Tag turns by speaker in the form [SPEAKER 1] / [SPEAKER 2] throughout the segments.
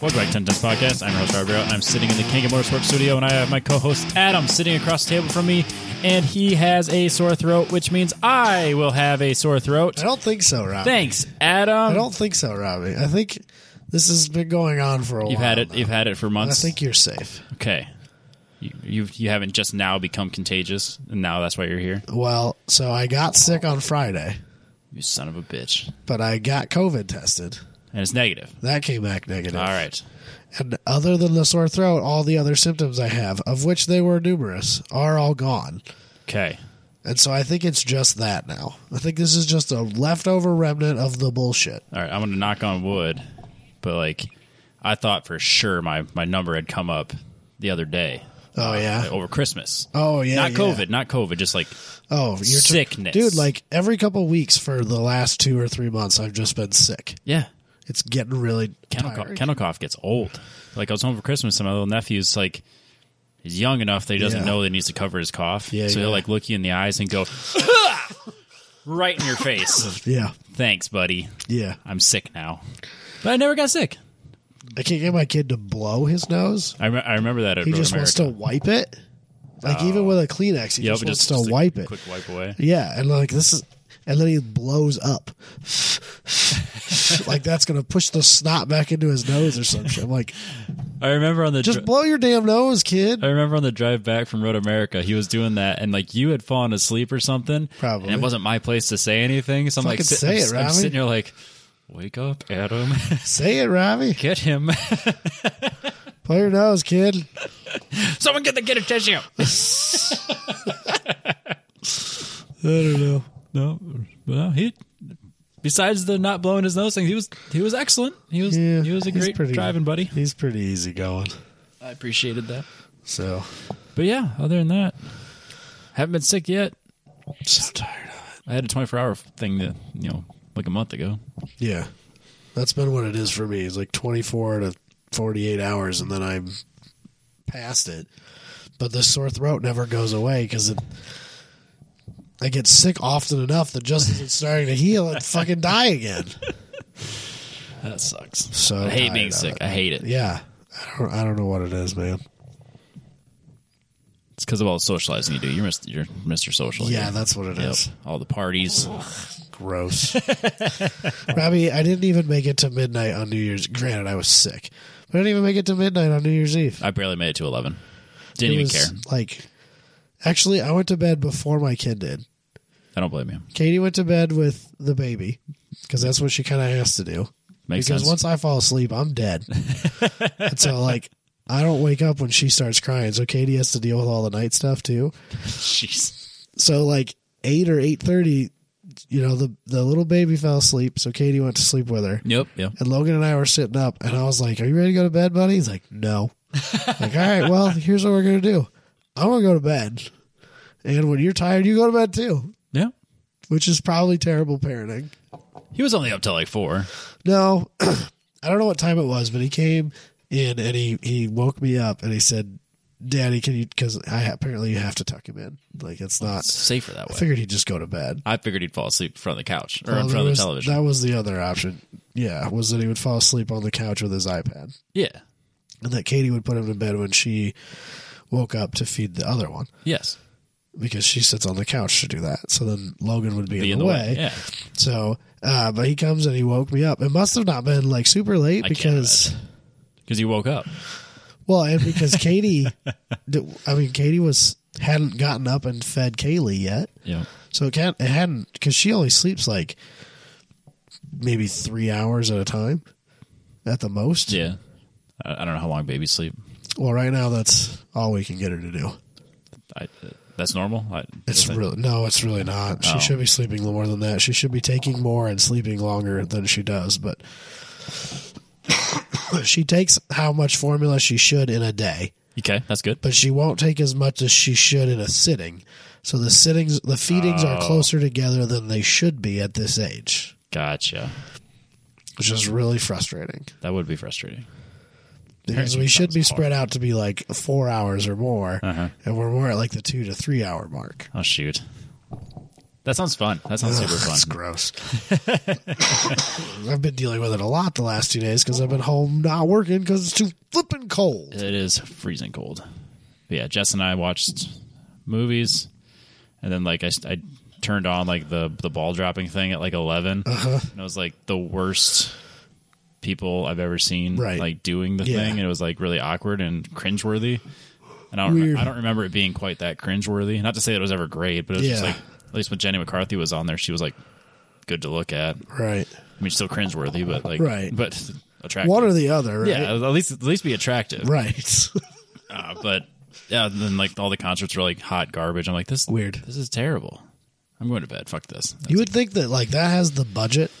[SPEAKER 1] Welcome back to Ten Test Podcast. I'm your host, Gabriel. I'm sitting in the King of Motorsports studio, and I have my co-host Adam sitting across the table from me, and he has a sore throat, which means I will have a sore throat.
[SPEAKER 2] I don't think so, Robbie.
[SPEAKER 1] Thanks, Adam.
[SPEAKER 2] I don't think so, Robbie. I think this has been going on for a while.
[SPEAKER 1] You've had it.
[SPEAKER 2] now.
[SPEAKER 1] You've had it for
[SPEAKER 2] I
[SPEAKER 1] months.
[SPEAKER 2] think you're safe.
[SPEAKER 1] okay. You, you you haven't just now become contagious, and now that's why you're here.
[SPEAKER 2] Well, so I got sick on Friday,
[SPEAKER 1] You son of a bitch.
[SPEAKER 2] but I got COVID tested.
[SPEAKER 1] And it's negative.
[SPEAKER 2] That came back negative.
[SPEAKER 1] All right.
[SPEAKER 2] And other than the sore throat, all the other symptoms I have, of which they were numerous, are all gone.
[SPEAKER 1] Okay.
[SPEAKER 2] And so I think it's just that now. I think this is just a leftover remnant of the bullshit.
[SPEAKER 1] All right, I'm gonna knock on wood, but like, I thought for sure my my number had come up the other day
[SPEAKER 2] Oh yeah.
[SPEAKER 1] over Christmas.
[SPEAKER 2] Oh yeah.
[SPEAKER 1] Uh, not
[SPEAKER 2] yeah.
[SPEAKER 1] COVID, not COVID, just like
[SPEAKER 2] Oh, you're t-
[SPEAKER 1] Sickness.
[SPEAKER 2] dude. Like every couple weeks for the last two or three months, I've just been sick.
[SPEAKER 1] yeah.
[SPEAKER 2] It's getting really
[SPEAKER 1] Kennel cough,
[SPEAKER 2] tiring.
[SPEAKER 1] kennel cough gets old. Like I was home for Christmas, and my little nephew's like, he's young enough that he doesn't
[SPEAKER 2] Yeah.
[SPEAKER 1] know that he needs to cover his cough.
[SPEAKER 2] Yeah,
[SPEAKER 1] so he'll
[SPEAKER 2] yeah.
[SPEAKER 1] like look you in the eyes and go, right in your face.
[SPEAKER 2] Yeah,
[SPEAKER 1] Thanks, buddy.
[SPEAKER 2] yeah.
[SPEAKER 1] I'm sick now, but I never got sick.
[SPEAKER 2] I can't get my kid to blow his nose.
[SPEAKER 1] I, rem- I remember that at
[SPEAKER 2] He
[SPEAKER 1] Road
[SPEAKER 2] just wants
[SPEAKER 1] America.
[SPEAKER 2] to wipe it. Like even with a Kleenex, he
[SPEAKER 1] Yep,
[SPEAKER 2] just wants
[SPEAKER 1] just,
[SPEAKER 2] to
[SPEAKER 1] just a
[SPEAKER 2] wipe it.
[SPEAKER 1] Quick wipe away.
[SPEAKER 2] Yeah, and like this is, and then he blows up. like that's gonna push the snot back into his nose or some shit. I'm like,
[SPEAKER 1] I remember on the
[SPEAKER 2] just
[SPEAKER 1] dri-
[SPEAKER 2] blow your damn nose, kid.
[SPEAKER 1] I remember on the drive back from Road America, he was doing that, and like you had fallen asleep or something.
[SPEAKER 2] Probably.
[SPEAKER 1] And it wasn't my place to say anything, so I'm like,
[SPEAKER 2] Fucking
[SPEAKER 1] sit-
[SPEAKER 2] say
[SPEAKER 1] I'm,
[SPEAKER 2] it,
[SPEAKER 1] I'm
[SPEAKER 2] Robbie.
[SPEAKER 1] sitting here like, wake up, Adam,
[SPEAKER 2] Say it, Robbie.
[SPEAKER 1] get him,
[SPEAKER 2] Blow your nose, kid.
[SPEAKER 1] someone get the kid a tissue.
[SPEAKER 2] I don't know.
[SPEAKER 1] no, well, he. Besides the not blowing his nose thing, he was he was excellent. He was
[SPEAKER 2] Yeah,
[SPEAKER 1] he was a
[SPEAKER 2] he's
[SPEAKER 1] great
[SPEAKER 2] pretty-
[SPEAKER 1] driving buddy.
[SPEAKER 2] He's pretty easy going.
[SPEAKER 1] I appreciated that.
[SPEAKER 2] So
[SPEAKER 1] But yeah, other than that, haven't been sick yet.
[SPEAKER 2] I'm so tired of
[SPEAKER 1] I had a 24 hour thing that you know like a month ago.
[SPEAKER 2] it. Yeah, that's been what it is for me. It's like 24 to 48 hours, and then I'm past it. But the sore throat never goes away because it. I get sick often enough that just as it's starting to heal, it fucking die again.
[SPEAKER 1] That sucks.
[SPEAKER 2] So
[SPEAKER 1] I hate
[SPEAKER 2] tired
[SPEAKER 1] being
[SPEAKER 2] of
[SPEAKER 1] sick.
[SPEAKER 2] it.
[SPEAKER 1] I hate it.
[SPEAKER 2] Yeah, I don't, I don't know what it is, man.
[SPEAKER 1] It's because of all the socializing you do. You're Mr. You're Mr. Social.
[SPEAKER 2] Yeah,
[SPEAKER 1] You're-
[SPEAKER 2] that's what it is.
[SPEAKER 1] yep. all the parties.
[SPEAKER 2] Gross. Robbie, I didn't even make it to midnight on New Year's. Granted, I was sick, but I didn't even make it to midnight on New Year's Eve.
[SPEAKER 1] I barely made it to eleven. Didn't
[SPEAKER 2] It
[SPEAKER 1] even care.
[SPEAKER 2] was, Like, actually, I went to bed before my kid did.
[SPEAKER 1] I don't blame you.
[SPEAKER 2] Katie went to bed with the baby because that's what she kind of has to do.
[SPEAKER 1] Makes
[SPEAKER 2] because
[SPEAKER 1] sense.
[SPEAKER 2] once I fall asleep, I'm dead. and so, like, I don't wake up when she starts crying. So Katie has to deal with all the night stuff too.
[SPEAKER 1] Jeez.
[SPEAKER 2] So, like, eight or eight thirty, you know, the the little baby fell asleep. So Katie went to sleep with her.
[SPEAKER 1] Yep. Yep.
[SPEAKER 2] And Logan and I were sitting up, and I was like, "Are you ready to go to bed, buddy?" He's like, "No." like, all right, well, here's what we're gonna do. I'm gonna go to bed, and when you're tired, you go to bed too,
[SPEAKER 1] Yeah.
[SPEAKER 2] which is probably terrible parenting.
[SPEAKER 1] He was only up till like four.
[SPEAKER 2] No, I don't know what time it was, but he came in and he he woke me up and he said, "Daddy, can you?" Because I apparently you have to tuck him in. Like it's not.
[SPEAKER 1] It's safer that
[SPEAKER 2] I
[SPEAKER 1] way.
[SPEAKER 2] figured he'd just go to bed.
[SPEAKER 1] I figured he'd fall asleep in front of the couch or
[SPEAKER 2] Well,
[SPEAKER 1] in
[SPEAKER 2] there
[SPEAKER 1] front of
[SPEAKER 2] was-
[SPEAKER 1] the television.
[SPEAKER 2] That was the other option. Yeah, was that he would fall asleep on the couch with his iPad.
[SPEAKER 1] yeah.
[SPEAKER 2] and that Katie would put him to bed when she woke up to feed the other one
[SPEAKER 1] Yes.
[SPEAKER 2] because she sits on the couch to do that. So then Logan would be,
[SPEAKER 1] Be
[SPEAKER 2] in, the way.
[SPEAKER 1] Yeah.
[SPEAKER 2] So, uh, but he comes and he woke me up. It must have not been like super late
[SPEAKER 1] I can't
[SPEAKER 2] because,
[SPEAKER 1] Because you woke up.
[SPEAKER 2] well, and because Katie, d- I mean, Katie was hadn't gotten up and fed Kaylee yet,
[SPEAKER 1] Yeah.
[SPEAKER 2] so it can't it hadn't because she only sleeps like maybe three hours at a time at the most.
[SPEAKER 1] Yeah. I, I don't know how long babies sleep.
[SPEAKER 2] Well, right now that's all we can get her to do.
[SPEAKER 1] I, that's normal. I,
[SPEAKER 2] It's
[SPEAKER 1] I-
[SPEAKER 2] really no, it's really not. She
[SPEAKER 1] Oh.
[SPEAKER 2] should be sleeping more than that. She should be taking more and sleeping longer than she does, but she takes how much formula she should in a day,
[SPEAKER 1] okay. That's good.
[SPEAKER 2] but she won't take as much as she should in a sitting. So the sittings the feedings
[SPEAKER 1] Oh.
[SPEAKER 2] are closer together than they should be at this age.
[SPEAKER 1] Gotcha.
[SPEAKER 2] Which is really frustrating.
[SPEAKER 1] That would be frustrating.
[SPEAKER 2] Because we should be spread out to be like four hours or more,
[SPEAKER 1] Uh-huh.
[SPEAKER 2] and we're more at like the two to three hour mark.
[SPEAKER 1] Oh shoot. That sounds fun. That sounds super
[SPEAKER 2] It's
[SPEAKER 1] fun.
[SPEAKER 2] gross. I've been dealing with it a lot the last two days because I've been home not working because it's too flipping cold.
[SPEAKER 1] It is freezing cold. But yeah, Jess and I watched movies, and then like I, s- I turned on like the the ball dropping thing at like 11
[SPEAKER 2] Uh-huh.
[SPEAKER 1] and it was like the worst people I've ever seen
[SPEAKER 2] Right.
[SPEAKER 1] like doing the
[SPEAKER 2] Yeah.
[SPEAKER 1] thing, and it was like really awkward and cringeworthy. And I don't,
[SPEAKER 2] Weird.
[SPEAKER 1] rem- I don't remember it being quite that cringeworthy. Not to say that it was ever great, but it was just
[SPEAKER 2] Yeah.
[SPEAKER 1] like at least when Jenny McCarthy was on there, she was like good to look at.
[SPEAKER 2] Right.
[SPEAKER 1] I mean, still cringeworthy, but like,
[SPEAKER 2] Right.
[SPEAKER 1] but attractive.
[SPEAKER 2] One or the other. Right?
[SPEAKER 1] yeah, at least at least be attractive.
[SPEAKER 2] Right.
[SPEAKER 1] Uh, but yeah, and then like all the concerts were like hot garbage. I'm like, this
[SPEAKER 2] Weird.
[SPEAKER 1] This is terrible. I'm going to bed. Fuck this.
[SPEAKER 2] you would think that like that has the budget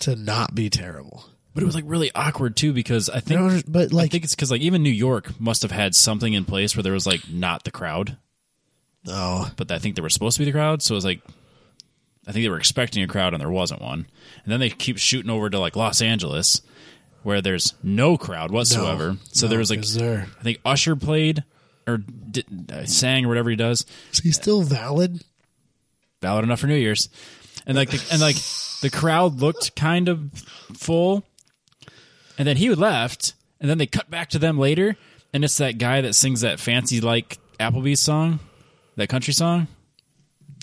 [SPEAKER 2] to not be terrible.
[SPEAKER 1] But it was like really awkward too because I
[SPEAKER 2] You
[SPEAKER 1] think
[SPEAKER 2] know, but
[SPEAKER 1] I
[SPEAKER 2] like
[SPEAKER 1] think it's because like even New York must have had something in place where there was like not the crowd,
[SPEAKER 2] oh
[SPEAKER 1] but I think there were supposed to be the crowd. So it was like. I think they were expecting a crowd and there wasn't one. And then they keep shooting over to like Los Angeles where there's no crowd whatsoever. so
[SPEAKER 2] no,
[SPEAKER 1] there was like
[SPEAKER 2] is there
[SPEAKER 1] I think Usher played or did, uh, sang or whatever he does.
[SPEAKER 2] is he still valid?
[SPEAKER 1] Valid enough for New Year's, and like the, and like the crowd looked kind of full, and then he left, and then they cut back to them later, and it's that guy that sings that fancy like Applebee's song, that country song.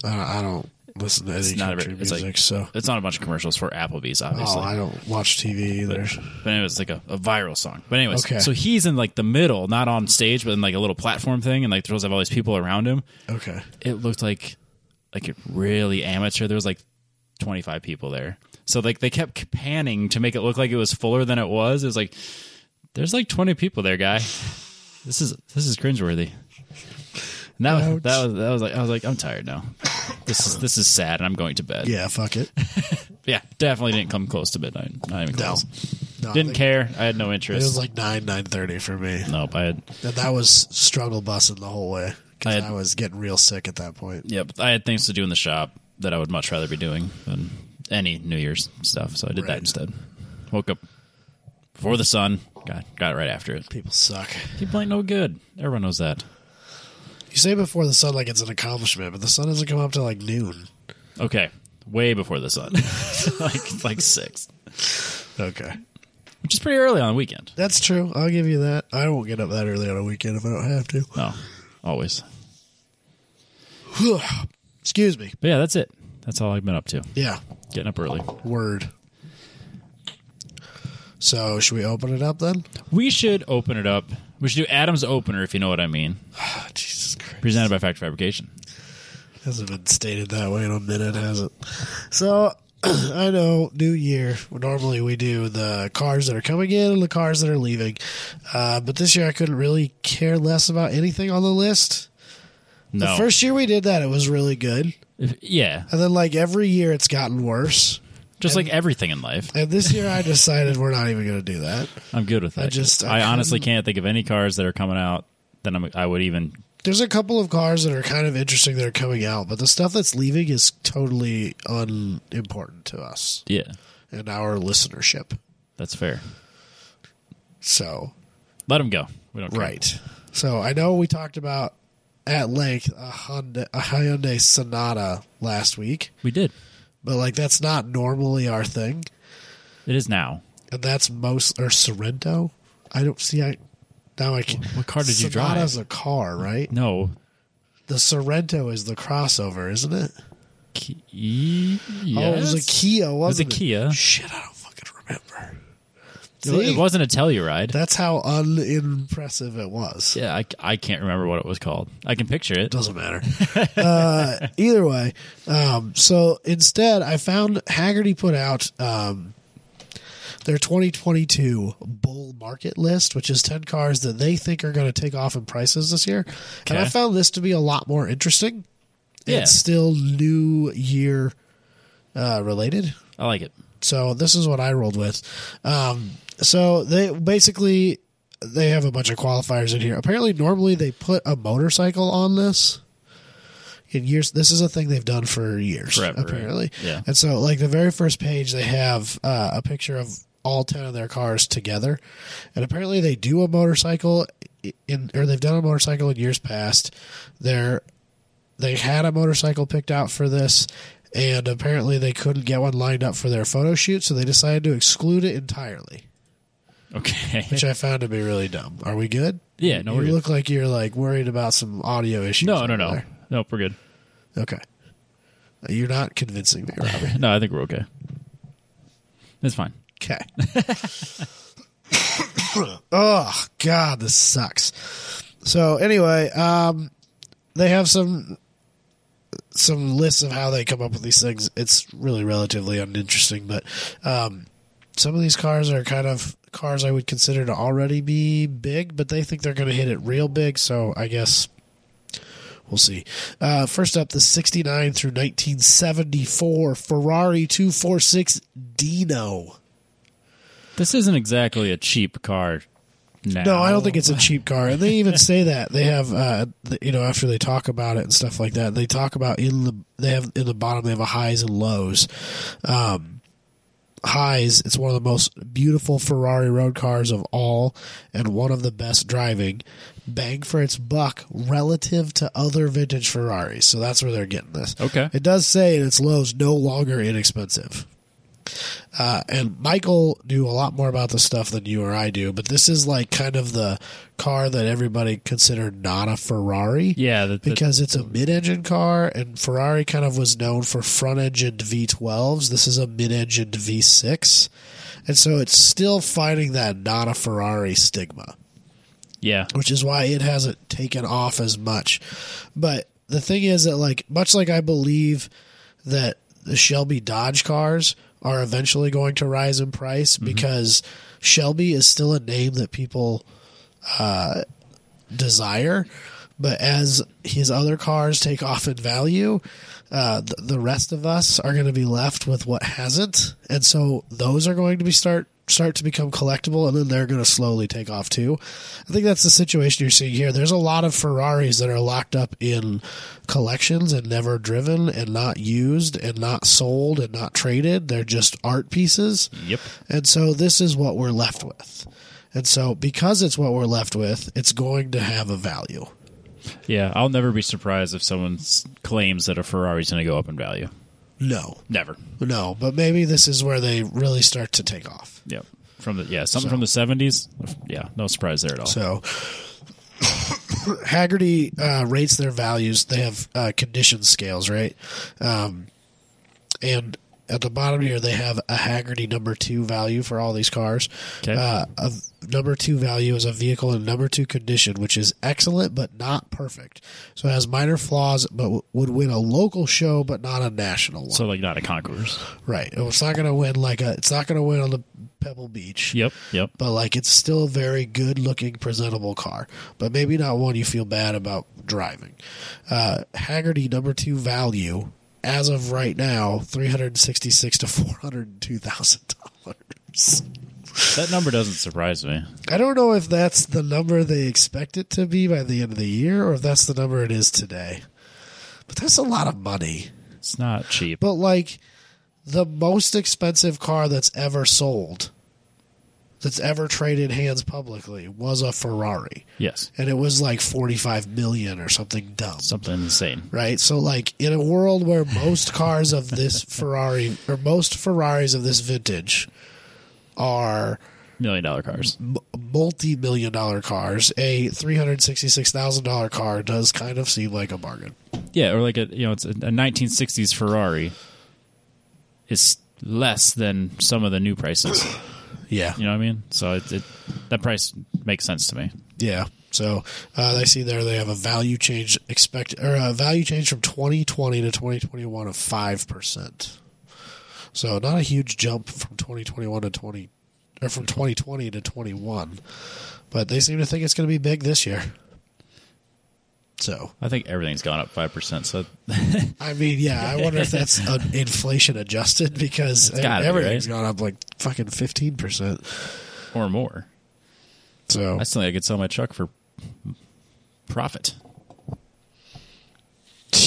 [SPEAKER 2] Uh, I, I don't listen to any
[SPEAKER 1] not a
[SPEAKER 2] country
[SPEAKER 1] very- it's like-
[SPEAKER 2] music, so
[SPEAKER 1] It's on a bunch of commercials for Applebee's,
[SPEAKER 2] oh,
[SPEAKER 1] obviously.
[SPEAKER 2] I don't watch TV either.
[SPEAKER 1] But anyway, it's like a, a viral song. But anyways,
[SPEAKER 2] Oh. Okay.
[SPEAKER 1] so he's in like the middle, not on stage, but in like a little platform thing, and like there's have all these people around him,
[SPEAKER 2] Okay,
[SPEAKER 1] it looked like like it really amateur. There was like 25 people there. So like they kept panning to make it look like it was fuller than it was. It was like there's like 20 people there, guy. This is this is cringeworthy. And that was,
[SPEAKER 2] Ouch.
[SPEAKER 1] that was that was like I was like I'm tired now. This is this is sad and I'm going to bed.
[SPEAKER 2] yeah, fuck it.
[SPEAKER 1] Yeah, definitely didn't come close to midnight. Not even
[SPEAKER 2] No,
[SPEAKER 1] close.
[SPEAKER 2] no I
[SPEAKER 1] Didn't
[SPEAKER 2] think-
[SPEAKER 1] care. I had no
[SPEAKER 2] It was
[SPEAKER 1] interest.
[SPEAKER 2] like nine nine thirty for me.
[SPEAKER 1] nope. I had
[SPEAKER 2] And that was struggle busing the whole way
[SPEAKER 1] I
[SPEAKER 2] because
[SPEAKER 1] had-
[SPEAKER 2] I, was getting real sick at that point.
[SPEAKER 1] Yep, I had things to do in the shop that I would much rather be doing than any New Year's stuff, so I did that
[SPEAKER 2] Right.
[SPEAKER 1] instead. Woke up before the sun, got got it right after it.
[SPEAKER 2] People suck.
[SPEAKER 1] People ain't no good. Everyone knows that.
[SPEAKER 2] You say before the sun like it's an accomplishment, but the sun doesn't come up till like noon.
[SPEAKER 1] Okay, way before the sun, like like six,
[SPEAKER 2] Okay,
[SPEAKER 1] which is pretty early on the weekend.
[SPEAKER 2] that's true. I'll give you that. I won't get up that early on a weekend if I don't have to.
[SPEAKER 1] No, always.
[SPEAKER 2] Excuse me.
[SPEAKER 1] But yeah, that's it. That's all I've been up to.
[SPEAKER 2] Yeah,
[SPEAKER 1] Getting up early.
[SPEAKER 2] word. So should we open it up then?
[SPEAKER 1] We should open it up. We should do Adam's opener, if you know what I mean.
[SPEAKER 2] Oh, Jesus Christ.
[SPEAKER 1] Presented by Factor Fabrication.
[SPEAKER 2] Hasn't been stated that way in a minute, has it? So I know New Year. Normally we do the cars that are coming in and the cars that are leaving, uh, but this year I couldn't really care less about anything on the list.
[SPEAKER 1] No,
[SPEAKER 2] The first year we did that, it was really good,
[SPEAKER 1] If- yeah,
[SPEAKER 2] and then like every year it's gotten worse.
[SPEAKER 1] just like everything in life.
[SPEAKER 2] And this year I decided we're not even going to do that.
[SPEAKER 1] I'm good with that. I
[SPEAKER 2] just- I
[SPEAKER 1] I, honestly
[SPEAKER 2] couldn't-
[SPEAKER 1] can't think of any cars that are coming out that I'm, I would even.
[SPEAKER 2] There's a couple of cars that are kind of interesting that are coming out, but the stuff that's leaving is totally unimportant to us
[SPEAKER 1] Yeah,
[SPEAKER 2] and our listenership.
[SPEAKER 1] that's fair.
[SPEAKER 2] So
[SPEAKER 1] Let them go. We don't care.
[SPEAKER 2] Right. So I know we talked about at length a Hyundai, a Hyundai Sonata last week,
[SPEAKER 1] We did.
[SPEAKER 2] but like that's not normally our thing,
[SPEAKER 1] It is now.
[SPEAKER 2] and that's most or Sorrento. I don't see. I now I can.
[SPEAKER 1] What car did you drive?
[SPEAKER 2] Sonata's a car, right?
[SPEAKER 1] No.
[SPEAKER 2] The Sorrento is the crossover, isn't it?
[SPEAKER 1] Ki- yes.
[SPEAKER 2] Oh, it was a Kia.
[SPEAKER 1] was a
[SPEAKER 2] Wasn't
[SPEAKER 1] Kia.
[SPEAKER 2] Shit, I don't fucking remember.
[SPEAKER 1] It
[SPEAKER 2] See?
[SPEAKER 1] wasn't a Telluride.
[SPEAKER 2] That's how unimpressive it was.
[SPEAKER 1] yeah, I, I can't remember what it was called. I can picture it.
[SPEAKER 2] doesn't matter. uh, either way, um, so instead, I found Haggerty put out um, their 2022 bull market list, which is 10 cars that they think are going to take off in prices this year. And I
[SPEAKER 1] Okay.
[SPEAKER 2] found this to be a lot more interesting.
[SPEAKER 1] Yeah.
[SPEAKER 2] It's still new year uh, related.
[SPEAKER 1] I like it.
[SPEAKER 2] So this is what I rolled with. Um, so they basically they have a bunch of qualifiers in here. Apparently, normally they put a motorcycle on this. In years, this is a thing they've done for years,
[SPEAKER 1] Forever, right?
[SPEAKER 2] apparently.
[SPEAKER 1] Yeah.
[SPEAKER 2] And so, like the very first page, they have uh, a picture of all ten of their cars together, and apparently they do a motorcycle in, or they've done a motorcycle in years past. They're they had a motorcycle picked out for this, and apparently they couldn't get one lined up for their photo shoot, so they decided to exclude it entirely,
[SPEAKER 1] Okay.
[SPEAKER 2] which I found to be really dumb. Are we good?
[SPEAKER 1] Yeah, no,
[SPEAKER 2] you
[SPEAKER 1] we're good.
[SPEAKER 2] look like you're like worried about some audio issues.
[SPEAKER 1] No,
[SPEAKER 2] over
[SPEAKER 1] no, no.
[SPEAKER 2] there.
[SPEAKER 1] Nope, we're good.
[SPEAKER 2] Okay, you're not convincing me, Robbie.
[SPEAKER 1] No, I think we're okay. That's fine.
[SPEAKER 2] Okay. oh God, this sucks. So anyway, um, they have some some lists of how they come up with these things. It's really relatively uninteresting, but um, some of these cars are kind of cars I would consider to already be big, but they think they're going to hit it real big. So I guess we'll see. Uh, first up, the '69 through 1974 Ferrari 246 Dino.
[SPEAKER 1] This isn't exactly a cheap car. Now.
[SPEAKER 2] No, I don't think it's a cheap car. And they even say that they have, uh, th- you know, after they talk about it and stuff like that, they talk about in the they have in the bottom they have a highs and lows. Um, highs, it's one of the most beautiful Ferrari road cars of all, and one of the best driving. Bang for its buck relative to other vintage Ferraris. So that's where they're getting this.
[SPEAKER 1] Okay.
[SPEAKER 2] It does say in its lows no longer inexpensive. Uh, and Michael knew a lot more about this stuff than you or I do, but this is like kind of the car that everybody considered not a Ferrari.
[SPEAKER 1] Yeah, the, the-
[SPEAKER 2] Because it's a mid engine car, and Ferrari kind of was known for front engined V12s. This is a mid engined V6. And so it's still fighting that not a Ferrari stigma
[SPEAKER 1] yeah,
[SPEAKER 2] which is why it hasn't taken off as much. But the thing is that, like, much like I believe that the Shelby Dodge cars are eventually going to rise in price because Shelby is still a name that people uh, desire. But as his other cars take off in value, uh, th- the rest of us are going to be left with what hasn't, and so those are going to be start start to become collectible, and then they're going to slowly take off too. I think that's the situation you're seeing here. There's a lot of Ferraris that are locked up in collections and never driven, and not used, and not sold, and not traded. They're just art pieces.
[SPEAKER 1] yep.
[SPEAKER 2] And so this is what we're left with. And so because it's what we're left with, it's going to have a value.
[SPEAKER 1] Yeah, I'll never be surprised if someone s- claims that a Ferrari's going to go up in value.
[SPEAKER 2] No.
[SPEAKER 1] Never.
[SPEAKER 2] No, but maybe this is where they really start to take off.
[SPEAKER 1] Yep. From the yeah, something from the seventies. Yeah, no surprise there at all.
[SPEAKER 2] So Haggerty uh, rates their values. They have uh, condition scales, right? Um, and at the bottom here, they have a Haggerty number two value for all these cars.
[SPEAKER 1] Okay.
[SPEAKER 2] Uh, a v- number two value is a vehicle in number two condition, which is excellent but not perfect. So it has minor flaws, but w- would win a local show but not a national one.
[SPEAKER 1] so like not a conquerors.
[SPEAKER 2] right? It's not going to win like a. It's not going to win on the Pebble Beach
[SPEAKER 1] Yep. Yep.
[SPEAKER 2] but like it's still a very good looking presentable car but maybe not one you feel bad about driving uh, haggerty number two value as of right now 366 to 402 thousand dollars
[SPEAKER 1] That number doesn't surprise me.
[SPEAKER 2] i don't know if that's the number they expect it to be by the end of the year or if that's the number it is today but that's a lot of money
[SPEAKER 1] It's not cheap.
[SPEAKER 2] but like the most expensive car that's ever sold that's ever traded hands publicly was a Ferrari
[SPEAKER 1] yes.
[SPEAKER 2] and it was like 45 million or something dumb
[SPEAKER 1] Something insane.
[SPEAKER 2] right so like in a world where most cars of this Ferrari or most Ferraris of this vintage are
[SPEAKER 1] Million dollar cars.
[SPEAKER 2] m- multi-million dollar cars a $366,000 car does kind of seem like a bargain
[SPEAKER 1] Yeah, or like a you know, it's a nineteen sixties Ferrari is less than some of the new prices.
[SPEAKER 2] yeah
[SPEAKER 1] You know what I mean? So it, it that price makes sense to me.
[SPEAKER 2] Yeah. So uh, they see there they have a value change expect or a value change from 2020 to 2021 of five percent. So not a huge jump from 2021 to 20 or from 2020 to 21, but they seem to think it's going to be big this year. So
[SPEAKER 1] I think everything's gone up five percent. So
[SPEAKER 2] I mean, yeah, I wonder if that's uh, inflation adjusted because
[SPEAKER 1] gotta be,
[SPEAKER 2] everything's
[SPEAKER 1] right?
[SPEAKER 2] gone up like fucking 15 percent.
[SPEAKER 1] or more.
[SPEAKER 2] So
[SPEAKER 1] I still think I could sell my truck for profit.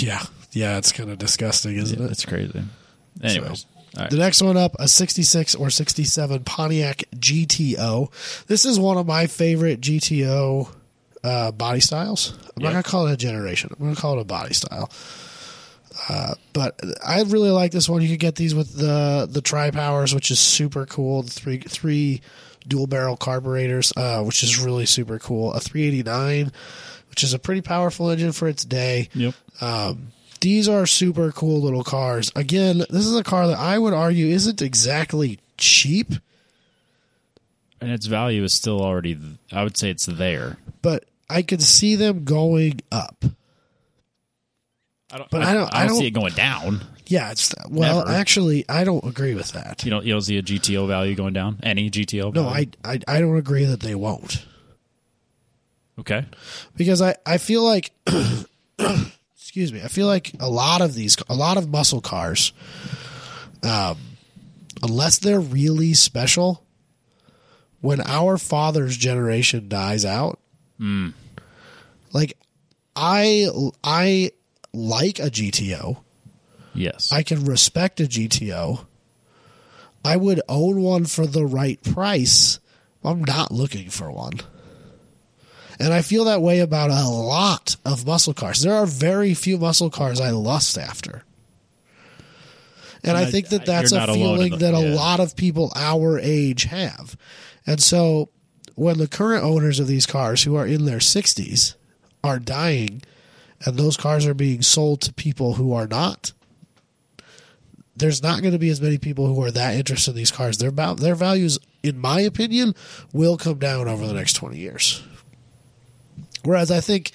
[SPEAKER 2] yeah, yeah, it's kind of disgusting, isn't it?
[SPEAKER 1] That's crazy. Anyways, all right.
[SPEAKER 2] The next one up, a 66 or 67 Pontiac GTO. This is one of my favorite GTO uh, body styles. I'm
[SPEAKER 1] Yeah.
[SPEAKER 2] not gonna call it a generation. I'm gonna call it a body style. Uh, but I really like this one. You could get these with the the tri powers, which is super cool. The three three dual barrel carburetors, uh, which is really super cool. A 389, which is a pretty powerful engine for its day.
[SPEAKER 1] Yep.
[SPEAKER 2] These are super cool little cars. Again, this is a car that I would argue isn't exactly cheap.
[SPEAKER 1] And its value is still already. th- I would say it's there.
[SPEAKER 2] but I could see them going up.
[SPEAKER 1] I don't.
[SPEAKER 2] But I don't- I
[SPEAKER 1] see
[SPEAKER 2] don't-
[SPEAKER 1] it going down.
[SPEAKER 2] Yeah, it's well,
[SPEAKER 1] Never.
[SPEAKER 2] actually, I don't agree with that.
[SPEAKER 1] You don't. You don't see a GTO value going down. Any GTO.
[SPEAKER 2] No,
[SPEAKER 1] value?
[SPEAKER 2] I, I I don't agree that they won't
[SPEAKER 1] Okay.
[SPEAKER 2] because I I feel like excuse me, I feel like a lot of these a lot of muscle cars, um, unless they're really special, when our father's generation dies out, like I I like a GTO.
[SPEAKER 1] Yes.
[SPEAKER 2] I can respect a GTO. I would own one for the right price. I'm not looking for one. And I feel that way about a lot of muscle cars. There are very few muscle cars I lust after. And I
[SPEAKER 1] I-
[SPEAKER 2] think
[SPEAKER 1] I-
[SPEAKER 2] that that's
[SPEAKER 1] you're
[SPEAKER 2] a
[SPEAKER 1] not alone in
[SPEAKER 2] feeling
[SPEAKER 1] the-
[SPEAKER 2] that a
[SPEAKER 1] yeah.
[SPEAKER 2] lot of people our age have. And so when the current owners of these cars who are in their 60s are dying and those cars are being sold to people who are not, there's not going to be as many people who are that interested in these cars. Their val- their values, in my opinion, will come down over the next twenty years. Whereas I think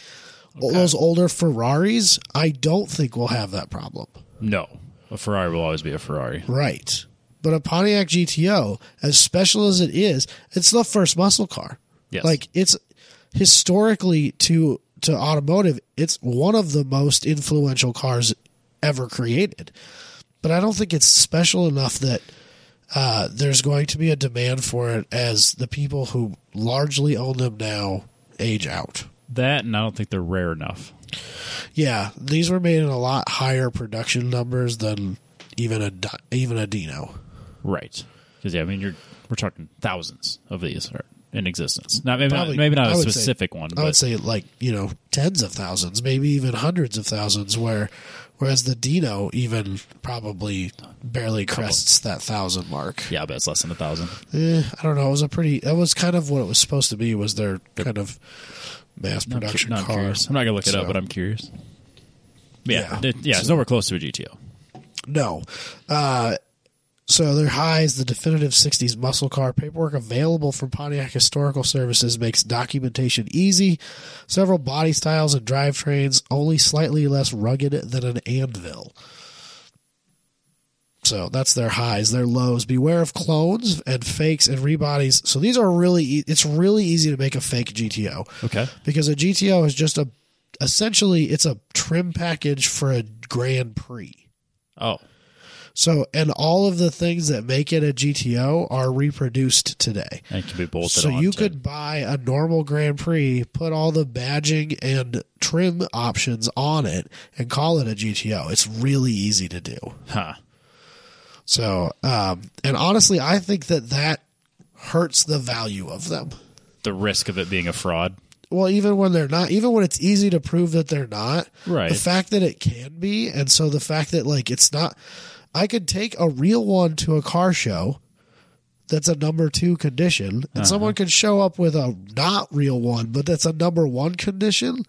[SPEAKER 2] those older Ferraris, I don't think will have that problem.
[SPEAKER 1] no. A Ferrari will always be a Ferrari.
[SPEAKER 2] Right. But a Pontiac GTO, as special as it is, it's the first muscle car.
[SPEAKER 1] Yes.
[SPEAKER 2] Like it's historically to to automotive, it's one of the most influential cars ever created. But I don't think it's special enough that uh, there's going to be a demand for it as the people who largely own them now age out.
[SPEAKER 1] That, and I don't think they're rare enough.
[SPEAKER 2] Yeah, these were made in a lot higher production numbers than even a Di- even a Dino.
[SPEAKER 1] Right. Because yeah, I mean, you're we're talking thousands of these are in existence. Not maybe
[SPEAKER 2] Probably-
[SPEAKER 1] not, maybe not
[SPEAKER 2] I
[SPEAKER 1] a
[SPEAKER 2] would say-
[SPEAKER 1] specific one,
[SPEAKER 2] I would
[SPEAKER 1] but
[SPEAKER 2] say like you know tens of thousands, maybe even hundreds of thousands. Where whereas the Dino even probably barely crests that thousand mark.
[SPEAKER 1] yeah, I bet it's less than a thousand.
[SPEAKER 2] Eh, I don't know. It was a pretty. That was kind of what it was supposed to be. Was their kind of mass
[SPEAKER 1] I'm cu-
[SPEAKER 2] production
[SPEAKER 1] not
[SPEAKER 2] car?
[SPEAKER 1] curious. I'm not gonna look it
[SPEAKER 2] So-
[SPEAKER 1] up, but I'm curious.
[SPEAKER 2] Yeah.
[SPEAKER 1] Yeah, yeah, yeah it's nowhere close to a GTO.
[SPEAKER 2] No. Uh, so their highs, the definitive 60s muscle car paperwork available from Pontiac Historical Services makes documentation easy. Several body styles and drivetrains, only slightly less rugged than an anvil. So that's their highs, their lows. Beware of clones and fakes and rebodies. So these are really, e- it's really easy to make a fake GTO
[SPEAKER 1] Okay,
[SPEAKER 2] because a GTO is just a, essentially, it's a trim package for a Grand Prix.
[SPEAKER 1] oh,
[SPEAKER 2] So, and all of the things that make it a GTO are reproduced today.
[SPEAKER 1] and it can be bolted.
[SPEAKER 2] So
[SPEAKER 1] on
[SPEAKER 2] you
[SPEAKER 1] to-
[SPEAKER 2] could buy a normal Grand Prix, put all the badging and trim options on it, and call it a GTO. It's really easy to do.
[SPEAKER 1] huh?
[SPEAKER 2] So, um, and honestly, I think that that hurts the value of them.
[SPEAKER 1] The risk of it being a fraud.
[SPEAKER 2] Well, even when they're not, even when it's easy to prove that they're not,
[SPEAKER 1] Right.
[SPEAKER 2] The fact that it can be, and so the fact that like it's not, I could take a real one to a car show that's a number two condition, and
[SPEAKER 1] Uh-huh.
[SPEAKER 2] someone could show up with a not real one, but that's a number one condition,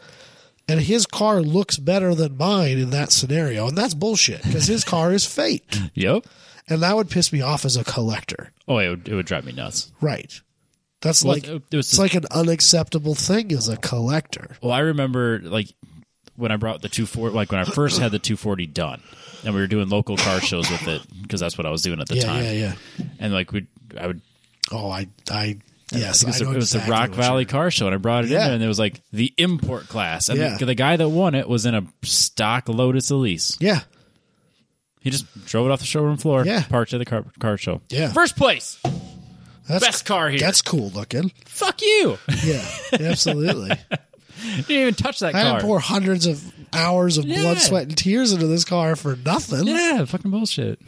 [SPEAKER 2] and his car looks better than mine in that scenario, and that's bullshit because his car is fake,
[SPEAKER 1] Yep.
[SPEAKER 2] and that would piss me off as a collector,
[SPEAKER 1] Oh, it would, it would drive me nuts.
[SPEAKER 2] right? That's
[SPEAKER 1] Well,
[SPEAKER 2] like
[SPEAKER 1] it- it was
[SPEAKER 2] it's like an unacceptable thing as a collector.
[SPEAKER 1] Well, I remember like when I brought the 240, like when I first had the 240 done, and we were doing local car shows with it because that's what I was doing at the
[SPEAKER 2] Yeah,
[SPEAKER 1] time.
[SPEAKER 2] yeah, yeah.
[SPEAKER 1] And like we, I would.
[SPEAKER 2] Oh, I, I, yes,
[SPEAKER 1] It was,
[SPEAKER 2] I know
[SPEAKER 1] the, it was the
[SPEAKER 2] exactly
[SPEAKER 1] Rock
[SPEAKER 2] what you're-
[SPEAKER 1] Valley Car Show, and I brought it in
[SPEAKER 2] Yeah.
[SPEAKER 1] there, and it was like the import class, and
[SPEAKER 2] Yeah.
[SPEAKER 1] the, the guy that won it was in a stock Lotus Elise.
[SPEAKER 2] Yeah,
[SPEAKER 1] He just drove it off the showroom floor,
[SPEAKER 2] Yeah.
[SPEAKER 1] parked at the car, car show.
[SPEAKER 2] Yeah.
[SPEAKER 1] first place,
[SPEAKER 2] that's
[SPEAKER 1] best car here.
[SPEAKER 2] That's cool looking.
[SPEAKER 1] Fuck you! you
[SPEAKER 2] Yeah, absolutely.
[SPEAKER 1] didn't even touch that
[SPEAKER 2] I had
[SPEAKER 1] car.
[SPEAKER 2] to pour hundreds of hours of blood,
[SPEAKER 1] Yeah.
[SPEAKER 2] sweat, and tears into this car for nothing.
[SPEAKER 1] yeah, fucking bullshit.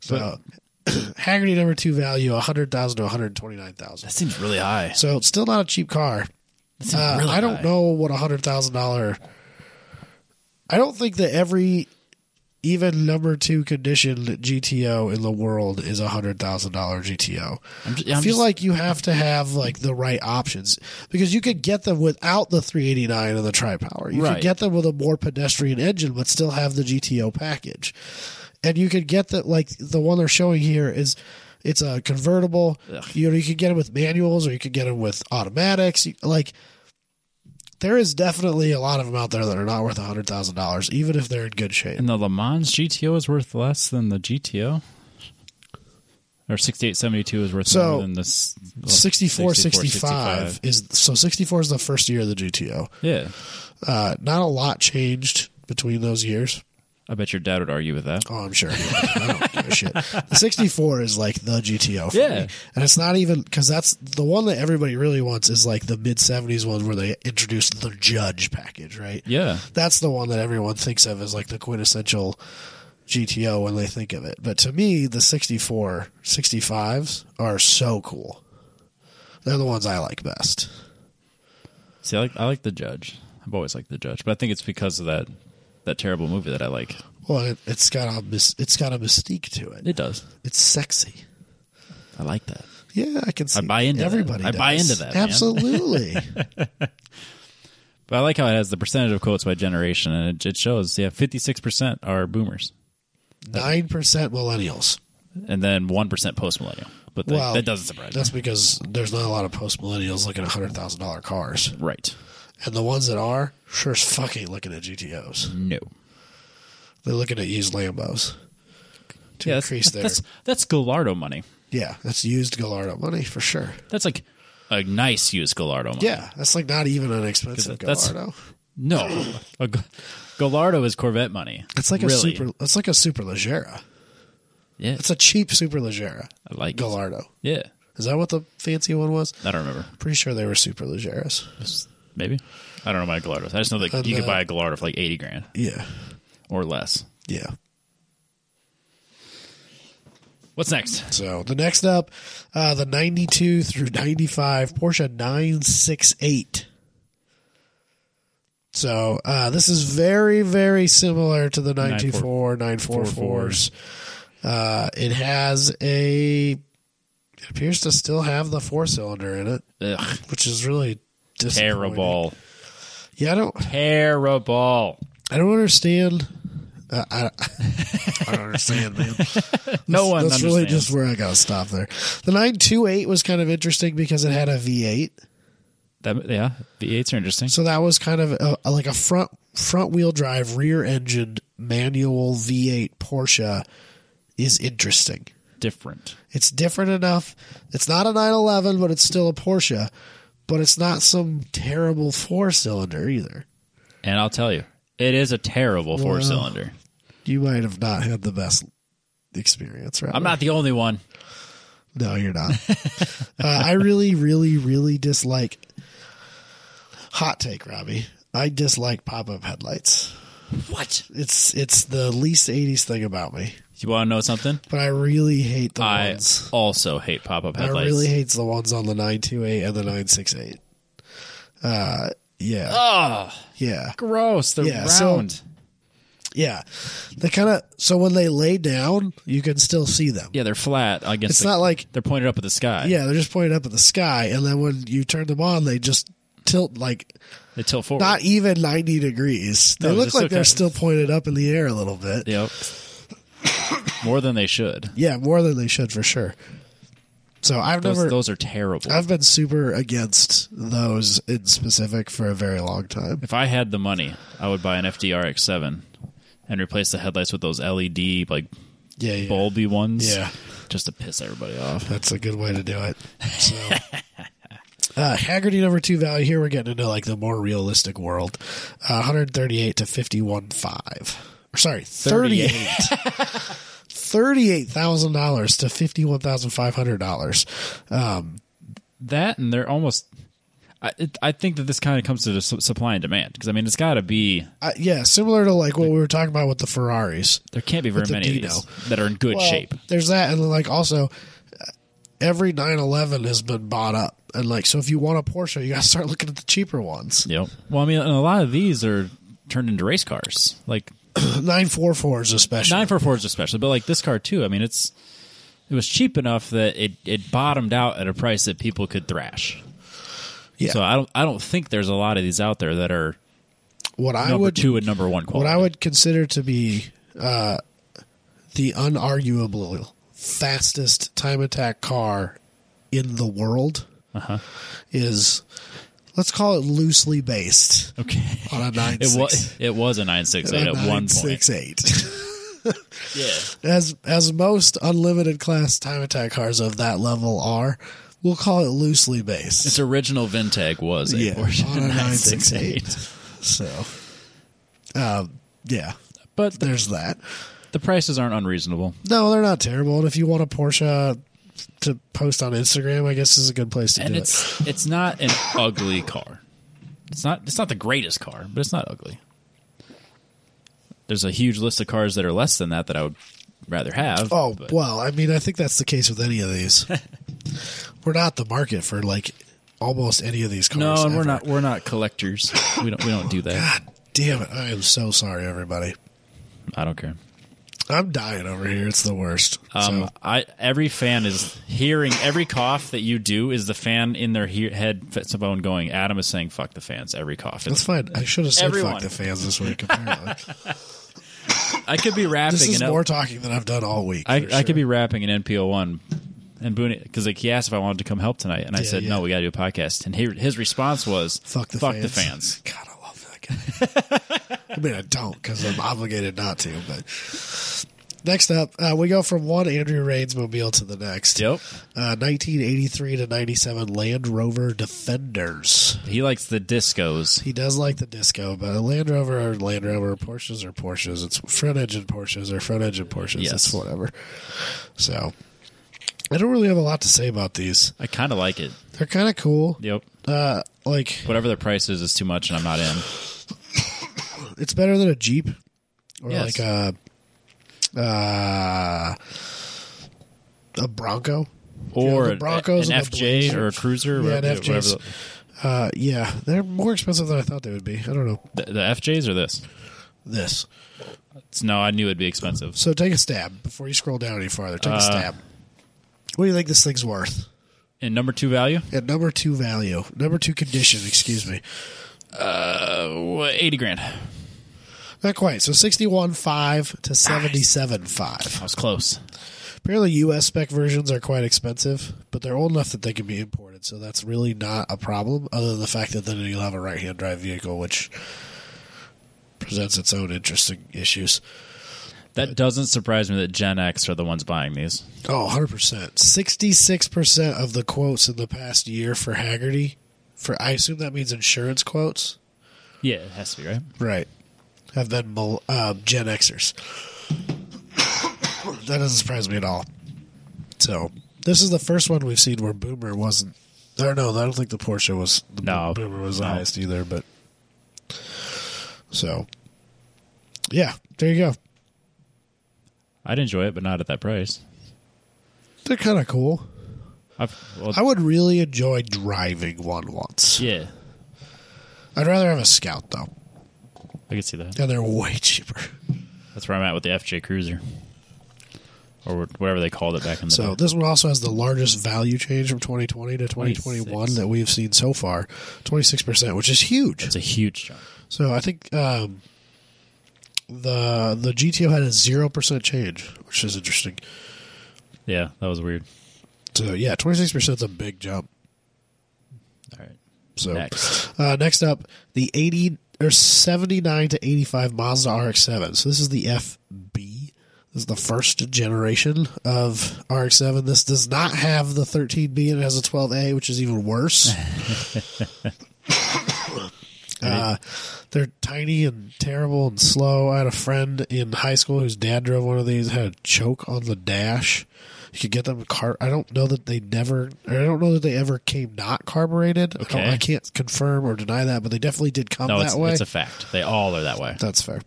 [SPEAKER 2] So, Haggerty number two value one hundred thousand to one hundred twenty nine thousand.
[SPEAKER 1] That seems really high.
[SPEAKER 2] So it's still not a cheap car.
[SPEAKER 1] That's
[SPEAKER 2] Uh,
[SPEAKER 1] really
[SPEAKER 2] I don't
[SPEAKER 1] high.
[SPEAKER 2] know what a hundred thousand dollar. I don't think that every even number two conditioned GTO in the world is a hundred thousand dollar GTO.
[SPEAKER 1] I'm just,
[SPEAKER 2] I
[SPEAKER 1] I'm
[SPEAKER 2] feel
[SPEAKER 1] just-
[SPEAKER 2] like you have to have like the right options because you could get them without the 389 and the tri power. You
[SPEAKER 1] Right.
[SPEAKER 2] could get them with a more pedestrian engine, but still have the GTO package. And you could get that like the one they're showing here is it's a convertible.
[SPEAKER 1] Ugh.
[SPEAKER 2] You know, you could get it with manuals or you could get them with automatics. You- Like there is definitely a lot of them out there that are not worth hundred thousand dollars, even if they're in good shape.
[SPEAKER 1] and the Le Mans GTO is worth less than the GTO, or sixty eight seventy two is worth
[SPEAKER 2] So,
[SPEAKER 1] more than this. well,
[SPEAKER 2] 64,
[SPEAKER 1] 65.
[SPEAKER 2] 65 is so 64 is the first year of the GTO.
[SPEAKER 1] Yeah,
[SPEAKER 2] uh, not a lot changed between those years.
[SPEAKER 1] I bet your dad would argue with that.
[SPEAKER 2] Oh, I'm sure. I don't give a shit. The 64 is like the GTO for
[SPEAKER 1] Yeah.
[SPEAKER 2] me. And it's not even because that's the one that everybody really wants is like the mid 70s one where they introduced the Judge package, right?
[SPEAKER 1] Yeah,
[SPEAKER 2] That's the one that everyone thinks of as like the quintessential GTO when they think of it. But to me, the 64, 65s are so cool. They're the ones I like best.
[SPEAKER 1] see, I like I like the Judge. I've always liked the Judge, but I think it's because of that that terrible movie that I like.
[SPEAKER 2] Well, it, it's got a mys- it's got a mystique to it.
[SPEAKER 1] It does.
[SPEAKER 2] It's sexy.
[SPEAKER 1] I like that.
[SPEAKER 2] Yeah, I can see.
[SPEAKER 1] buy into that.
[SPEAKER 2] everybody.
[SPEAKER 1] I buy
[SPEAKER 2] does.
[SPEAKER 1] into that, man.
[SPEAKER 2] Absolutely.
[SPEAKER 1] But I like how it has the percentage of quotes by generation, and it, it shows. Yeah, fifty six percent are boomers,
[SPEAKER 2] Nine percent millennials.
[SPEAKER 1] and then one percent post millennial. But that-
[SPEAKER 2] Well,
[SPEAKER 1] that doesn't surprise me.
[SPEAKER 2] That's because there's not a lot of post millennials looking at hundred thousand dollar cars,
[SPEAKER 1] Right?
[SPEAKER 2] and the ones that are sure as fucking looking at GTOs.
[SPEAKER 1] No.
[SPEAKER 2] They're looking at used Lambos to
[SPEAKER 1] yeah, that's,
[SPEAKER 2] increase their.
[SPEAKER 1] that's that's Gallardo money.
[SPEAKER 2] yeah, that's used Gallardo money for sure.
[SPEAKER 1] That's like a nice used Gallardo money.
[SPEAKER 2] Yeah, that's like not even an expensive
[SPEAKER 1] that's-
[SPEAKER 2] Gallardo.
[SPEAKER 1] No, a G- Gallardo is Corvette money.
[SPEAKER 2] That's like
[SPEAKER 1] Really.
[SPEAKER 2] a super. That's like a super Leggera.
[SPEAKER 1] Yeah,
[SPEAKER 2] It's a cheap super Leggera.
[SPEAKER 1] I like it.
[SPEAKER 2] Gallardo.
[SPEAKER 1] yeah.
[SPEAKER 2] Is that what the fancy one was?
[SPEAKER 1] I don't remember.
[SPEAKER 2] Pretty sure they were super Leggeras.
[SPEAKER 1] Maybe I don't know about Gallardos. I just know that
[SPEAKER 2] And,
[SPEAKER 1] you could
[SPEAKER 2] uh,
[SPEAKER 1] buy a Gallardo for like eighty grand
[SPEAKER 2] Yeah,
[SPEAKER 1] or less.
[SPEAKER 2] yeah.
[SPEAKER 1] What's next?
[SPEAKER 2] So the next up, uh, the 92 through 95 Porsche 968. So uh, this is very, very similar to the 924, 944s. Uh, it has a, it appears to still have the four cylinder in it,
[SPEAKER 1] Ugh,
[SPEAKER 2] which is really disappointing.
[SPEAKER 1] terrible,
[SPEAKER 2] Yeah, I don't,
[SPEAKER 1] terrible.
[SPEAKER 2] I don't understand. Uh, I, I don't understand, man.
[SPEAKER 1] No one.
[SPEAKER 2] That's really
[SPEAKER 1] understands.
[SPEAKER 2] just where I gotta stop there. The nine two eight was kind of interesting because it had a V eight,
[SPEAKER 1] That, yeah, the eights are interesting.
[SPEAKER 2] so that was kind of a, a- like a front front wheel drive, rear engined manual V eight Porsche is interesting.
[SPEAKER 1] Different.
[SPEAKER 2] It's different enough. It's not a nine eleven, but it's still a Porsche, but it's not some terrible four cylinder either.
[SPEAKER 1] And I'll tell you, it is a terrible four cylinder.
[SPEAKER 2] You might have not had the best experience, right?
[SPEAKER 1] I'm not the only one.
[SPEAKER 2] No, you're not. uh, I really, really, really dislike. Hot take, Robbie. I dislike pop-up headlights.
[SPEAKER 1] What?
[SPEAKER 2] It's it's the least '80s thing about me.
[SPEAKER 1] You want to know something?
[SPEAKER 2] But I really hate the
[SPEAKER 1] I
[SPEAKER 2] ones.
[SPEAKER 1] also hate pop-up
[SPEAKER 2] I
[SPEAKER 1] headlights.
[SPEAKER 2] really hate the ones on the 928 and the 968. Uh, yeah,
[SPEAKER 1] oh,
[SPEAKER 2] yeah,
[SPEAKER 1] gross. They're
[SPEAKER 2] Yeah, so-
[SPEAKER 1] round.
[SPEAKER 2] yeah. They kind of so when they lay down, you can still see them.
[SPEAKER 1] yeah, they're flat against.
[SPEAKER 2] It's
[SPEAKER 1] the-
[SPEAKER 2] not like
[SPEAKER 1] they're pointed up at the sky.
[SPEAKER 2] yeah, they're just pointed up at the sky, and then when you turn them on, they just tilt like
[SPEAKER 1] they tilt forward.
[SPEAKER 2] not even 90 degrees. They
[SPEAKER 1] No,
[SPEAKER 2] look
[SPEAKER 1] they're
[SPEAKER 2] like
[SPEAKER 1] still
[SPEAKER 2] they're
[SPEAKER 1] kind-
[SPEAKER 2] still pointed up in the air a little bit.
[SPEAKER 1] yep. More than they should.
[SPEAKER 2] Yeah, more than they should for sure. So I've
[SPEAKER 1] Those,
[SPEAKER 2] never,
[SPEAKER 1] those are terrible.
[SPEAKER 2] I've been super against those in specific for a very long time.
[SPEAKER 1] if I had the money, I would buy an FDRX7 and replace the headlights with those LED like
[SPEAKER 2] Yeah, yeah.
[SPEAKER 1] bulby ones.
[SPEAKER 2] Yeah.
[SPEAKER 1] Just to piss everybody off.
[SPEAKER 2] That's a good way to do it. So. Uh, Haggerty number two value. Here we're getting into like the more realistic world. Uh, 138 to 51 five. Or sorry, 38. $38,000 to $51,500. Um,
[SPEAKER 1] that and they're almost I, it, I think that this kind of comes to the su- supply and demand because I mean it's got to be
[SPEAKER 2] Uh, yeah, similar to like what we were talking about with the Ferraris.
[SPEAKER 1] there can't be very
[SPEAKER 2] the
[SPEAKER 1] many of
[SPEAKER 2] Dino.
[SPEAKER 1] these that are in good shape.
[SPEAKER 2] There's that, and like also, uh, every 911 has been bought up, and like so, if you want a Porsche, you got to start looking at the cheaper ones.
[SPEAKER 1] Yep. Well, I mean, and a lot of these are turned into race cars, like
[SPEAKER 2] 944s especially.
[SPEAKER 1] nine four fours especially, but like this car too. I mean, it's it was cheap enough that it it bottomed out at a price that people could thrash.
[SPEAKER 2] Yeah.
[SPEAKER 1] So I don't I don't think there's a lot of these out there that are
[SPEAKER 2] what I
[SPEAKER 1] number
[SPEAKER 2] would
[SPEAKER 1] two and number one quality.
[SPEAKER 2] what I would consider to be uh, the unarguable fastest time attack car in the world
[SPEAKER 1] Uh-huh.
[SPEAKER 2] is let's call it loosely based
[SPEAKER 1] okay.
[SPEAKER 2] on a nine
[SPEAKER 1] It was it was a nine six eight at one point. Yeah.
[SPEAKER 2] as as most unlimited class time attack cars of that level are. We'll call it loosely based.
[SPEAKER 1] Its original Ventag was a
[SPEAKER 2] Yeah,
[SPEAKER 1] Porsche
[SPEAKER 2] on a
[SPEAKER 1] 968.
[SPEAKER 2] 968. So, um, yeah,
[SPEAKER 1] But the,
[SPEAKER 2] there's that.
[SPEAKER 1] the prices aren't unreasonable.
[SPEAKER 2] No, they're not terrible. And if you want a Porsche to post on Instagram, I guess is a good place to
[SPEAKER 1] And
[SPEAKER 2] do it.
[SPEAKER 1] it's it's not an ugly car. It's not it's not the greatest car, but it's not ugly. There's a huge list of cars that are less than that that I would rather have.
[SPEAKER 2] Oh
[SPEAKER 1] but
[SPEAKER 2] well, I mean, I think that's the case with any of these. we're not the market for like almost any of these cars.
[SPEAKER 1] no, and we're
[SPEAKER 2] ever.
[SPEAKER 1] not we're not collectors. We don't we don't do that.
[SPEAKER 2] God damn it! I am so sorry, everybody.
[SPEAKER 1] I don't care.
[SPEAKER 2] I'm dying over here. It's the worst.
[SPEAKER 1] Um,
[SPEAKER 2] So,
[SPEAKER 1] I every fan is hearing every cough that you do is the fan in their he- head phone going. Adam is saying "fuck the fans" every cough.
[SPEAKER 2] that's
[SPEAKER 1] It's,
[SPEAKER 2] fine. I should have said
[SPEAKER 1] everyone.
[SPEAKER 2] fuck the fans this week. Apparently,
[SPEAKER 1] I could be rapping.
[SPEAKER 2] this is
[SPEAKER 1] and up-
[SPEAKER 2] more talking than I've done all week.
[SPEAKER 1] I,
[SPEAKER 2] for
[SPEAKER 1] I
[SPEAKER 2] sure.
[SPEAKER 1] could be rapping in NPO one, and Boone because like he asked if I wanted to come help tonight, and I
[SPEAKER 2] Yeah,
[SPEAKER 1] said
[SPEAKER 2] yeah.
[SPEAKER 1] no, we got to do a podcast. And he, his response was
[SPEAKER 2] fuck the fans.
[SPEAKER 1] the fans."
[SPEAKER 2] God, I love that guy. I mean, I don't because I'm obligated not to. But next up, uh, we go from one Andrew Raines mobile to the next.
[SPEAKER 1] Yep,
[SPEAKER 2] Uh, 1983 to 97 Land Rover Defenders.
[SPEAKER 1] he likes the discos.
[SPEAKER 2] He does like the disco, but a Land Rover are Land Rover, Porsches are Porsches. It's front engine Porsches are front engine Porsches.
[SPEAKER 1] Yes.
[SPEAKER 2] It's whatever. So I don't really have a lot to say about these.
[SPEAKER 1] I kind of like it.
[SPEAKER 2] They're kind of cool.
[SPEAKER 1] Yep,
[SPEAKER 2] Uh, like
[SPEAKER 1] whatever the price is is too much, and I'm not in.
[SPEAKER 2] it's better than a Jeep or
[SPEAKER 1] Yes.
[SPEAKER 2] like a uh, a Bronco.
[SPEAKER 1] Or
[SPEAKER 2] the
[SPEAKER 1] an-
[SPEAKER 2] Broncos
[SPEAKER 1] an
[SPEAKER 2] and the
[SPEAKER 1] FJ or a
[SPEAKER 2] Blazers.
[SPEAKER 1] cruiser,
[SPEAKER 2] Yeah,
[SPEAKER 1] whatever,
[SPEAKER 2] an FJs.
[SPEAKER 1] whatever
[SPEAKER 2] Uh, yeah, they're more expensive than I thought they would be. I don't know
[SPEAKER 1] the, the, the FJs or this.
[SPEAKER 2] this.
[SPEAKER 1] It's- no, I knew it'd be expensive.
[SPEAKER 2] So take a stab before you scroll down any farther.
[SPEAKER 1] Uh,
[SPEAKER 2] Take a stab. What do you think this thing's worth?
[SPEAKER 1] And number two value,
[SPEAKER 2] At number two value, number two condition, excuse me.
[SPEAKER 1] uh, eighty grand. I
[SPEAKER 2] Not quite. So sixty-one five to seventy-seven five.
[SPEAKER 1] was close.
[SPEAKER 2] Apparently, U.S. spec versions are quite expensive, but they're old enough that they can be imported, so that's really not a problem. Other than the fact that then you'll have a right-hand drive vehicle, which presents its own interesting issues.
[SPEAKER 1] That doesn't surprise me that Gen X are the ones buying these.
[SPEAKER 2] Oh, 100%. 66% of the quotes in the past year for Haggerty, for I assume that means insurance quotes,
[SPEAKER 1] Yeah, it has to be right.
[SPEAKER 2] right, have been mil- um, Gen Xers. that doesn't surprise me at all. So, this is the first one we've seen where Boomer wasn't. Or no, I don't think the Porsche was. The
[SPEAKER 1] No.
[SPEAKER 2] Boomer was the
[SPEAKER 1] No.
[SPEAKER 2] highest either, but. So, yeah, there you go.
[SPEAKER 1] I'd enjoy it, but not at that price.
[SPEAKER 2] They're kind of cool.
[SPEAKER 1] I've, well,
[SPEAKER 2] I would really enjoy driving one once.
[SPEAKER 1] yeah,
[SPEAKER 2] I'd rather have a Scout though,
[SPEAKER 1] I could see that.
[SPEAKER 2] and they're way cheaper.
[SPEAKER 1] That's where I'm at with the FJ Cruiser, or whatever they called it back in the
[SPEAKER 2] So
[SPEAKER 1] day.
[SPEAKER 2] this one also has the largest value change from 2020 to 2021
[SPEAKER 1] 26.
[SPEAKER 2] that we've seen so far, 26 percent, which is huge.
[SPEAKER 1] It's a huge jump.
[SPEAKER 2] So I think um, the the GTO had a zero percent change, which is interesting.
[SPEAKER 1] Yeah, that was weird.
[SPEAKER 2] So yeah, 26 percent is a big jump.
[SPEAKER 1] All right,
[SPEAKER 2] So
[SPEAKER 1] Next.
[SPEAKER 2] Uh, next up, the 80 or 79 to 85 Mazda RX-7. So this is the FB. This is the first generation of RX-7. This does not have the 13B and it has a 12A, which is even worse. Uh, they're tiny and terrible and slow. I had a friend in high school whose dad drove one of these. Had a choke on the dash. You could get them car. I don't know that they never. Or I don't know that they ever came not carbureted. I,
[SPEAKER 1] Okay.
[SPEAKER 2] don't- I can't confirm or deny that, but they definitely did come
[SPEAKER 1] no,
[SPEAKER 2] that
[SPEAKER 1] it's,
[SPEAKER 2] way.
[SPEAKER 1] it's a fact. They all are that way.
[SPEAKER 2] That's fair.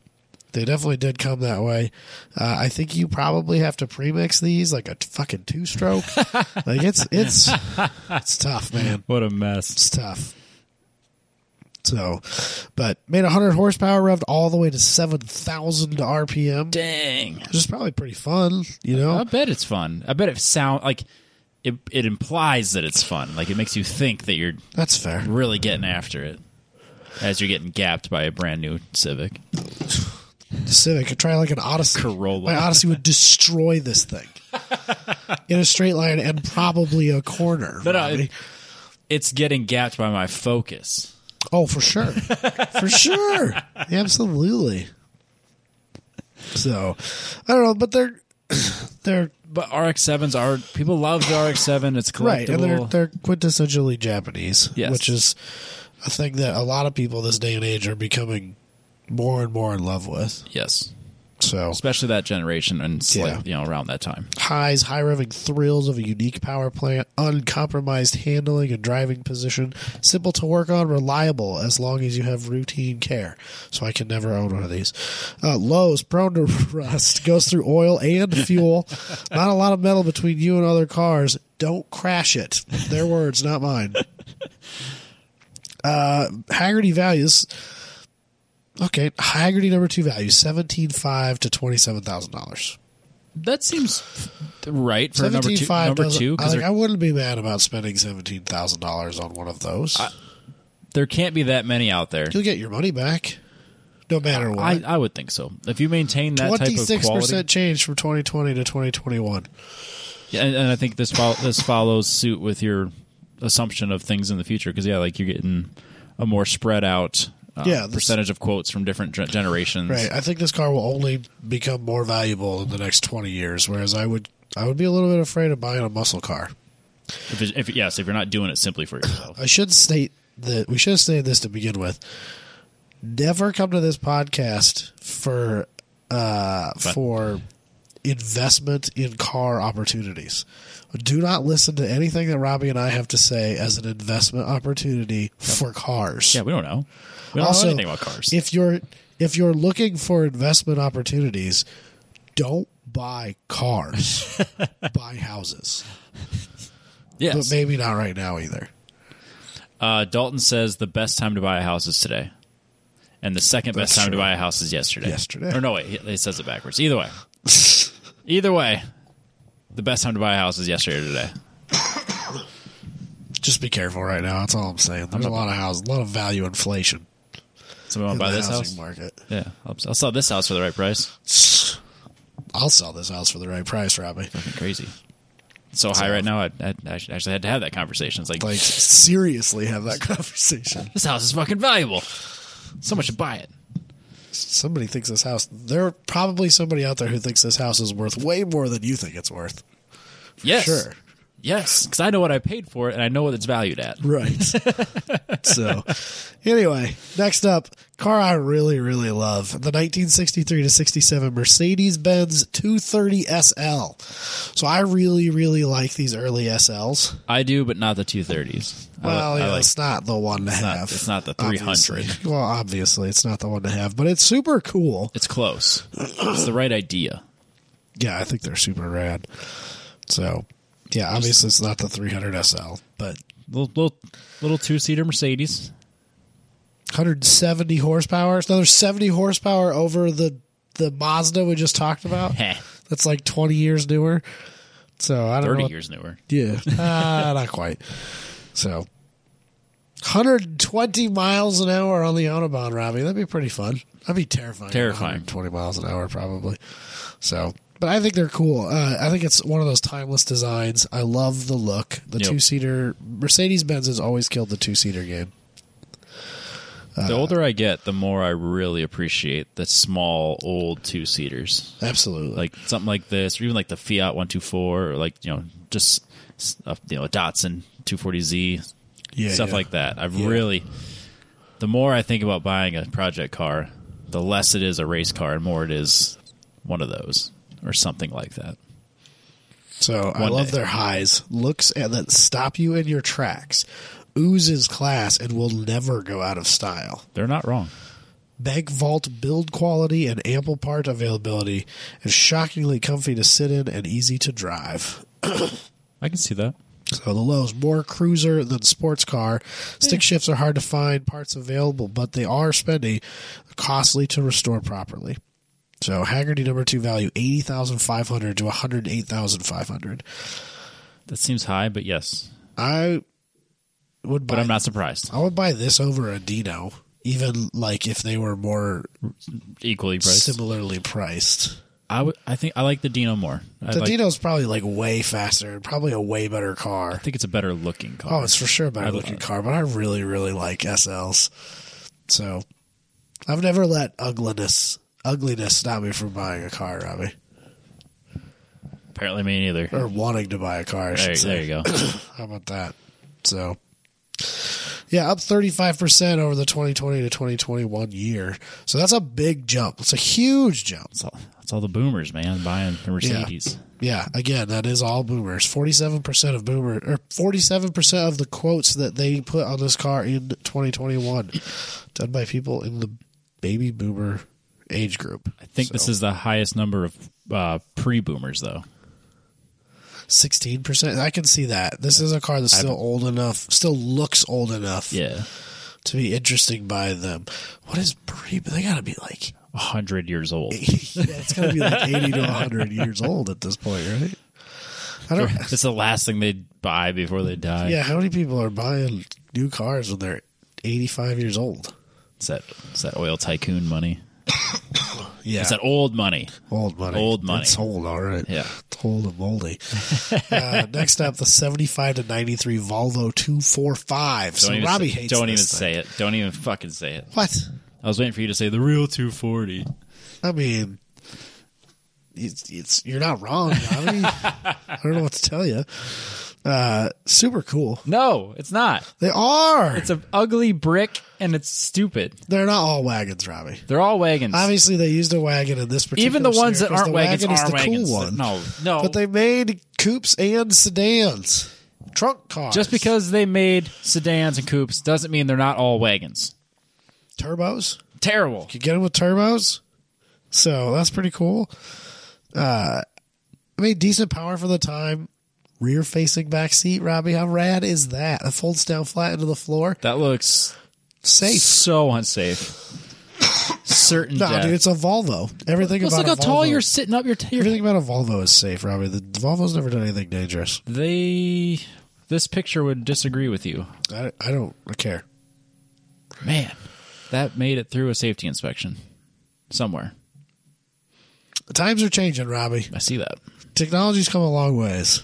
[SPEAKER 2] They definitely did come that way. Uh, I think you probably have to premix these like a t- fucking two stroke. like it's it's it's tough, man.
[SPEAKER 1] What a mess.
[SPEAKER 2] It's tough. So, but made 100 horsepower, revved all the way to 7,000 RPM,
[SPEAKER 1] Dang.
[SPEAKER 2] which is probably pretty fun, you know?
[SPEAKER 1] I bet it's fun. I bet it sound like it. It implies that it's fun. Like it makes you think that you're
[SPEAKER 2] That's fair.
[SPEAKER 1] really getting after it, as you're getting gapped by a brand new Civic.
[SPEAKER 2] Civic. Try like an Odyssey.
[SPEAKER 1] Corolla.
[SPEAKER 2] My Odyssey would destroy this thing in a straight line and probably a corner.
[SPEAKER 1] But uh,
[SPEAKER 2] Robbie.
[SPEAKER 1] it- it's getting gapped by my Focus.
[SPEAKER 2] oh, for sure, for sure, absolutely. So, I don't know, but they're they're
[SPEAKER 1] But RX sevens are people love the RX seven. It's collectible.
[SPEAKER 2] right, and they're they're quintessentially Japanese,
[SPEAKER 1] Yes.
[SPEAKER 2] which is a thing that a lot of people this day and age are becoming more and more in love with.
[SPEAKER 1] yes,
[SPEAKER 2] So,
[SPEAKER 1] especially that generation and slight,
[SPEAKER 2] Yeah.
[SPEAKER 1] you know around that time.
[SPEAKER 2] highs, high revving thrills of a unique power plant, uncompromised handling and driving position, simple to work on, reliable as long as you have routine care. So I can never own one of these. Uh, lows, prone to rust, goes through oil and fuel. Not a lot of metal between you and other cars. Don't crash it. Their words, not mine. Uh, Haggerty values. Okay, Haggerty number two value seventeen five to twenty seven thousand dollars.
[SPEAKER 1] That seems right for number
[SPEAKER 2] Seventeen
[SPEAKER 1] two.
[SPEAKER 2] five.
[SPEAKER 1] Number two because
[SPEAKER 2] like, I wouldn't be mad about spending seventeen thousand dollars on one of those.
[SPEAKER 1] there can't be that many out there.
[SPEAKER 2] You'll get your money back, no matter
[SPEAKER 1] I,
[SPEAKER 2] what.
[SPEAKER 1] I would think so. If you maintain that type
[SPEAKER 2] Twenty
[SPEAKER 1] of
[SPEAKER 2] six
[SPEAKER 1] quality,
[SPEAKER 2] percent change from twenty twenty to twenty twenty one.
[SPEAKER 1] Yeah, and, and I think this fol- this follows suit with your assumption of things in the future because yeah, like you're getting a more spread out uh,
[SPEAKER 2] Yeah, this-
[SPEAKER 1] percentage of quotes from different gen- generations.
[SPEAKER 2] Right. I think this car will only become more valuable in the next twenty years. Whereas I would, I would be a little bit afraid of buying a muscle car.
[SPEAKER 1] If, it- if yes, if you're not doing it simply for yourself,
[SPEAKER 2] I should state that we should have stated this to begin with. Never come to this podcast for uh, for investment in car opportunities. Do not listen to anything that Robbie and I have to say as an investment opportunity for cars.
[SPEAKER 1] yeah, we don't know. We don't know anything about cars.
[SPEAKER 2] If you're if you're looking for investment opportunities, don't buy cars. buy houses. But
[SPEAKER 1] yes,
[SPEAKER 2] maybe not right now either.
[SPEAKER 1] uh, Dalton says the best time to buy a house is today, and the second best
[SPEAKER 2] That's
[SPEAKER 1] time to
[SPEAKER 2] true.
[SPEAKER 1] buy a house is yesterday.
[SPEAKER 2] Yesterday.
[SPEAKER 1] or no, wait, he- he says it backwards. Either way, either way, the best time to buy a house is yesterday or today.
[SPEAKER 2] Just be careful right now. That's all I'm saying. There's a lot of house, a lot of value inflation
[SPEAKER 1] Somebody want
[SPEAKER 2] in
[SPEAKER 1] to buy
[SPEAKER 2] the
[SPEAKER 1] this house?
[SPEAKER 2] housing market.
[SPEAKER 1] Yeah, I'll, I'll sell this house for the right price.
[SPEAKER 2] I'll sell this house for the right price, Robbie.
[SPEAKER 1] crazy. It's so high right now, I, I actually actually had to have that conversation. It's like,
[SPEAKER 2] Like seriously, have that conversation.
[SPEAKER 1] this house is fucking valuable. Someone should buy it.
[SPEAKER 2] Somebody thinks this house. There are probably somebody out there who thinks this house is worth way more than you think it's worth.
[SPEAKER 1] yes,
[SPEAKER 2] Sure.
[SPEAKER 1] yes, because I know what I paid for it and I know what it's valued at.
[SPEAKER 2] Right. so, anyway, next up, car I really, really love the 1963 to 67 Mercedes Benz 230 SL. So, I really, really like these early SLs.
[SPEAKER 1] I do, but not the two thirties.
[SPEAKER 2] Well,
[SPEAKER 1] I,
[SPEAKER 2] yeah,
[SPEAKER 1] like,
[SPEAKER 2] it's not the one to
[SPEAKER 1] not-
[SPEAKER 2] have.
[SPEAKER 1] it's not the 300.
[SPEAKER 2] obviously. Well, obviously, it's not the one to have, but it's super cool.
[SPEAKER 1] it's close. it's the right idea.
[SPEAKER 2] Yeah, I think they're super rad. So, yeah, obviously, it's not the 300 SL, but
[SPEAKER 1] Little little, little two seater Mercedes.
[SPEAKER 2] 170 horsepower. It's another 70 horsepower over the the Mazda we just talked about.
[SPEAKER 1] Heh,
[SPEAKER 2] That's like 20 years newer. So, I don't
[SPEAKER 1] thirty
[SPEAKER 2] know.
[SPEAKER 1] years newer.
[SPEAKER 2] Yeah, uh, not quite. So, 120 miles an hour on the autobahn, Robbie. That'd be pretty fun. That'd be terrifying.
[SPEAKER 1] Terrifying.
[SPEAKER 2] 20 miles an hour, probably. So, but I think they're cool. Uh, I think it's one of those timeless designs. I love the look. The
[SPEAKER 1] Yep.
[SPEAKER 2] two seater Mercedes Benz has always killed the two seater game.
[SPEAKER 1] the older I get, the more I really appreciate the small old two seaters.
[SPEAKER 2] Absolutely.
[SPEAKER 1] like something like this, or even like the Fiat 124, or like you know, just uh, you know, a Datsun 240Z,
[SPEAKER 2] yeah,
[SPEAKER 1] stuff
[SPEAKER 2] yeah.
[SPEAKER 1] like that. I've
[SPEAKER 2] Yeah.
[SPEAKER 1] really, the more I think about buying a project car, the less it is a race car, and more it is one of those or something like that.
[SPEAKER 2] So I
[SPEAKER 1] One
[SPEAKER 2] love
[SPEAKER 1] day.
[SPEAKER 2] their highs, looks at that stop you in your tracks, oozes class, and will never go out of style.
[SPEAKER 1] They're not wrong.
[SPEAKER 2] Bank vault build quality and ample part availability, and shockingly comfy to sit in and easy to drive.
[SPEAKER 1] I can see that.
[SPEAKER 2] So the Lowe's more cruiser than sports car. Stick shifts are hard to find parts available, but they are spendy, costly to restore properly. So Haggerty number two value eighty thousand five hundred to one hundred eight thousand five hundred.
[SPEAKER 1] That seems high, but yes.
[SPEAKER 2] I would, buy,
[SPEAKER 1] But I'm not surprised.
[SPEAKER 2] I would buy this over a Dino, even like if they were more
[SPEAKER 1] Equally priced.
[SPEAKER 2] similarly priced.
[SPEAKER 1] I would. I think I like the Dino more. I
[SPEAKER 2] The
[SPEAKER 1] like-
[SPEAKER 2] Dino's probably like way faster, and probably a way better car.
[SPEAKER 1] I think it's a better looking car.
[SPEAKER 2] Oh, it's for sure a better
[SPEAKER 1] I love
[SPEAKER 2] looking
[SPEAKER 1] it.
[SPEAKER 2] car, but I really, really like SLs. So I've never let ugliness ugliness stop me from buying a car, Robbie.
[SPEAKER 1] Apparently, me neither.
[SPEAKER 2] Oh. Or wanting to buy a car, I should
[SPEAKER 1] There,
[SPEAKER 2] say.
[SPEAKER 1] there you go.
[SPEAKER 2] How about that? So yeah, up thirty five percent over the twenty twenty to twenty twenty one year. So that's a big jump. It's a huge jump.
[SPEAKER 1] That's all, that's all the boomers, man, buying the Mercedes.
[SPEAKER 2] Yeah, again, that is all boomers. Forty-seven percent of boomer, or forty-seven percent of the quotes that they put on this car in 2021, done by people in the baby boomer age group.
[SPEAKER 1] I think this is the highest number of uh, pre-boomers, though.
[SPEAKER 2] sixteen percent. I can see that. This is a car that's still old enough, still looks old enough
[SPEAKER 1] Yeah,
[SPEAKER 2] to be interesting by them. What is pre? They got to be like,
[SPEAKER 1] hundred years old.
[SPEAKER 2] yeah, it's got to be like eighty to hundred years old at this point, right? I don't.
[SPEAKER 1] It's the last thing they would buy before they die.
[SPEAKER 2] Yeah, how many people are buying new cars when they're 85 years old?
[SPEAKER 1] it's that it's that oil tycoon money.
[SPEAKER 2] Yeah,
[SPEAKER 1] It's that old money.
[SPEAKER 2] old money.
[SPEAKER 1] old money.
[SPEAKER 2] It's old, all right.
[SPEAKER 1] Yeah.
[SPEAKER 2] it's old and moldy. uh, next up, the 75 to 93 Volvo 245. so
[SPEAKER 1] Don't even
[SPEAKER 2] Robbie
[SPEAKER 1] say,
[SPEAKER 2] hates.
[SPEAKER 1] Don't even
[SPEAKER 2] this thing.
[SPEAKER 1] say it. Don't even fucking say it.
[SPEAKER 2] what.
[SPEAKER 1] I was waiting for you to say the real 240.
[SPEAKER 2] I mean, it's, it's you're not wrong. Robbie. I don't know what to tell you. Uh, super cool.
[SPEAKER 1] No, it's not.
[SPEAKER 2] They are.
[SPEAKER 1] It's an ugly brick, and it's stupid.
[SPEAKER 2] They're not all wagons, Robbie.
[SPEAKER 1] They're all wagons.
[SPEAKER 2] Obviously, they used a wagon in this particular.
[SPEAKER 1] Even the ones that
[SPEAKER 2] scenario 'cause
[SPEAKER 1] aren't wagons
[SPEAKER 2] the wagon is
[SPEAKER 1] are
[SPEAKER 2] the
[SPEAKER 1] wagons.
[SPEAKER 2] Cool one.
[SPEAKER 1] No, no.
[SPEAKER 2] But they made coupes and sedans, trunk cars.
[SPEAKER 1] Just because they made sedans and coupes doesn't mean they're not all wagons.
[SPEAKER 2] turbos,
[SPEAKER 1] Terrible.
[SPEAKER 2] you get them with turbos. So that's pretty cool. Uh, I mean, decent power for the time. Rear facing back seat, Robbie. How rad is that? It folds down flat into the floor.
[SPEAKER 1] That looks
[SPEAKER 2] Safe.
[SPEAKER 1] so unsafe. Certain
[SPEAKER 2] No,
[SPEAKER 1] death.
[SPEAKER 2] dude, it's a Volvo. Everything
[SPEAKER 1] Let's
[SPEAKER 2] about
[SPEAKER 1] look how
[SPEAKER 2] a
[SPEAKER 1] tall
[SPEAKER 2] Volvo-
[SPEAKER 1] you're sitting up. Your, your
[SPEAKER 2] Everything about a Volvo is safe, Robbie. The, the Volvo's never done anything dangerous.
[SPEAKER 1] they. This picture would disagree with you,
[SPEAKER 2] I, I don't care.
[SPEAKER 1] man. That made it through a safety inspection somewhere.
[SPEAKER 2] The times are changing, Robbie.
[SPEAKER 1] I see that.
[SPEAKER 2] technology's come a long ways.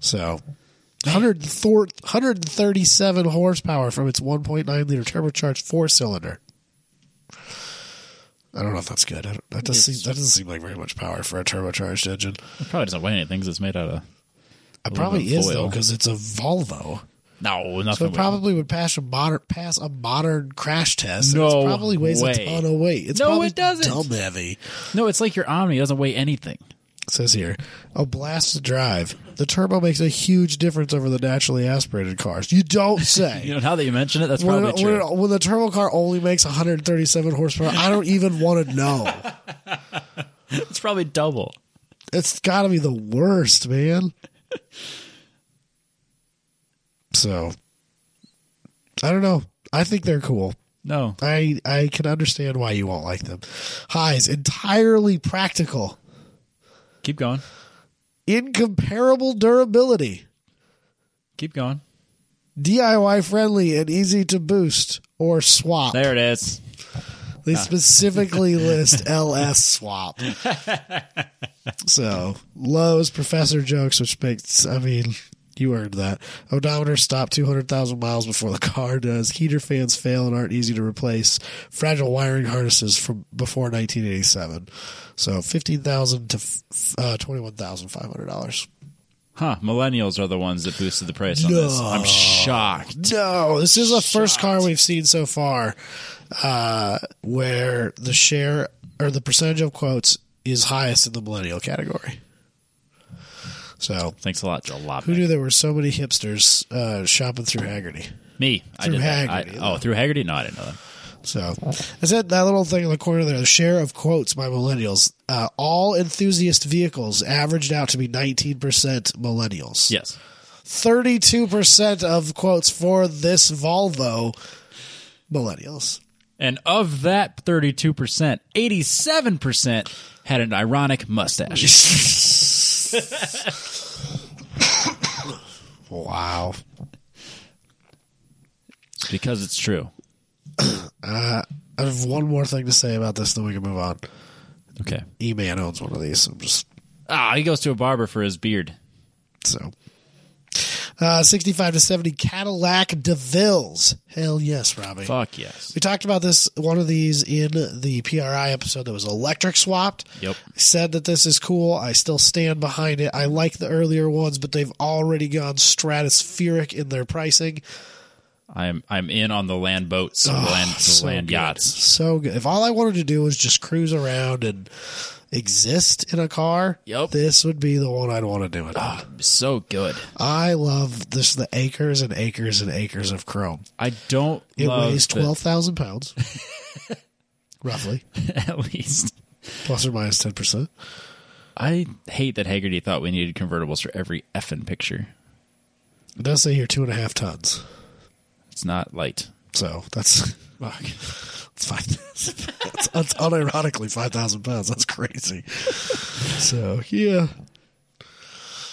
[SPEAKER 2] So, 104 137 horsepower from its 1.9 liter turbocharged four cylinder. I don't know if that's good. I don't, that, doesn't seem, that doesn't seem like very much power for a turbocharged engine.
[SPEAKER 1] It probably doesn't weigh anything 'cause it's made out of.
[SPEAKER 2] It
[SPEAKER 1] bit
[SPEAKER 2] probably
[SPEAKER 1] of
[SPEAKER 2] is though
[SPEAKER 1] foil. Oh,
[SPEAKER 2] because it's a Volvo.
[SPEAKER 1] No,
[SPEAKER 2] So
[SPEAKER 1] nothing.
[SPEAKER 2] it probably would pass a modern pass a modern crash test. and
[SPEAKER 1] No
[SPEAKER 2] it probably weighs
[SPEAKER 1] way.
[SPEAKER 2] a ton of weight. It's
[SPEAKER 1] No,
[SPEAKER 2] probably
[SPEAKER 1] it doesn't.
[SPEAKER 2] Dumb heavy.
[SPEAKER 1] no, it's like your Omni doesn't weigh anything.
[SPEAKER 2] It says here a blast to drive the turbo makes a huge difference over the naturally aspirated cars you don't say
[SPEAKER 1] You know, now that you mention it, that's
[SPEAKER 2] when,
[SPEAKER 1] probably true.
[SPEAKER 2] when- when the turbo car only makes 137 horsepower i don't even want to know
[SPEAKER 1] it's probably double.
[SPEAKER 2] it's gotta be the worst man so i don't know i think they're cool
[SPEAKER 1] No,
[SPEAKER 2] i i can understand why you won't like them highs entirely practical
[SPEAKER 1] keep going.
[SPEAKER 2] incomparable durability
[SPEAKER 1] Keep going.
[SPEAKER 2] DIY friendly and easy to boost or swap.
[SPEAKER 1] There it is.
[SPEAKER 2] They specifically list LS swap. so Lowe's professor jokes, which makes I mean you earned that. Odometer stop two hundred thousand miles before the car does. Heater fans fail and aren't easy to replace. Fragile wiring harnesses from before nineteen eighty seven. So fifteen thousand to f- uh, twenty one thousand five hundred dollars.
[SPEAKER 1] Huh? Millennials are the ones that boosted the price on this.
[SPEAKER 2] No.
[SPEAKER 1] I'm shocked.
[SPEAKER 2] No, this is the first car we've seen so far uh, where the share or the percentage of quotes is highest in the millennial category. So,
[SPEAKER 1] Thanks a lot, Joel Lobman.
[SPEAKER 2] who knew there were so many hipsters uh, shopping through Haggerty?
[SPEAKER 1] Me, I
[SPEAKER 2] Through
[SPEAKER 1] did. that.
[SPEAKER 2] Haggerty,
[SPEAKER 1] I, oh, through Haggerty? No, I didn't know that.
[SPEAKER 2] So I said that little thing in the corner there. The share of quotes by millennials. Uh, all enthusiast vehicles averaged out to be 19% millennials.
[SPEAKER 1] Yes.
[SPEAKER 2] 32% of quotes for this Volvo millennials.
[SPEAKER 1] And of that 32%, 87% had an ironic mustache.
[SPEAKER 2] Wow.
[SPEAKER 1] because it's true.
[SPEAKER 2] I have one more thing to say about this, then we can move on.
[SPEAKER 1] Okay.
[SPEAKER 2] E Man owns one of these. so I'm just
[SPEAKER 1] Ah, he goes to a barber for his beard.
[SPEAKER 2] so. Uh, 65 to 70 Cadillac DeVille's. Hell yes, Robbie.
[SPEAKER 1] Fuck yes.
[SPEAKER 2] We talked about this one of these in the PRI episode that was electric swapped.
[SPEAKER 1] Yep.
[SPEAKER 2] I said that this is cool. I still stand behind it. I like the earlier ones, but they've already gone stratospheric in their pricing.
[SPEAKER 1] I'm I'm in on the land boats, and the land, the
[SPEAKER 2] so
[SPEAKER 1] land
[SPEAKER 2] good.
[SPEAKER 1] yachts.
[SPEAKER 2] So good. If all I wanted to do was just cruise around and exist in a car,
[SPEAKER 1] Yep.
[SPEAKER 2] this would be the one I'd want to do it. on.
[SPEAKER 1] So good.
[SPEAKER 2] I love this the acres and acres and acres of chrome.
[SPEAKER 1] I don't
[SPEAKER 2] It
[SPEAKER 1] love
[SPEAKER 2] weighs
[SPEAKER 1] that-
[SPEAKER 2] twelve thousand pounds. roughly.
[SPEAKER 1] at least.
[SPEAKER 2] Plus or minus ten percent.
[SPEAKER 1] I hate that Haggerty thought we needed convertibles for every effing picture.
[SPEAKER 2] It does say here two and a half tons.
[SPEAKER 1] It's not light.
[SPEAKER 2] So that's
[SPEAKER 1] Fuck.
[SPEAKER 2] It's five. that's, that's unironically five thousand pounds. That's crazy. So yeah.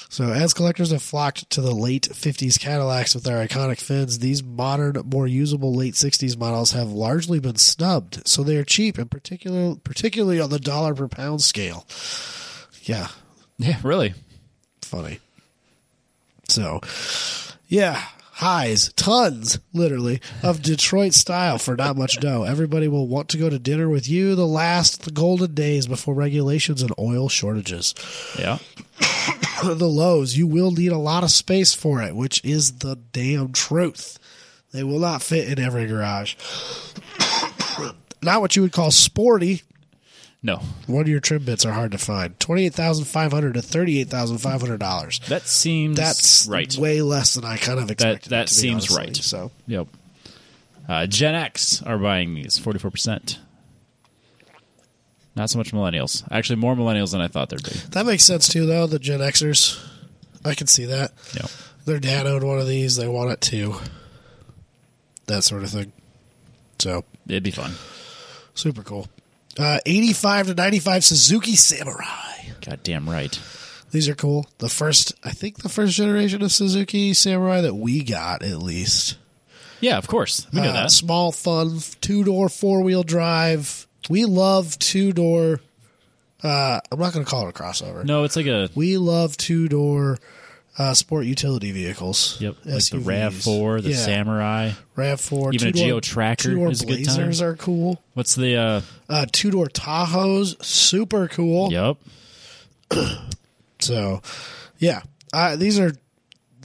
[SPEAKER 2] So as collectors have flocked to the late '50s Cadillacs with their iconic fins, these modern, more usable late '60s models have largely been snubbed. So they are cheap, and particular particularly on the dollar per pound scale. Yeah,
[SPEAKER 1] Yeah, really.
[SPEAKER 2] funny. So, yeah, highs, tons, literally, of Detroit style for not much dough. Everybody will want to go to dinner with you the last the golden days before regulations and oil shortages.
[SPEAKER 1] Yeah.
[SPEAKER 2] the lows, you will need a lot of space for it, which is the damn truth. They will not fit in every garage. not what you would call sporty,
[SPEAKER 1] No.
[SPEAKER 2] one of your trim bits are hard to find. Twenty-eight thousand five hundred to thirty-eight thousand five hundred dollars.
[SPEAKER 1] That seems
[SPEAKER 2] That's
[SPEAKER 1] right.
[SPEAKER 2] Way less than I kind of expected.
[SPEAKER 1] that
[SPEAKER 2] it to be,
[SPEAKER 1] seems
[SPEAKER 2] honestly.
[SPEAKER 1] right.
[SPEAKER 2] So
[SPEAKER 1] Yep. Uh, Gen X are buying these, 44%. Not so much millennials. Actually, more millennials than I thought there'd be.
[SPEAKER 2] that makes sense too, though. The Gen Xers, I can see that.
[SPEAKER 1] Yep.
[SPEAKER 2] Their dad owned one of these. They want it too. That sort of thing. So
[SPEAKER 1] It'd be fun.
[SPEAKER 2] super cool. Uh, Eighty-five to ninety-five Suzuki Samurai.
[SPEAKER 1] Goddamn right.
[SPEAKER 2] These are cool. The first, I think, the first generation of Suzuki Samurai that we got, at least.
[SPEAKER 1] Yeah, of course. We know
[SPEAKER 2] Uh,
[SPEAKER 1] that.
[SPEAKER 2] Small, fun, two door, four wheel drive. We love two door. Uh, I'm not going to call it a crossover.
[SPEAKER 1] No, it's like a.
[SPEAKER 2] We love two door uh, sport utility vehicles.
[SPEAKER 1] Yep, like the
[SPEAKER 2] SUVs.
[SPEAKER 1] Rav Four, the
[SPEAKER 2] Yeah,
[SPEAKER 1] Samurai.
[SPEAKER 2] Rav4,
[SPEAKER 1] even a
[SPEAKER 2] two-door-
[SPEAKER 1] Geo Tracker
[SPEAKER 2] Two-door
[SPEAKER 1] is a good time.
[SPEAKER 2] Blazers are cool.
[SPEAKER 1] What's the? uh
[SPEAKER 2] Uh, two door Tahoes, super cool.
[SPEAKER 1] Yep,
[SPEAKER 2] So, yeah, uh, these are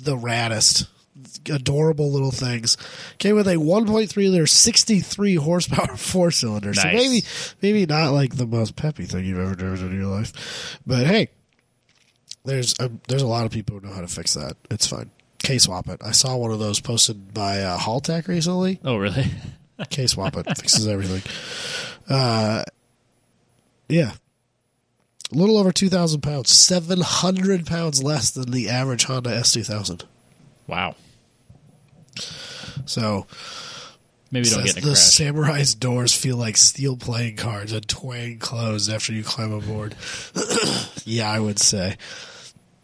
[SPEAKER 2] the raddest, adorable little things. Came with a 1.3 liter, 63 horsepower four cylinder. So
[SPEAKER 1] Nice.
[SPEAKER 2] maybe, maybe not like the most peppy thing you've ever driven in your life, but hey, there's um, there's a lot of people who know how to fix that. It's fine. K swap it. I saw one of those posted by uh, Haltech recently.
[SPEAKER 1] Oh, really?
[SPEAKER 2] K swap it fixes everything. Uh, yeah. A little over 2,000 pounds, 700 pounds less than the average Honda S2000.
[SPEAKER 1] Wow.
[SPEAKER 2] So
[SPEAKER 1] Maybe don't
[SPEAKER 2] says
[SPEAKER 1] get in a
[SPEAKER 2] the
[SPEAKER 1] crash.
[SPEAKER 2] samurai's doors feel like steel playing cards and twang closed after you climb aboard. yeah, I would say.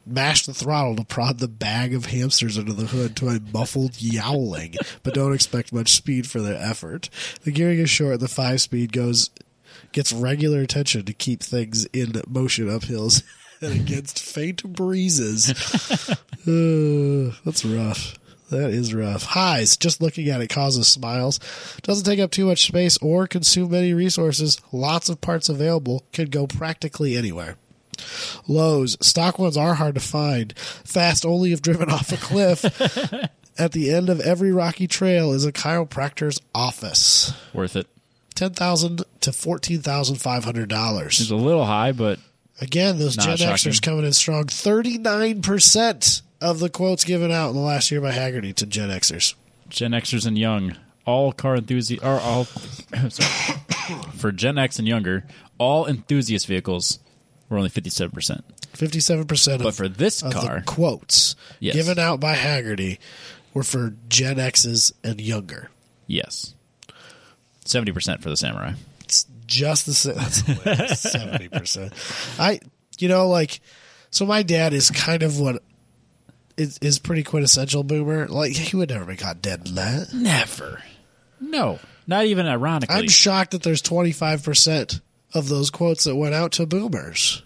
[SPEAKER 2] Mash the throttle to prod the bag of hamsters under the hood to a muffled yowling, but don't expect much speed for their effort. The gearing is short. The five speed goes gets regular attention to keep things in motion up hills and against faint breezes. Uh, that's rough. That is rough. Highs, just looking at it causes smiles. Doesn't take up too much space or consume many resources. Lots of parts available. Can go practically anywhere. Lows, stock ones are hard to find. Fast only if driven off a cliff. at the end of every rocky trail is a chiropractor's office.
[SPEAKER 1] Worth it.
[SPEAKER 2] Ten thousand to fourteen thousand five hundred dollars.
[SPEAKER 1] It's a little high, but
[SPEAKER 2] Again, those
[SPEAKER 1] Not
[SPEAKER 2] Gen
[SPEAKER 1] shocking.
[SPEAKER 2] Xers coming in strong. Thirty nine percent of the quotes given out in the last year by Haggerty to Gen Xers.
[SPEAKER 1] Gen Xers and young all car enthusiasts or all sorry, for Gen X and younger, all enthusiast vehicles were only fifty seven percent.
[SPEAKER 2] 57% of,
[SPEAKER 1] But for this
[SPEAKER 2] of
[SPEAKER 1] car,
[SPEAKER 2] the quotes
[SPEAKER 1] Yes.
[SPEAKER 2] given out by Haggerty were for Gen X's and younger.
[SPEAKER 1] yes, seventy percent for the Samurai.
[SPEAKER 2] It's just the same. That's hilarious. 70%. I, you know, like, so my dad is kind of what is, is pretty quintessential boomer. Like, he would never be caught dead in that.
[SPEAKER 1] Never, no, not even ironically.
[SPEAKER 2] I'm shocked that there's 25% of those quotes that went out to boomers.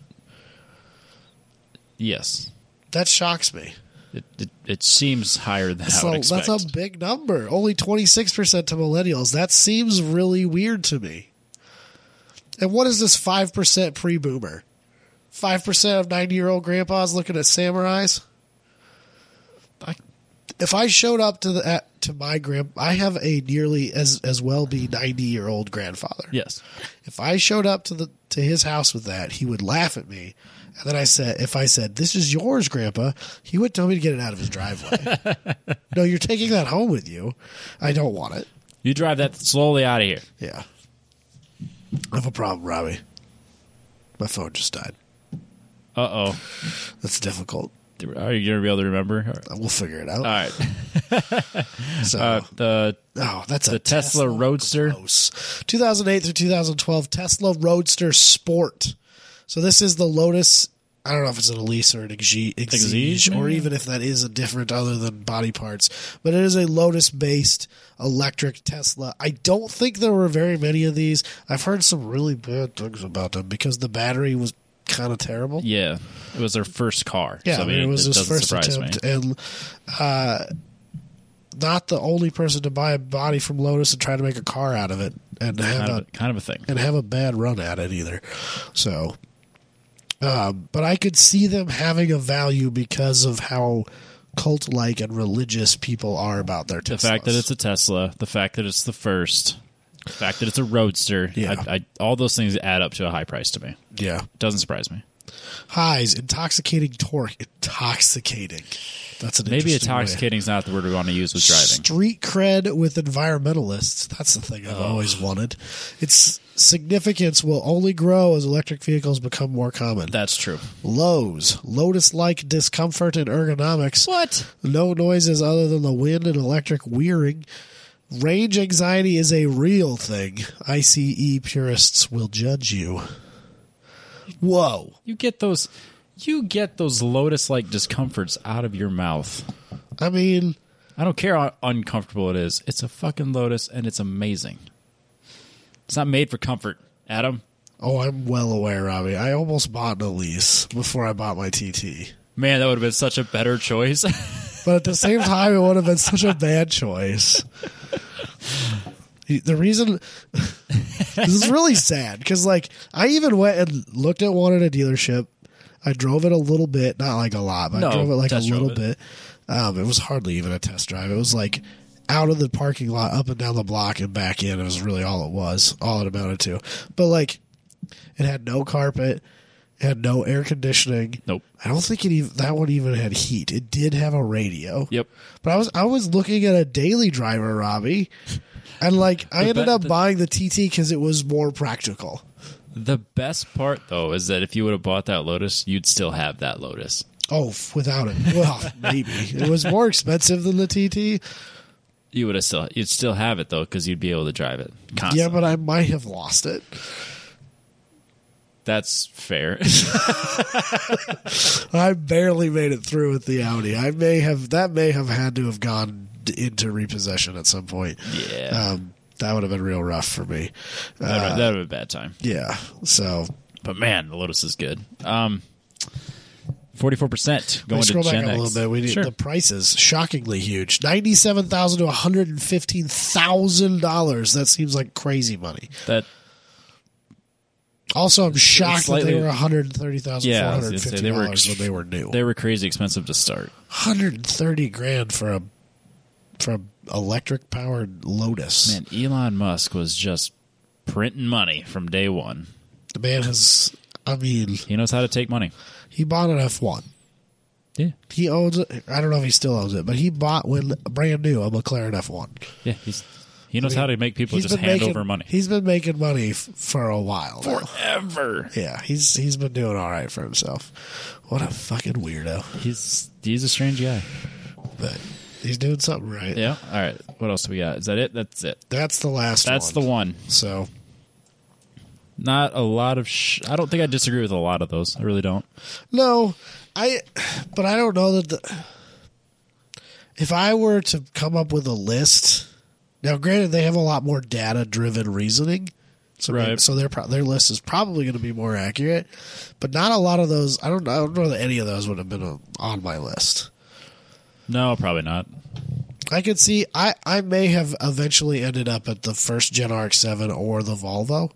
[SPEAKER 1] yes,
[SPEAKER 2] That shocks me.
[SPEAKER 1] it, it, it seems higher than I
[SPEAKER 2] So
[SPEAKER 1] would expect.
[SPEAKER 2] that's a big number. Only 26% to millennials. That seems really weird to me. And what is this 5% pre boomer? 5% of 90 year old grandpas looking at samurais? I- if I showed up to the at, to my grand, I have a nearly as as well be 90 year old grandfather.
[SPEAKER 1] yes,
[SPEAKER 2] If I showed up to the to his house with that, he would laugh at me. And then I said, if I said, "This is yours, Grandpa," he would tell me to get it out of his driveway. no, you're taking that home with you. I don't want it.
[SPEAKER 1] you drive that slowly out of here.
[SPEAKER 2] Yeah, I have a problem, Robbie. My phone just died.
[SPEAKER 1] Uh oh,
[SPEAKER 2] That's difficult.
[SPEAKER 1] are you gonna be able to remember?
[SPEAKER 2] We'll figure it out.
[SPEAKER 1] All right,
[SPEAKER 2] So,
[SPEAKER 1] uh, the
[SPEAKER 2] oh, that's
[SPEAKER 1] the
[SPEAKER 2] a
[SPEAKER 1] Tesla, Roadster.
[SPEAKER 2] Gross. 2008 through 2012 Tesla Roadster Sport. So this is the Lotus. I don't know if it's an Elise or an Exige, Exige,
[SPEAKER 1] Exige,
[SPEAKER 2] or
[SPEAKER 1] maybe?
[SPEAKER 2] even if that is a different other than body parts, but it is a Lotus based electric Tesla. I don't think there were very many of these. I've heard some really bad things about them because the battery was kind of terrible.
[SPEAKER 1] Yeah, it was their first car.
[SPEAKER 2] Yeah,
[SPEAKER 1] so,
[SPEAKER 2] I mean, it was his
[SPEAKER 1] doesn't
[SPEAKER 2] first
[SPEAKER 1] surprise
[SPEAKER 2] attempt,
[SPEAKER 1] Me.
[SPEAKER 2] and uh, not the only person to buy a body from Lotus and try to make a car out of it and have
[SPEAKER 1] Kind of,
[SPEAKER 2] a,
[SPEAKER 1] a, kind of a thing.
[SPEAKER 2] and have a bad run at it either. So, um, but I could see them having a value because of how cult-like and religious people are about their Teslas.
[SPEAKER 1] The fact that it's a Tesla, the fact that it's the first, the fact that it's a Roadster.
[SPEAKER 2] Yeah.
[SPEAKER 1] I, I, all those things add up to a high price to me.
[SPEAKER 2] yeah
[SPEAKER 1] Doesn't surprise me.
[SPEAKER 2] highs, intoxicating torque, intoxicating. That's an
[SPEAKER 1] Maybe
[SPEAKER 2] interesting Oh, way.
[SPEAKER 1] intoxicating is not the word we want to use with driving.
[SPEAKER 2] Street cred with environmentalists. That's the thing I've always wanted. Its significance will only grow as electric vehicles become more common.
[SPEAKER 1] That's true.
[SPEAKER 2] Lows, Lotus like discomfort and ergonomics.
[SPEAKER 1] What?
[SPEAKER 2] No noises other than the wind and electric wearing. Range anxiety is a real thing. ICE purists will judge you. Whoa.
[SPEAKER 1] You get those, you get those lotus-like discomforts out of your mouth.
[SPEAKER 2] I mean,
[SPEAKER 1] I don't care how uncomfortable it is. It's a fucking lotus, and it's amazing. It's not made for comfort, Adam.
[SPEAKER 2] oh, I'm well aware, Robbie. I almost bought an Elise before I bought my TT.
[SPEAKER 1] Man, that would have been such a better choice.
[SPEAKER 2] But at the same time, it would have been such a bad choice. The reason this is really sad because, like, I even went and looked at one at a dealership. I drove it a little bit, not like a lot, but I
[SPEAKER 1] No,
[SPEAKER 2] drove it like a
[SPEAKER 1] test drove
[SPEAKER 2] little
[SPEAKER 1] it.
[SPEAKER 2] bit. Um, it was hardly even a test drive. It was like out of the parking lot, up and down the block, and back in. It was really all it was, all it amounted to. But like, it had no carpet, it had no air conditioning.
[SPEAKER 1] nope.
[SPEAKER 2] I don't think it even that one even had heat. It did have a radio.
[SPEAKER 1] Yep.
[SPEAKER 2] But I was I was looking at a daily driver, Robbie, and like I
[SPEAKER 1] The
[SPEAKER 2] ended
[SPEAKER 1] be-
[SPEAKER 2] up
[SPEAKER 1] the-
[SPEAKER 2] buying the TT because it was more practical.
[SPEAKER 1] The best part, though, is that if you would have bought that Lotus, you'd still have that Lotus.
[SPEAKER 2] Oh, f- without it, well, maybe it was more expensive than the TT.
[SPEAKER 1] You would have still, you'd still have it though, because you'd be able to drive it. Constantly.
[SPEAKER 2] Yeah, but I might have lost it.
[SPEAKER 1] that's fair.
[SPEAKER 2] I barely made it through with the Audi. I may have that may have had to have gone d- into repossession at some point.
[SPEAKER 1] yeah,
[SPEAKER 2] Um, that would have been real rough for me.
[SPEAKER 1] that would have been a bad time.
[SPEAKER 2] Yeah, so
[SPEAKER 1] But man, the Lotus is good. Um, forty-four percent
[SPEAKER 2] Let
[SPEAKER 1] going
[SPEAKER 2] me
[SPEAKER 1] to
[SPEAKER 2] scroll back
[SPEAKER 1] Gen
[SPEAKER 2] up a
[SPEAKER 1] X.
[SPEAKER 2] little bit. We need
[SPEAKER 1] sure.
[SPEAKER 2] the prices shockingly huge ninety-seven thousand to one hundred and fifteen thousand dollars. That seems like crazy money.
[SPEAKER 1] that
[SPEAKER 2] Also, I'm shocked that
[SPEAKER 1] slightly-
[SPEAKER 2] they were one hundred thirty thousand
[SPEAKER 1] Yeah,
[SPEAKER 2] four
[SPEAKER 1] I was gonna
[SPEAKER 2] hundred
[SPEAKER 1] say,
[SPEAKER 2] fifty
[SPEAKER 1] they were
[SPEAKER 2] dollars when they were new. One
[SPEAKER 1] they were crazy expensive to start.
[SPEAKER 2] hundred and thirty grand for a for an electric powered Lotus.
[SPEAKER 1] Man, Elon Musk was just printing money from day one.
[SPEAKER 2] The man has. I mean,
[SPEAKER 1] He knows how to take money.
[SPEAKER 2] he bought an F one.
[SPEAKER 1] Yeah,
[SPEAKER 2] He owns it. I don't know if he still owns it, but he bought when brand new a McLaren F one.
[SPEAKER 1] yeah. He's He knows how to make people
[SPEAKER 2] He's
[SPEAKER 1] just
[SPEAKER 2] been
[SPEAKER 1] hand
[SPEAKER 2] making-
[SPEAKER 1] over money.
[SPEAKER 2] He's been making money f- for a while. now.
[SPEAKER 1] Forever.
[SPEAKER 2] Yeah, he's he's been doing all right for himself. What a fucking weirdo.
[SPEAKER 1] He's he's a strange guy.
[SPEAKER 2] But he's doing something right.
[SPEAKER 1] Yeah. All right. What else do we got? Is that it? That's it.
[SPEAKER 2] That's the last
[SPEAKER 1] That's
[SPEAKER 2] one.
[SPEAKER 1] the one.
[SPEAKER 2] So
[SPEAKER 1] Not a lot of. Sh- I don't think I disagree with a lot of those. I really don't.
[SPEAKER 2] No, I. But I don't know that the. If I were to come up with a list, now granted they have a lot more data-driven reasoning, so may-
[SPEAKER 1] Right.
[SPEAKER 2] so their pro- their list is probably going to be more accurate, but not a lot of those. I don't. I don't know that any of those would have been on- on my list.
[SPEAKER 1] No, probably not.
[SPEAKER 2] I could see. I I may have eventually ended up at the first Gen RX-7 or the Volvo.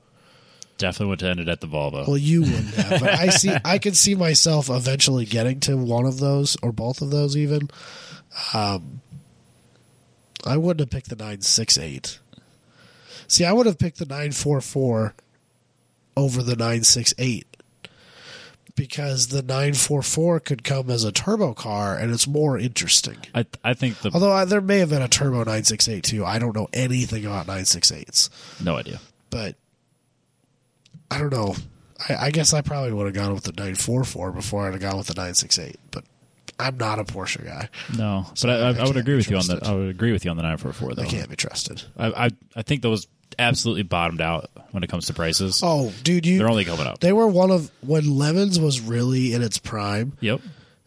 [SPEAKER 1] Definitely would have ended at the Volvo.
[SPEAKER 2] Well, you wouldn't have, but I see. I could see myself eventually getting to one of those or both of those. Even, um, I wouldn't have picked the nine six eight. See, I would have picked the nine four four over the nine six eight because the nine four four could come as a turbo car, and it's more interesting.
[SPEAKER 1] I I think the
[SPEAKER 2] Although I, there may have been a turbo nine six eight too. I don't know anything about nine six eights
[SPEAKER 1] no idea.
[SPEAKER 2] but I don't know. I, I guess I probably would have gone with the 944 before I'd have gone with the 968, but I'm not a Porsche guy.
[SPEAKER 1] No,
[SPEAKER 2] So
[SPEAKER 1] but I,
[SPEAKER 2] I
[SPEAKER 1] I, I would
[SPEAKER 2] can't
[SPEAKER 1] agree
[SPEAKER 2] be
[SPEAKER 1] with you on that.
[SPEAKER 2] trusted.
[SPEAKER 1] I would agree with you on the nine four four though.
[SPEAKER 2] They can't be trusted.
[SPEAKER 1] I, I I think those absolutely bottomed out when it comes to prices.
[SPEAKER 2] Oh, dude, you
[SPEAKER 1] They're only going up.
[SPEAKER 2] they were one of when Lemons was really in its prime.
[SPEAKER 1] yep.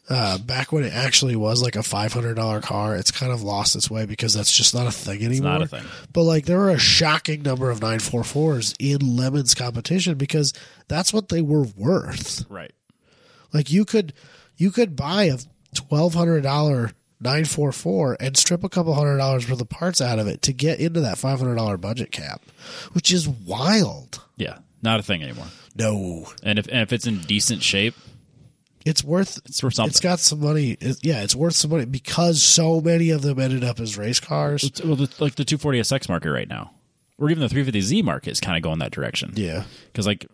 [SPEAKER 2] Uh, back when it actually was like a $500 car, it's kind of lost its way because that's just not a thing anymore.
[SPEAKER 1] not a thing.
[SPEAKER 2] But like there were a shocking number of 944s in Lemons competition because that's what they were worth.
[SPEAKER 1] Right.
[SPEAKER 2] Like you could you could buy a twelve hundred dollar nine four four and strip a couple hundred dollars worth of parts out of it to get into that five hundred dollar budget cap, which is wild.
[SPEAKER 1] Yeah. Not a thing anymore.
[SPEAKER 2] No,
[SPEAKER 1] And if and if it's in decent shape,
[SPEAKER 2] it's worth
[SPEAKER 1] it's for something.
[SPEAKER 2] it's got some money. It, yeah, it's worth some money because so many of them ended up as race cars.
[SPEAKER 1] It's- well, the, like the 240SX market right now, or even the 350Z market is kind of going that direction.
[SPEAKER 2] Yeah,
[SPEAKER 1] Because like,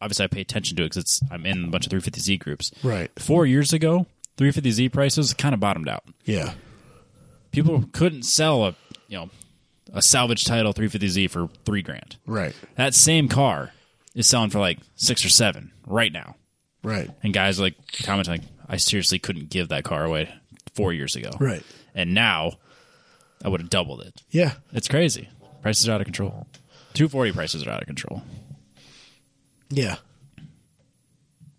[SPEAKER 1] obviously, I pay attention to it because it's I'm in a bunch of 350Z groups.
[SPEAKER 2] right.
[SPEAKER 1] Four years ago, 350Z prices kind of bottomed out.
[SPEAKER 2] Yeah,
[SPEAKER 1] People couldn't sell a you know a salvage title 350Z for three grand.
[SPEAKER 2] right,
[SPEAKER 1] That same car is selling for like six or seven right now.
[SPEAKER 2] right,
[SPEAKER 1] And guys like commenting, like, I seriously couldn't give that car away four years ago.
[SPEAKER 2] right.
[SPEAKER 1] And now I would have doubled it.
[SPEAKER 2] Yeah,
[SPEAKER 1] It's crazy. Prices are out of control. 240 prices are out of control.
[SPEAKER 2] yeah.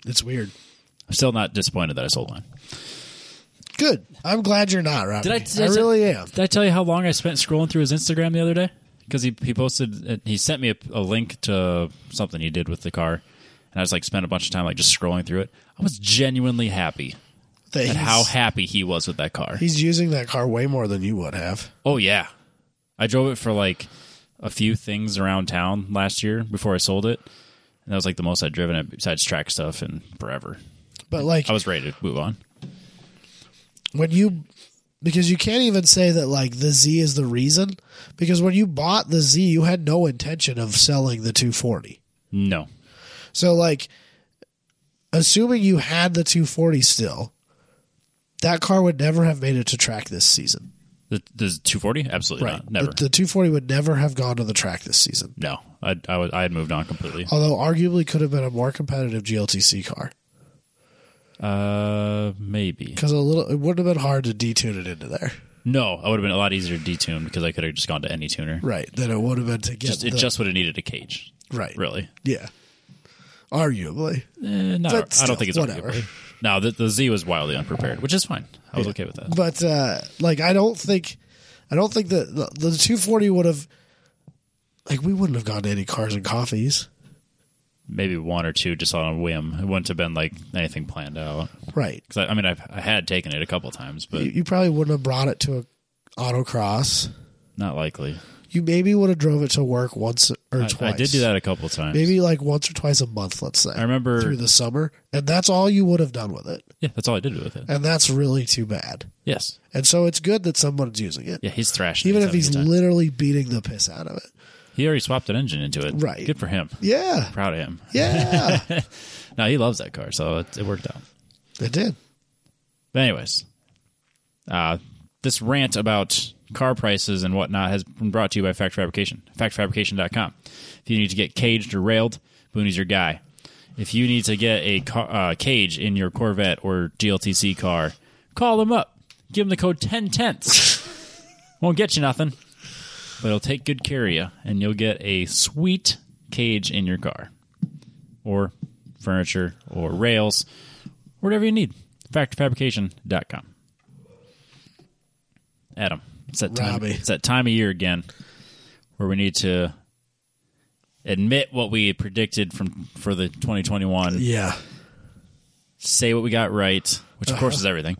[SPEAKER 2] It's weird.
[SPEAKER 1] I'm still not disappointed that I sold mine.
[SPEAKER 2] Good. I'm glad you're not, Robbie.
[SPEAKER 1] Did I-
[SPEAKER 2] I,
[SPEAKER 1] did I-
[SPEAKER 2] really am.
[SPEAKER 1] Did I tell you how long I spent scrolling through his Instagram the other day? Because he, he posted, uh, he sent me a, a link to something he did with the car. And I was like, spent a bunch of time like just scrolling through it. I was genuinely happy
[SPEAKER 2] That
[SPEAKER 1] at
[SPEAKER 2] he's-
[SPEAKER 1] how happy he was with that car.
[SPEAKER 2] He's using that car way more than you would have.
[SPEAKER 1] Oh yeah, I drove it for like a few things around town last year before I sold it, and that was like the most I'd driven it besides track stuff in forever.
[SPEAKER 2] But like
[SPEAKER 1] I was ready to move on.
[SPEAKER 2] when you because you can't even say that like the Z is the reason because when you bought the Z you had no intention of selling the 240.
[SPEAKER 1] No,
[SPEAKER 2] So like assuming you had the 240 still that car would never have made it to track this season.
[SPEAKER 1] the the 240, absolutely not,
[SPEAKER 2] The-
[SPEAKER 1] never.
[SPEAKER 2] The, 240 would never have gone to the track this season.
[SPEAKER 1] no, I I, was, I had moved on completely.
[SPEAKER 2] Although arguably could have been a more competitive GLTC car
[SPEAKER 1] Uh, maybe
[SPEAKER 2] cuz a little it would have been hard to detune it into there.
[SPEAKER 1] no. I would have been a lot easier to detune because I could have just gone to any tuner.
[SPEAKER 2] Right. Then it would have been to get
[SPEAKER 1] Just it
[SPEAKER 2] the-
[SPEAKER 1] just would have needed a cage.
[SPEAKER 2] right.
[SPEAKER 1] Really,
[SPEAKER 2] Yeah. Arguably.
[SPEAKER 1] eh, no,
[SPEAKER 2] But
[SPEAKER 1] I don't
[SPEAKER 2] still,
[SPEAKER 1] think it's
[SPEAKER 2] whatever.
[SPEAKER 1] arguable. No, the, the Z was wildly unprepared, which is fine. I was okay with that.
[SPEAKER 2] but uh like I don't think I don't think that the, the 240 would have like we wouldn't have gone to any cars and coffees.
[SPEAKER 1] maybe one or two just on a whim. It wouldn't have been like anything planned out.
[SPEAKER 2] Right.
[SPEAKER 1] Because I, I mean, I've, I had taken it a couple times, but
[SPEAKER 2] You, you probably wouldn't have brought it to a autocross.
[SPEAKER 1] not likely.
[SPEAKER 2] You maybe would have drove it to work once or
[SPEAKER 1] I,
[SPEAKER 2] twice.
[SPEAKER 1] I did do that a couple times.
[SPEAKER 2] Maybe like once or twice a month, let's say.
[SPEAKER 1] I remember-
[SPEAKER 2] through the summer, and that's all you would have done with it.
[SPEAKER 1] Yeah, that's all I did with it.
[SPEAKER 2] And that's really too bad.
[SPEAKER 1] Yes.
[SPEAKER 2] And so it's good that someone's using it.
[SPEAKER 1] Yeah, he's thrashing. it
[SPEAKER 2] Even if
[SPEAKER 1] having a
[SPEAKER 2] he's
[SPEAKER 1] good time.
[SPEAKER 2] literally beating the piss out of it.
[SPEAKER 1] he already swapped an engine into it.
[SPEAKER 2] Right.
[SPEAKER 1] Good for him.
[SPEAKER 2] Yeah.
[SPEAKER 1] Proud of him.
[SPEAKER 2] Yeah.
[SPEAKER 1] No, he loves that car, so it, it worked out.
[SPEAKER 2] it did.
[SPEAKER 1] But anyways, uh, this rant about car prices and whatnot has been brought to you by Fact Fabrication. FactFabrication.com. If you need to get caged or railed, Booney's your guy. If you need to get a ca- uh, cage in your Corvette or GLTC car, call them up. Give them the code 10 tenths. Won't get you nothing, but it'll take good care of you, and you'll get a sweet cage in your car or furniture or rails, whatever you need. FactorFabrication.com. Adam, it's that time.
[SPEAKER 2] Robbie.
[SPEAKER 1] It's that time of year again where we need to admit what we had predicted from for the 2021,
[SPEAKER 2] Yeah,
[SPEAKER 1] say what we got right, which of
[SPEAKER 2] Uh-huh.
[SPEAKER 1] course is everything,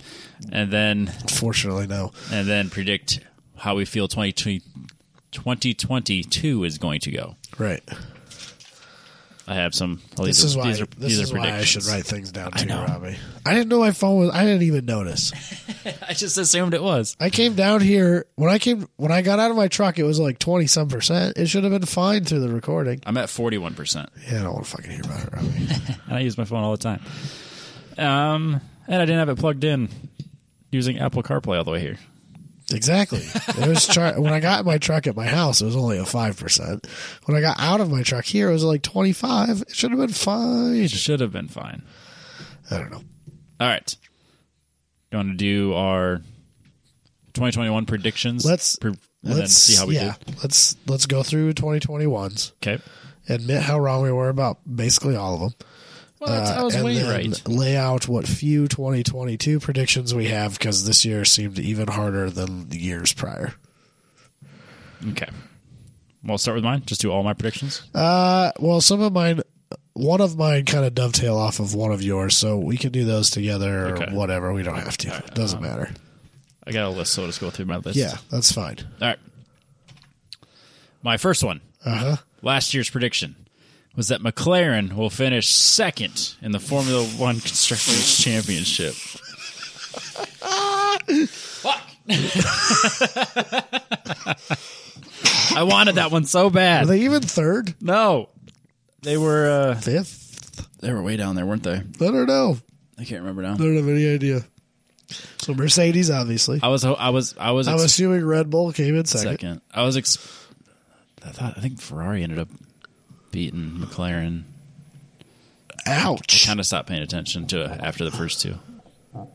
[SPEAKER 1] and then
[SPEAKER 2] fortunately, no.
[SPEAKER 1] and then predict how we feel 2020 2022 is going to go.
[SPEAKER 2] Right.
[SPEAKER 1] I have some. well,
[SPEAKER 2] This
[SPEAKER 1] these
[SPEAKER 2] is
[SPEAKER 1] are,
[SPEAKER 2] why.
[SPEAKER 1] these are,
[SPEAKER 2] this
[SPEAKER 1] these
[SPEAKER 2] is
[SPEAKER 1] are
[SPEAKER 2] why I
[SPEAKER 1] predictions.
[SPEAKER 2] should write things down too,
[SPEAKER 1] know.
[SPEAKER 2] Robbie. I didn't know my phone was. I didn't even notice.
[SPEAKER 1] I just assumed it was.
[SPEAKER 2] I came down here when I came when I got out of my truck. It was like twenty some percent. It should have been fine through the recording.
[SPEAKER 1] I'm at 41%,
[SPEAKER 2] Yeah, I don't want to fucking hear about it, Robbie.
[SPEAKER 1] and I use my phone all the time. Um, and I didn't have it plugged in using Apple CarPlay all the way here.
[SPEAKER 2] exactly. It was char- when I got in my truck at my house. It was only a five percent. When I got out of my truck here, it was like twenty five. It should have been fine.
[SPEAKER 1] Should have been fine.
[SPEAKER 2] I don't know.
[SPEAKER 1] All right. You want to do our 2021 predictions?
[SPEAKER 2] Let's-
[SPEAKER 1] Pre- and then
[SPEAKER 2] Let's
[SPEAKER 1] see how we
[SPEAKER 2] yeah. Let's let's go through 2021s.
[SPEAKER 1] do. Okay.
[SPEAKER 2] Admit how wrong we were about basically all of them.
[SPEAKER 1] Well, that's, I
[SPEAKER 2] Uh,
[SPEAKER 1] was
[SPEAKER 2] and
[SPEAKER 1] way
[SPEAKER 2] then
[SPEAKER 1] right.
[SPEAKER 2] Lay out what few 2022 predictions we have because this year seemed even harder than the years prior.
[SPEAKER 1] Okay. Well, I'll start with mine. Just do all my predictions.
[SPEAKER 2] Uh, well, some of mine, one of mine kind of dovetail off of one of yours, so we can do those together or
[SPEAKER 1] Okay. uh-huh.
[SPEAKER 2] whatever. We don't have to. Doesn't matter.
[SPEAKER 1] I got a list, so I'll just go through my list.
[SPEAKER 2] Yeah, that's fine.
[SPEAKER 1] All right. My first one.
[SPEAKER 2] Uh huh.
[SPEAKER 1] Last year's prediction was that McLaren will finish second in the Formula One Constructors Championship. Fuck. I wanted that one so
[SPEAKER 2] Are
[SPEAKER 1] bad.
[SPEAKER 2] they even third,
[SPEAKER 1] no, they were uh,
[SPEAKER 2] fifth?
[SPEAKER 1] they were way down there, weren't they?
[SPEAKER 2] I don't know.
[SPEAKER 1] I can't remember now.
[SPEAKER 2] I don't have any idea. So Mercedes, obviously.
[SPEAKER 1] I was ho- I was I was
[SPEAKER 2] I'm
[SPEAKER 1] ex-
[SPEAKER 2] assuming Red Bull came in second.
[SPEAKER 1] Uh, second. I was ex- I thought I think Ferrari ended up beating McLaren.
[SPEAKER 2] Ouch.
[SPEAKER 1] kind of stopped paying attention to it after the first two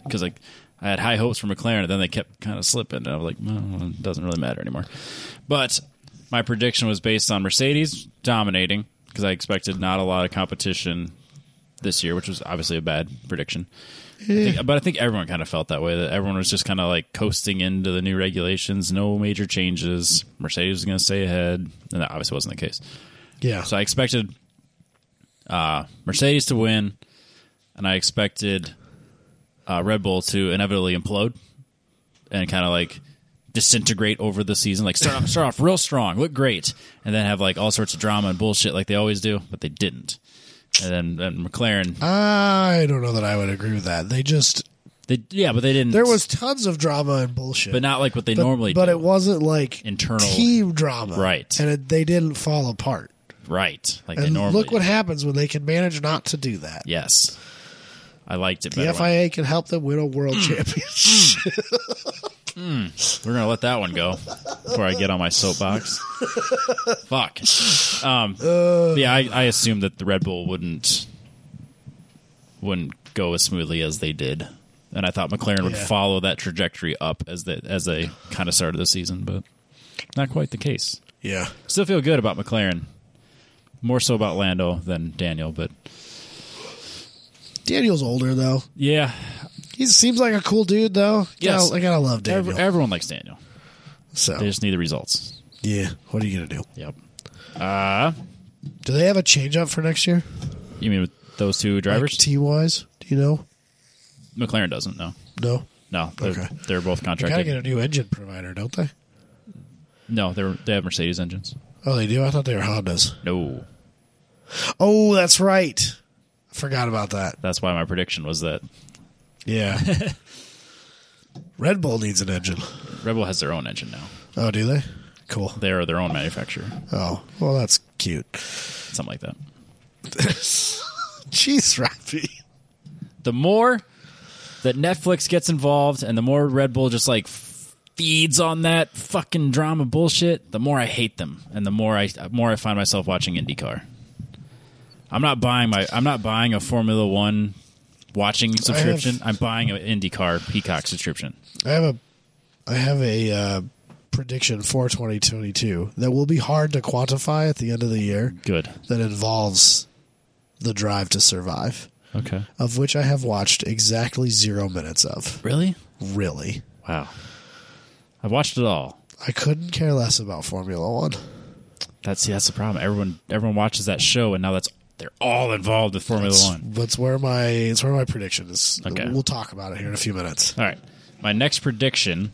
[SPEAKER 1] because like I had high hopes for McLaren, and then they kept kind of slipping, and I was like, well, it doesn't really matter anymore. But my prediction was based on Mercedes dominating because I expected not a lot of competition this year, which was obviously a bad prediction. I think- but I think everyone kind of felt that way. That everyone was just kind of like coasting into the new regulations, no major changes. Mercedes was going to stay ahead, and that obviously wasn't the case.
[SPEAKER 2] Yeah.
[SPEAKER 1] So I expected uh, Mercedes to win, and I expected uh, Red Bull to inevitably implode and kind of like disintegrate over the season. Like start off, start off real strong, look great, and then have like all sorts of drama and bullshit like they always do, but they didn't. And then and McLaren,
[SPEAKER 2] I don't know that I would agree with that. They just
[SPEAKER 1] they yeah, but they didn't.
[SPEAKER 2] there was tons of drama and bullshit,
[SPEAKER 1] but not like what they normally
[SPEAKER 2] But
[SPEAKER 1] do.
[SPEAKER 2] it wasn't like
[SPEAKER 1] Internal-
[SPEAKER 2] team drama,
[SPEAKER 1] Right.
[SPEAKER 2] And it, they didn't fall apart.
[SPEAKER 1] right, like they
[SPEAKER 2] And
[SPEAKER 1] normally.
[SPEAKER 2] look what
[SPEAKER 1] do.
[SPEAKER 2] happens when they can manage not to do that.
[SPEAKER 1] yes, I liked it
[SPEAKER 2] The
[SPEAKER 1] better. when-
[SPEAKER 2] FIA can help them win a world championship.
[SPEAKER 1] We're gonna let that one go before I get on my soapbox. Fuck. Um, yeah, I, I assumed that the Red Bull wouldn't wouldn't go as smoothly as they did, and I thought McLaren would
[SPEAKER 2] Yeah.
[SPEAKER 1] follow that trajectory up as they as they kind of started the season, but not quite the case.
[SPEAKER 2] yeah,
[SPEAKER 1] Still feel good about McLaren, more so about Lando than Daniel, but
[SPEAKER 2] Daniel's older though.
[SPEAKER 1] yeah,
[SPEAKER 2] He seems like a cool dude though.
[SPEAKER 1] Yes.
[SPEAKER 2] Gotta- I gotta love
[SPEAKER 1] ev-
[SPEAKER 2] Daniel.
[SPEAKER 1] everyone likes Daniel.
[SPEAKER 2] so
[SPEAKER 1] They just need the results.
[SPEAKER 2] yeah, what are you gonna do?
[SPEAKER 1] Yep. Uh,
[SPEAKER 2] Do they have a change up for next year?
[SPEAKER 1] you mean with those two
[SPEAKER 2] Like,
[SPEAKER 1] drivers?
[SPEAKER 2] team wise, do you know?
[SPEAKER 1] McLaren doesn't know.
[SPEAKER 2] No,
[SPEAKER 1] No, they're,
[SPEAKER 2] Okay.
[SPEAKER 1] they're both
[SPEAKER 2] they gotta get
[SPEAKER 1] contracted.
[SPEAKER 2] a new engine provider, don't they?
[SPEAKER 1] No, they're they have Mercedes engines.
[SPEAKER 2] Oh, they do. I thought they were Hondas.
[SPEAKER 1] No,
[SPEAKER 2] Oh, that's right. I forgot about that.
[SPEAKER 1] that's why my prediction was that
[SPEAKER 2] Yeah. Red Bull needs an engine.
[SPEAKER 1] Rebel has their own engine now.
[SPEAKER 2] Oh, do they? Cool.
[SPEAKER 1] They are their own manufacturer,
[SPEAKER 2] Oh, well, that's cute.
[SPEAKER 1] something like that.
[SPEAKER 2] Jeez, Rafi.
[SPEAKER 1] The more that Netflix gets involved, and the more Red Bull just like f- feeds on that fucking drama bullshit, the more I hate them, and the more I more I find myself watching IndyCar. I'm not buying my I'm not buying a Formula One watching subscription. I'm buying an IndyCar Peacock subscription.
[SPEAKER 2] I have a I have a uh, prediction for 2022 that will be hard to quantify at the end of the year
[SPEAKER 1] Good.
[SPEAKER 2] that involves the drive to survive,
[SPEAKER 1] Okay.
[SPEAKER 2] of which I have watched exactly 0 minutes of.
[SPEAKER 1] Really?
[SPEAKER 2] Really.
[SPEAKER 1] Wow. I've watched it all.
[SPEAKER 2] I couldn't care less about Formula 1.
[SPEAKER 1] That's see, that's the problem. Everyone everyone watches that show, and now that's they're all involved with Formula
[SPEAKER 2] That's,
[SPEAKER 1] One.
[SPEAKER 2] that's where my it's where my prediction is.
[SPEAKER 1] Okay.
[SPEAKER 2] We'll talk about it here in a few minutes.
[SPEAKER 1] All right. My next prediction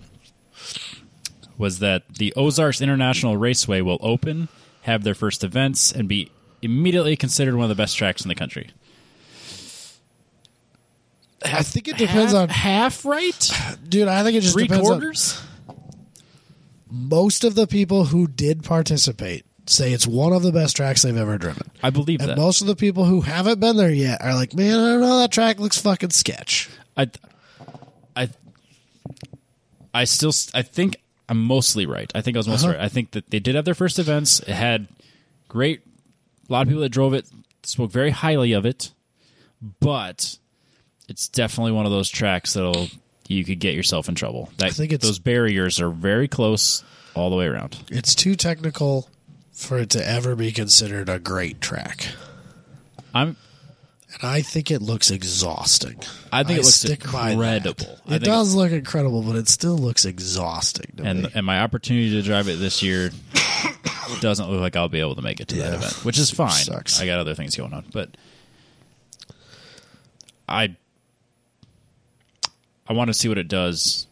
[SPEAKER 1] was that the Ozarks International Raceway will open, have their first events, and be immediately considered one of the best tracks in the country.
[SPEAKER 2] I think it depends
[SPEAKER 1] half,
[SPEAKER 2] on
[SPEAKER 1] half right,
[SPEAKER 2] dude, I think it just
[SPEAKER 1] three
[SPEAKER 2] depends on-
[SPEAKER 1] quarters.
[SPEAKER 2] most of the people who did participate say it's one of the best tracks they've ever driven.
[SPEAKER 1] I believe
[SPEAKER 2] And
[SPEAKER 1] that.
[SPEAKER 2] most of the people who haven't been there yet are like, man, I don't know, that track looks fucking sketch.
[SPEAKER 1] I, I, I still, s- I think I'm mostly right. I think I was mostly
[SPEAKER 2] Uh-huh.
[SPEAKER 1] right. I think that they did have their first events. It had great, a lot of people that drove it spoke very highly of it, but it's definitely one of those tracks that'll you could get yourself in trouble. That, I
[SPEAKER 2] think it's-
[SPEAKER 1] those barriers are very close all the way around.
[SPEAKER 2] It's too technical for it to ever be considered a great track.
[SPEAKER 1] I'm,
[SPEAKER 2] And I think it looks exhausting.
[SPEAKER 1] I think it looks
[SPEAKER 2] stick by that.
[SPEAKER 1] incredible. I
[SPEAKER 2] It
[SPEAKER 1] think-
[SPEAKER 2] does look incredible, but it still looks exhausting to
[SPEAKER 1] and
[SPEAKER 2] me.
[SPEAKER 1] and my opportunity to drive it this year doesn't look like I'll be able to make it to that
[SPEAKER 2] Yeah.
[SPEAKER 1] event, which is fine.
[SPEAKER 2] Sucks.
[SPEAKER 1] I got other things going on, but I I want to see what it does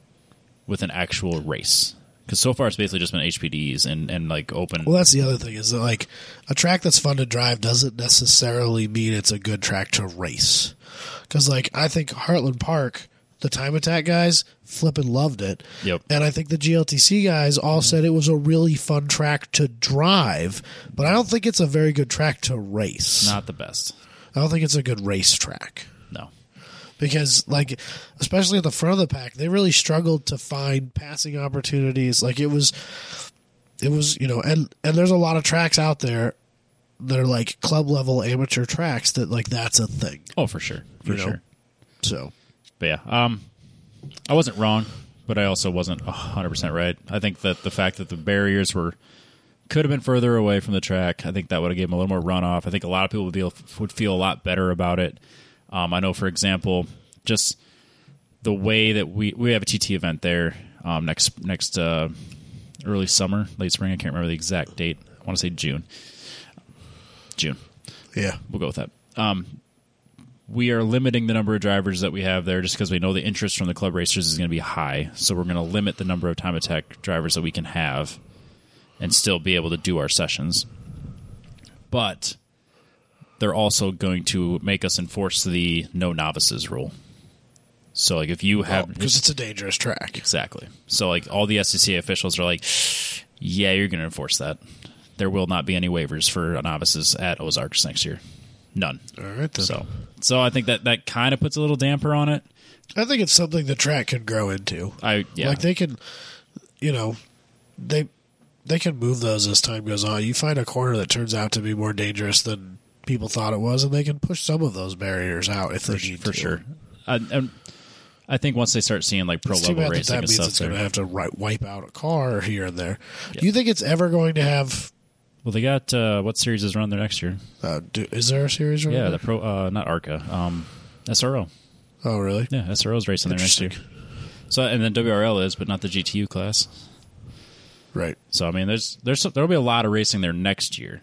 [SPEAKER 1] with an actual race because so far it's basically just been HPDs and and like open.
[SPEAKER 2] Well, that's the other thing is that like a track that's fun to drive doesn't necessarily mean it's a good track to race. Because like I think Heartland Park, the Time Attack guys flippin' loved it.
[SPEAKER 1] Yep.
[SPEAKER 2] And I think the GLTC guys all said it was a really fun track to drive, but I don't think it's a very good track to race.
[SPEAKER 1] not the best.
[SPEAKER 2] I don't think it's a good race track
[SPEAKER 1] No.
[SPEAKER 2] because like especially at the front of the pack they really struggled to find passing opportunities like it was it was you know and and there's a lot of tracks out there that are like club level amateur tracks that like that's a thing
[SPEAKER 1] Oh, for sure. For
[SPEAKER 2] You know.
[SPEAKER 1] sure.
[SPEAKER 2] so
[SPEAKER 1] But yeah, um, I wasn't wrong, but I also wasn't hundred percent right. I think that the fact that the barriers were could have been further away from the track, I think that would have given them a little more runoff. I think a lot of people would feel would feel a lot better about it. Um, I know, for example, just the way that we we have a TT event there um, next next uh, early summer, late spring. I can't remember the exact date. I want to say June. June
[SPEAKER 2] yeah
[SPEAKER 1] we'll go with that. Um, we are limiting the number of drivers that we have there just because we know the interest from the club racers is going to be high. So we're going to limit the number of time attack drivers that we can have and still be able to do our sessions. But they're also going to make us enforce the no novices rule. So like if you have
[SPEAKER 2] because Oh, it's a dangerous track
[SPEAKER 1] Exactly. So like all the SEC officials are like, yeah, you're going to enforce that. There will not be any waivers for novices at Ozarks next year. None.
[SPEAKER 2] all right then.
[SPEAKER 1] So so I think that that kind of puts a little damper on it.
[SPEAKER 2] i think it's something the track can grow into
[SPEAKER 1] I yeah.
[SPEAKER 2] Like they can, you know, they they can move those as time goes on. You find a corner that turns out to be more dangerous than people thought it was, and they can push some of those barriers out if they need
[SPEAKER 1] for
[SPEAKER 2] to.
[SPEAKER 1] sure. I, and I think once they start seeing like pro
[SPEAKER 2] It's too
[SPEAKER 1] level
[SPEAKER 2] bad that
[SPEAKER 1] racing
[SPEAKER 2] that
[SPEAKER 1] and
[SPEAKER 2] means
[SPEAKER 1] stuff,
[SPEAKER 2] it's going to
[SPEAKER 1] there.
[SPEAKER 2] have to ri- wipe out a car here and there. Do you think it's ever going to have?
[SPEAKER 1] well, they got uh, what series is run there next year?
[SPEAKER 2] Uh, do, is there a series? Right
[SPEAKER 1] Yeah,
[SPEAKER 2] now?
[SPEAKER 1] the pro, uh, not ARCA, um, SRO.
[SPEAKER 2] Oh, really?
[SPEAKER 1] Yeah, SRO's racing there next year. So and then WRL is, but not the GTU class.
[SPEAKER 2] Right.
[SPEAKER 1] So I mean, there's there's there'll be a lot of racing there next year.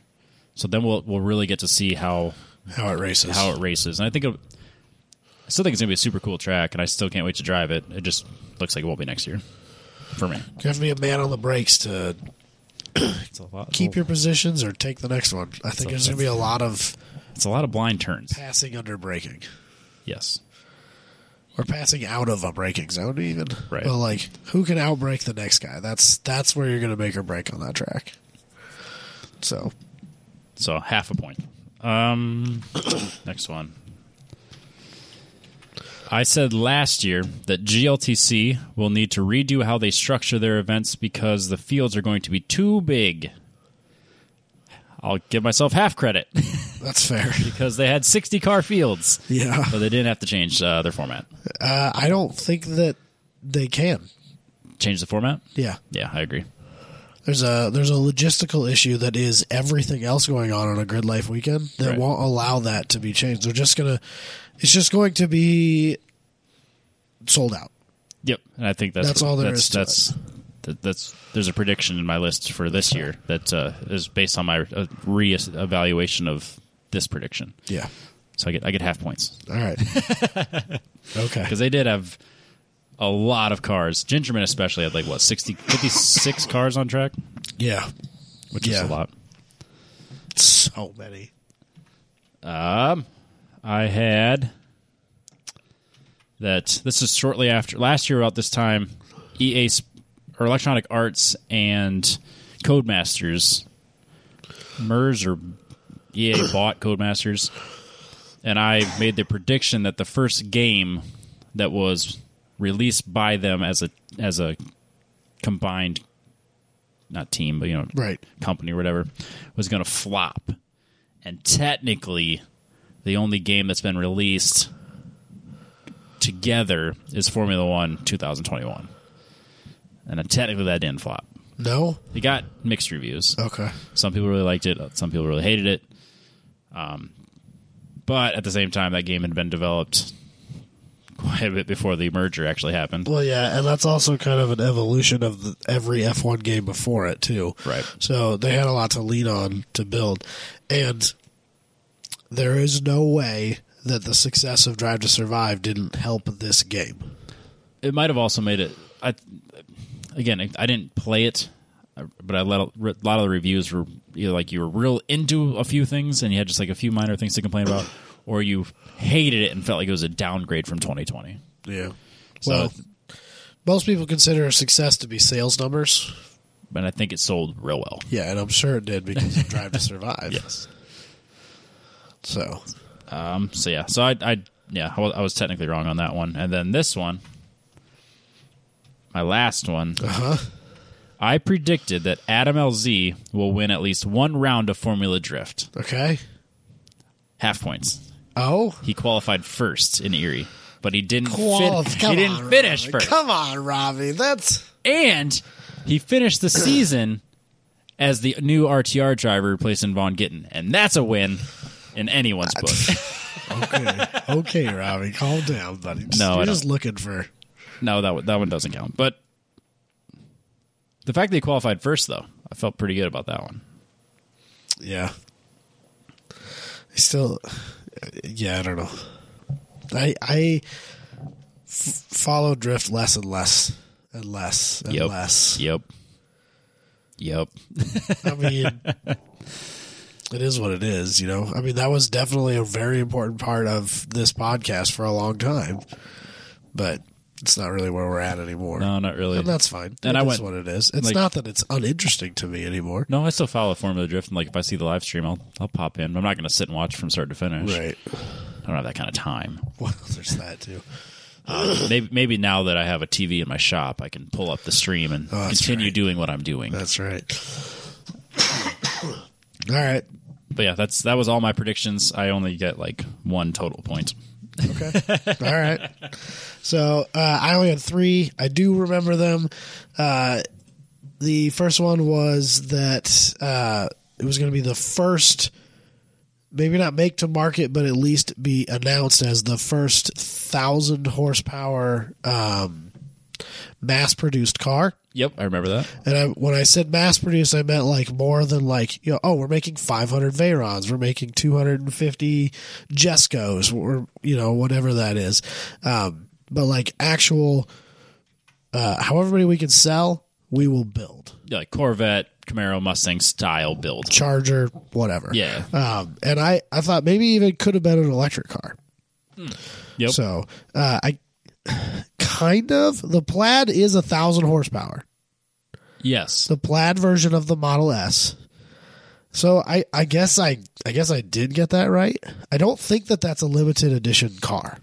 [SPEAKER 1] So then we'll we'll really get to see how
[SPEAKER 2] How it races.
[SPEAKER 1] how it races, and I think it, I still think it's gonna be a super cool track, and I still can't wait to drive it. It just looks like it won't be next year for me.
[SPEAKER 2] you have to be a man on the brakes to
[SPEAKER 1] It's a lot.
[SPEAKER 2] keep your positions or take the next one. I think
[SPEAKER 1] a-
[SPEAKER 2] there's going to be a lot of
[SPEAKER 1] It's a lot of blind turns.
[SPEAKER 2] passing under braking.
[SPEAKER 1] Yes.
[SPEAKER 2] or passing out of a braking zone even.
[SPEAKER 1] Right.
[SPEAKER 2] But like who can outbreak the next guy? That's that's where you're gonna make or break on that track. So
[SPEAKER 1] So half a point. Um, next one. I said last year that GLTC will need to redo how they structure their events because the fields are going to be too big. I'll give myself half credit
[SPEAKER 2] That's fair.
[SPEAKER 1] because they had 60 car fields,
[SPEAKER 2] Yeah.
[SPEAKER 1] but they didn't have to change uh, their format.
[SPEAKER 2] Uh, I don't think that they can.
[SPEAKER 1] Change the format?
[SPEAKER 2] Yeah.
[SPEAKER 1] Yeah, I agree.
[SPEAKER 2] There's a there's a logistical issue that is everything else going on on a grid life weekend that
[SPEAKER 1] Right.
[SPEAKER 2] won't allow that to be changed. They're just gonna it's just going to be sold out.
[SPEAKER 1] Yep, and I think that's
[SPEAKER 2] That's all there
[SPEAKER 1] that's,
[SPEAKER 2] is to
[SPEAKER 1] that's, that- that's there's a prediction in my list for this year that uh, is based on my uh, re-evaluation of this prediction.
[SPEAKER 2] Yeah.
[SPEAKER 1] So I get I get half points
[SPEAKER 2] All right. okay.
[SPEAKER 1] because they did have a lot of cars. Gingerman especially had like what 60, 56 cars on track,
[SPEAKER 2] Yeah.
[SPEAKER 1] which
[SPEAKER 2] Yeah.
[SPEAKER 1] is a lot.
[SPEAKER 2] So many.
[SPEAKER 1] I had that this is shortly after last year about this time EA sp- or Electronic Arts and Codemasters MERS or EA bought Codemasters and I made the prediction that the first game that was released by them as a as a combined not team but you know
[SPEAKER 2] Right.
[SPEAKER 1] company or whatever was going to flop. And technically, the only game that's been released together is Formula One 2021. And uh, technically, that didn't flop.
[SPEAKER 2] No?
[SPEAKER 1] It got mixed reviews.
[SPEAKER 2] Okay.
[SPEAKER 1] Some people really liked it, some people really hated it. Um, but at the same time, that game had been developed quite a bit before the merger actually happened.
[SPEAKER 2] Well, yeah, and that's also kind of an evolution of the, every F1 game before it, too.
[SPEAKER 1] Right.
[SPEAKER 2] So they had a lot to lean on to build. And there is no way that the success of Drive to Survive didn't help this game.
[SPEAKER 1] it might have also made it. I again, I didn't play it, but I let a, a lot of the reviews were either like you were real into a few things and you had just like a few minor things to complain about, or you hated it and felt like it was a downgrade from 2020.
[SPEAKER 2] Yeah.
[SPEAKER 1] So,
[SPEAKER 2] well, most people consider a success to be sales numbers.
[SPEAKER 1] but I think it sold real well.
[SPEAKER 2] Yeah, and I'm sure it did because of Drive to Survive.
[SPEAKER 1] Yes.
[SPEAKER 2] So,
[SPEAKER 1] Um. So yeah. So I. I yeah. I was, I was technically wrong on that one, and then this one, my last one.
[SPEAKER 2] uh huh.
[SPEAKER 1] I predicted that Adam LZ will win at least one round of Formula Drift.
[SPEAKER 2] Okay.
[SPEAKER 1] Half points.
[SPEAKER 2] Oh.
[SPEAKER 1] he qualified first in Erie, but he didn't
[SPEAKER 2] Qual-
[SPEAKER 1] fin-
[SPEAKER 2] come
[SPEAKER 1] he didn't
[SPEAKER 2] on,
[SPEAKER 1] finish
[SPEAKER 2] Robbie.
[SPEAKER 1] first.
[SPEAKER 2] Come on, Robbie. That's.
[SPEAKER 1] And he finished the season as the new RTR driver replacing Von Gittin, and that's a win in anyone's book.
[SPEAKER 2] okay, okay, Robbie, calm down, buddy. Just,
[SPEAKER 1] No, I
[SPEAKER 2] you're
[SPEAKER 1] don't.
[SPEAKER 2] just looking for.
[SPEAKER 1] no, that one, that one doesn't count. But the fact that he qualified first, though, I felt pretty good about that one.
[SPEAKER 2] Yeah. I still, yeah, I don't know. I I f- follow drift less and less and less and
[SPEAKER 1] Yep.
[SPEAKER 2] less.
[SPEAKER 1] Yep. Yep.
[SPEAKER 2] I mean, it is what it is, you know. I mean, that was definitely a very important part of this podcast for a long time, but it's not really where we're at anymore.
[SPEAKER 1] No, not really.
[SPEAKER 2] And that's fine.
[SPEAKER 1] And I
[SPEAKER 2] It is
[SPEAKER 1] went-
[SPEAKER 2] what it is. It's
[SPEAKER 1] like-
[SPEAKER 2] not that it's uninteresting to me anymore.
[SPEAKER 1] No, I still follow Formula Drift, and like if I see the live stream, I'll I'll pop in. I'm not going to sit and watch from start to finish.
[SPEAKER 2] Right.
[SPEAKER 1] I don't have that kind of time.
[SPEAKER 2] Well, there's that too.
[SPEAKER 1] maybe maybe now that I have a TV in my shop, I can pull up the stream and
[SPEAKER 2] Oh, that's
[SPEAKER 1] continue
[SPEAKER 2] right.
[SPEAKER 1] doing what I'm doing.
[SPEAKER 2] That's right. All right.
[SPEAKER 1] But yeah, that's that was all my predictions. I only get like one total point.
[SPEAKER 2] Okay. All right. So uh, I only had three. I do remember them. Uh, the first one was that uh, it was going to be the first, maybe not make to market, but at least be announced as the first thousand horsepower um, mass produced car.
[SPEAKER 1] Yep, I remember that.
[SPEAKER 2] And I, when I said mass produced, I meant like more than like, you know, oh, we're making 500 Veyrons, we're making 250 Jescos, or, you know, whatever that is. Um, but like actual, uh, however many we can sell, we will build.
[SPEAKER 1] Yeah, like Corvette, Camaro, Mustang style build.
[SPEAKER 2] Charger, whatever.
[SPEAKER 1] Yeah.
[SPEAKER 2] Um, and I, I thought maybe even could have been an electric car.
[SPEAKER 1] Hmm. Yep.
[SPEAKER 2] So uh, I kind of, the plaid is a thousand horsepower.
[SPEAKER 1] yes.
[SPEAKER 2] the plaid version of the Model S. So I, I guess I I guess I did get that right. I don't think that that's a limited edition car.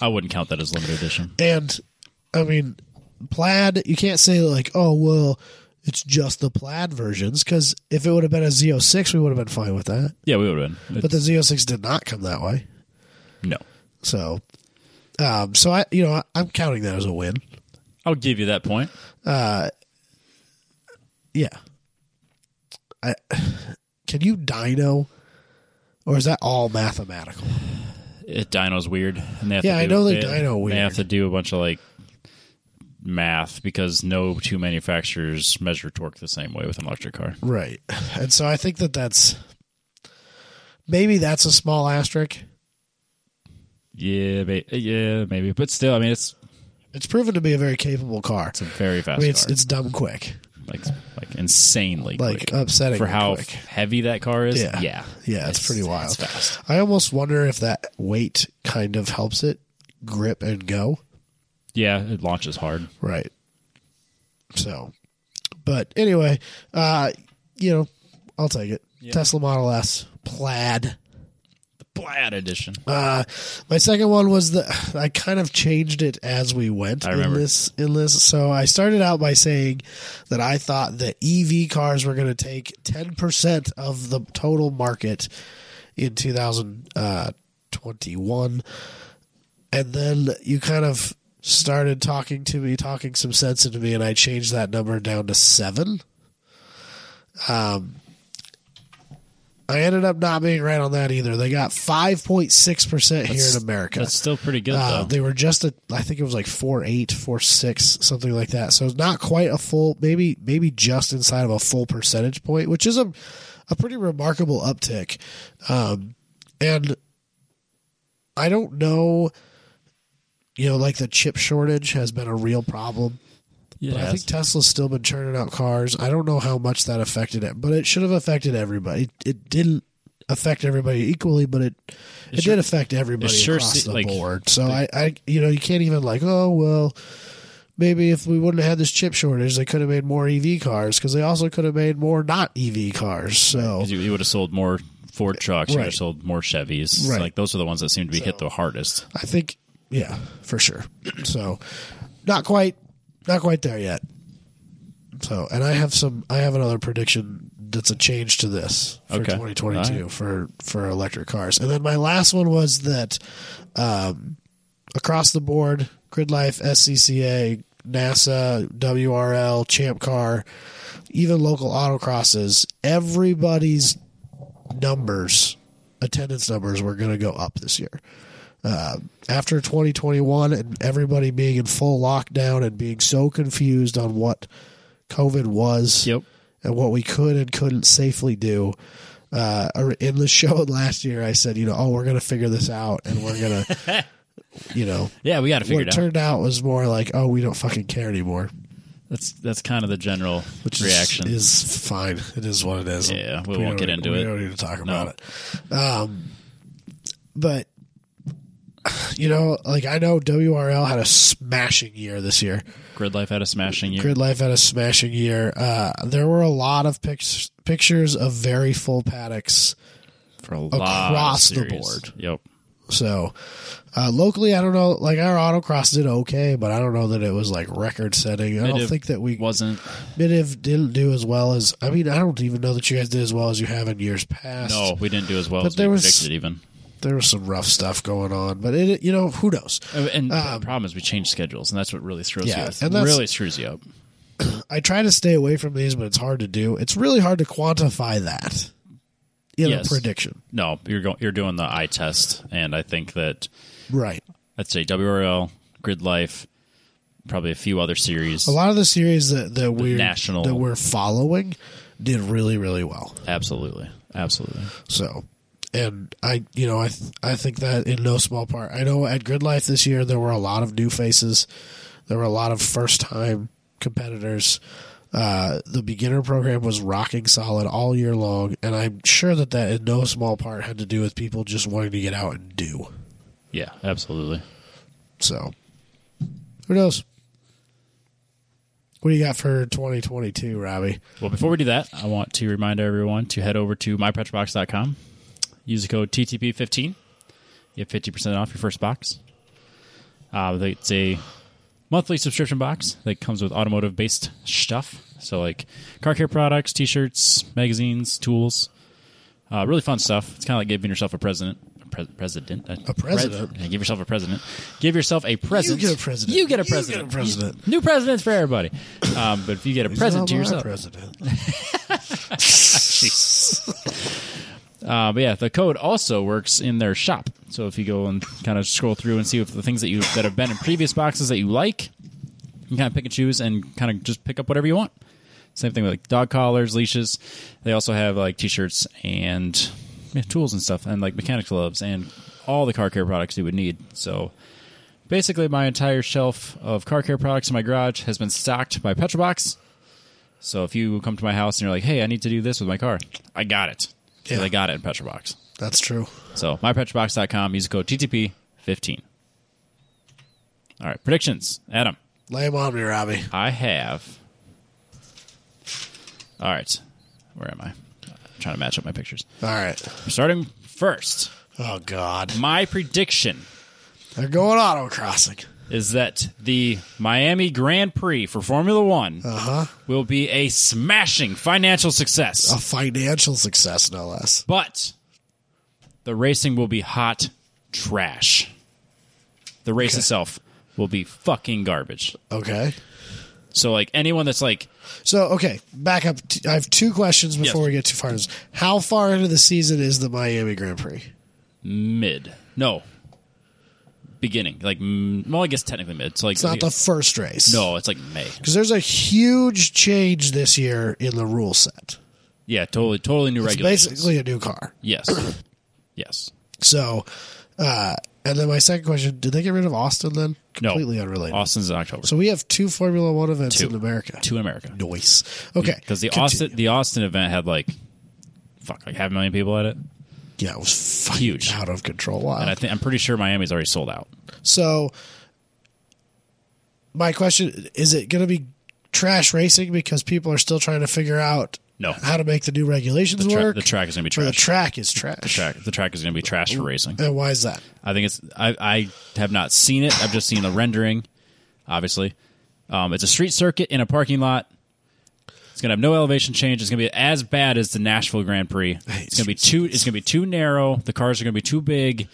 [SPEAKER 1] I wouldn't count that as limited edition.
[SPEAKER 2] And I mean, plaid, you can't say like, oh, well, it's just the plaid versions because if it would have been a Z06, we would have been fine with that.
[SPEAKER 1] Yeah, we would have been.
[SPEAKER 2] But the Z06 did not come that way.
[SPEAKER 1] no,
[SPEAKER 2] So, um, so I, you know, I, I'm counting that as a win.
[SPEAKER 1] I'll give you that point.
[SPEAKER 2] Yeah. I, can you dino or is that all mathematical?
[SPEAKER 1] It, dino's weird, and they have
[SPEAKER 2] Yeah,
[SPEAKER 1] to
[SPEAKER 2] I
[SPEAKER 1] do-
[SPEAKER 2] know the
[SPEAKER 1] they,
[SPEAKER 2] dyno weird.
[SPEAKER 1] They have to do a bunch of like math because no two manufacturers measure torque the same way with an electric car.
[SPEAKER 2] Right. And so I think that that's maybe that's a small asterisk.
[SPEAKER 1] Yeah, ba- yeah, maybe, but still, I mean, it's
[SPEAKER 2] It's proven to be a very capable car.
[SPEAKER 1] it's a very
[SPEAKER 2] I
[SPEAKER 1] fast
[SPEAKER 2] mean, it's,
[SPEAKER 1] car,
[SPEAKER 2] it's dumb quick,
[SPEAKER 1] like like insanely
[SPEAKER 2] like
[SPEAKER 1] quick.
[SPEAKER 2] upsetting
[SPEAKER 1] for how
[SPEAKER 2] quick.
[SPEAKER 1] heavy that car is.
[SPEAKER 2] Yeah.
[SPEAKER 1] Yeah,
[SPEAKER 2] Yeah, it's pretty wild.
[SPEAKER 1] It's fast.
[SPEAKER 2] I almost wonder if that weight kind of helps it grip and go.
[SPEAKER 1] Yeah, it launches hard.
[SPEAKER 2] Right. So, but anyway, uh, you know, I'll take it. Tesla Model S plaid.
[SPEAKER 1] Plaid edition.
[SPEAKER 2] Uh, my second one was the I kind of changed it as we went
[SPEAKER 1] I
[SPEAKER 2] in
[SPEAKER 1] remember.
[SPEAKER 2] this in this. So I started out by saying that I thought that EV cars were going to take ten percent of the total market in uh, 2021, and then you kind of started talking to me, talking some sense into me, and I changed that number down to seven. Um, I ended up not being right on that either. They got 5.6% here in America.
[SPEAKER 1] That's still pretty good
[SPEAKER 2] Uh,
[SPEAKER 1] though.
[SPEAKER 2] they were just a, I think it was like four eight, four six, something like that. So it's not quite a full, maybe maybe just inside of a full percentage point, which is a a pretty remarkable uptick. Um, and I don't know, you know, like the chip shortage has been a real problem.
[SPEAKER 1] yeah,
[SPEAKER 2] But I
[SPEAKER 1] it's-
[SPEAKER 2] think Tesla's still been churning out cars. I don't know how much that affected it, but it should have affected everybody. It, it didn't affect everybody equally, but it it,
[SPEAKER 1] sure-
[SPEAKER 2] did affect everybody
[SPEAKER 1] it sure
[SPEAKER 2] across
[SPEAKER 1] se-
[SPEAKER 2] the
[SPEAKER 1] like-
[SPEAKER 2] board. So I, I you know you can't even like oh well maybe if we wouldn't have had this chip shortage they could have made more EV cars because they also could have made more not EV cars. So
[SPEAKER 1] 'Cause you, you would have sold more Ford trucks. You would
[SPEAKER 2] Right.
[SPEAKER 1] have sold more Chevys.
[SPEAKER 2] Right.
[SPEAKER 1] Like those are the ones that seem to be hit the hardest.
[SPEAKER 2] I think, yeah, for sure. So, not quite, not quite there yet. So, and I have some, I have another prediction that's a change to this for
[SPEAKER 1] Okay.
[SPEAKER 2] 2022
[SPEAKER 1] All
[SPEAKER 2] for for electric cars. And then my last one was that um, across the board, Grid Life, SCCA, NASA, WRL, Champ Car, even local autocrosses, everybody's numbers, attendance numbers, were going to go up this year Uh, after 2021 and everybody being in full lockdown and being so confused on what COVID was
[SPEAKER 1] Yep.
[SPEAKER 2] and what we could and couldn't safely do. Uh, or in the show last year, I said, you know, oh, we're going to figure this out and we're going to, you know,
[SPEAKER 1] Yeah, we got to figure
[SPEAKER 2] what
[SPEAKER 1] it out.
[SPEAKER 2] turned out was more like, oh, we don't fucking care anymore.
[SPEAKER 1] that's that's kind of the general
[SPEAKER 2] Which is-
[SPEAKER 1] reaction.
[SPEAKER 2] is, fine. It is what it is.
[SPEAKER 1] Yeah, we won't
[SPEAKER 2] don't
[SPEAKER 1] get
[SPEAKER 2] need-
[SPEAKER 1] into
[SPEAKER 2] we
[SPEAKER 1] it.
[SPEAKER 2] don't need to talk about it. Um, But you know, like I know WRL had a smashing year this year.
[SPEAKER 1] Grid Life had a smashing year.
[SPEAKER 2] Grid Life had a smashing year. Uh, there were a lot of pics, pictures of very full paddocks.
[SPEAKER 1] for a lot
[SPEAKER 2] Across
[SPEAKER 1] of
[SPEAKER 2] the
[SPEAKER 1] series.
[SPEAKER 2] board.
[SPEAKER 1] Yep.
[SPEAKER 2] So uh, locally, I don't know. Like our autocross did okay, but I don't know that it was like record setting. I don't
[SPEAKER 1] Midiv
[SPEAKER 2] think that we
[SPEAKER 1] wasn't.
[SPEAKER 2] Midiv didn't do as well as. I mean, I don't even know that you guys did as well as you have in years past.
[SPEAKER 1] No, we didn't do as well
[SPEAKER 2] But
[SPEAKER 1] as
[SPEAKER 2] there
[SPEAKER 1] we
[SPEAKER 2] was-
[SPEAKER 1] predicted. Even
[SPEAKER 2] there was some rough stuff going on, but it, you know, who knows?
[SPEAKER 1] Oh, and the problem is we changed schedules, and that's what really throws
[SPEAKER 2] Um, Yeah,
[SPEAKER 1] you.
[SPEAKER 2] and
[SPEAKER 1] And
[SPEAKER 2] that's-
[SPEAKER 1] really screws you up.
[SPEAKER 2] I try to stay away from these, but it's hard to do. It's really hard to quantify that in
[SPEAKER 1] Yes.
[SPEAKER 2] a prediction,
[SPEAKER 1] No, you're going. You're doing the eye test, and I think that
[SPEAKER 2] right?
[SPEAKER 1] I'd say WRL, Grid Life, probably a few other series.
[SPEAKER 2] A lot of the series that that we're
[SPEAKER 1] national-
[SPEAKER 2] that we're following did really really well.
[SPEAKER 1] Absolutely, absolutely.
[SPEAKER 2] So, and I, you know, I th- I think that in no small part, I know at Grid Life this year there were a lot of new faces, there were a lot of first time competitors. Uh, the beginner program was rocking solid all year long, and I'm sure that that in no small part had to do with people just wanting to get out and do.
[SPEAKER 1] Yeah, absolutely.
[SPEAKER 2] So, who knows? What do you got for 2022, Robbie?
[SPEAKER 1] Well, before we do that, I want to remind everyone to head over to mypetrobox.com. Use the code TTP15. You have 50% off your first box. Uh, they- it's a monthly subscription box that comes with automotive based stuff. So, like car care products, t shirts, magazines, tools. Uh, really fun stuff. It's kind of like giving yourself a president. a Pre- president.
[SPEAKER 2] A president?
[SPEAKER 1] Pres- yeah, give yourself a president. Give yourself a present.
[SPEAKER 2] get a president.
[SPEAKER 1] You get a
[SPEAKER 2] You get a
[SPEAKER 1] president.
[SPEAKER 2] president.
[SPEAKER 1] New presidents for everybody. Um, but if you get a present to
[SPEAKER 2] Not my
[SPEAKER 1] yourself.
[SPEAKER 2] President.
[SPEAKER 1] Uh, but yeah, the code also works in their shop. So if you go and kind of scroll through and see if the things that you that have been in previous boxes that you like, you kind of pick and choose and kind of just pick up whatever you want. Same thing with like dog collars, leashes. They also have like t-shirts and yeah, tools and stuff, and like mechanic gloves and all the car care products you would need. So basically, my entire shelf of car care products in my garage has been stocked by Petrobox. So if you come to my house and you're like, "Hey, I need to do this with my car," I got it.
[SPEAKER 2] Yeah.
[SPEAKER 1] Yeah. I got it in Petrobox.
[SPEAKER 2] That's true.
[SPEAKER 1] So mypetrobox.com. Use code TTP fifteen. All right, predictions, Adam.
[SPEAKER 2] Lay 'em on me, Robbie.
[SPEAKER 1] I have. All right. Where am I? I'm trying to match up my pictures.
[SPEAKER 2] All right.
[SPEAKER 1] Starting first,
[SPEAKER 2] Oh God,
[SPEAKER 1] my prediction
[SPEAKER 2] they're going autocrossing.
[SPEAKER 1] is that the Miami Grand Prix for Formula One
[SPEAKER 2] Uh huh.
[SPEAKER 1] will be a smashing financial success,
[SPEAKER 2] A financial success, no less.
[SPEAKER 1] but the racing will be hot trash. The race itself will be fucking garbage.
[SPEAKER 2] Okay.
[SPEAKER 1] So, like, anyone that's like,
[SPEAKER 2] So okay, back up. T- I have two questions before
[SPEAKER 1] Yes.
[SPEAKER 2] we get too far. How far into the season is the Miami Grand Prix?
[SPEAKER 1] mid. No. Beginning. Like, mm, well, I guess technically mid. So like,
[SPEAKER 2] It's not the first race.
[SPEAKER 1] no, it's like May.
[SPEAKER 2] because there's a huge change this year in the rule set.
[SPEAKER 1] Yeah, totally, totally new
[SPEAKER 2] It's
[SPEAKER 1] regulations.
[SPEAKER 2] basically a new car.
[SPEAKER 1] yes, yes.
[SPEAKER 2] So, uh, and then my second question: Did they get rid of Austin then?
[SPEAKER 1] No,
[SPEAKER 2] Completely unrelated.
[SPEAKER 1] Austin's in October.
[SPEAKER 2] So we have two Formula One events
[SPEAKER 1] Two.
[SPEAKER 2] in America.
[SPEAKER 1] two in America
[SPEAKER 2] Noise. Okay.
[SPEAKER 1] because the
[SPEAKER 2] continue.
[SPEAKER 1] Austin the Austin event had like, fuck, like half a million people at it, and
[SPEAKER 2] yeah, it was fucking
[SPEAKER 1] Huge.
[SPEAKER 2] out of control. Wow.
[SPEAKER 1] I think I'm pretty sure Miami's already sold out.
[SPEAKER 2] So, my question is: It going to be trash racing because people are still trying to figure out
[SPEAKER 1] No.
[SPEAKER 2] how to make the new regulations
[SPEAKER 1] The, tra-
[SPEAKER 2] work?
[SPEAKER 1] the track is going to be
[SPEAKER 2] or the
[SPEAKER 1] trash.
[SPEAKER 2] track is trash.
[SPEAKER 1] track, the track is going to be trash for racing.
[SPEAKER 2] And why is that?
[SPEAKER 1] I think it's. I, I have not seen it. I've just seen the rendering. Obviously, um, it's a street circuit in a parking lot. It's gonna have no elevation change. It's gonna be as bad as the Nashville Grand Prix. It's gonna be too. It's gonna be too narrow. The cars are gonna be too big.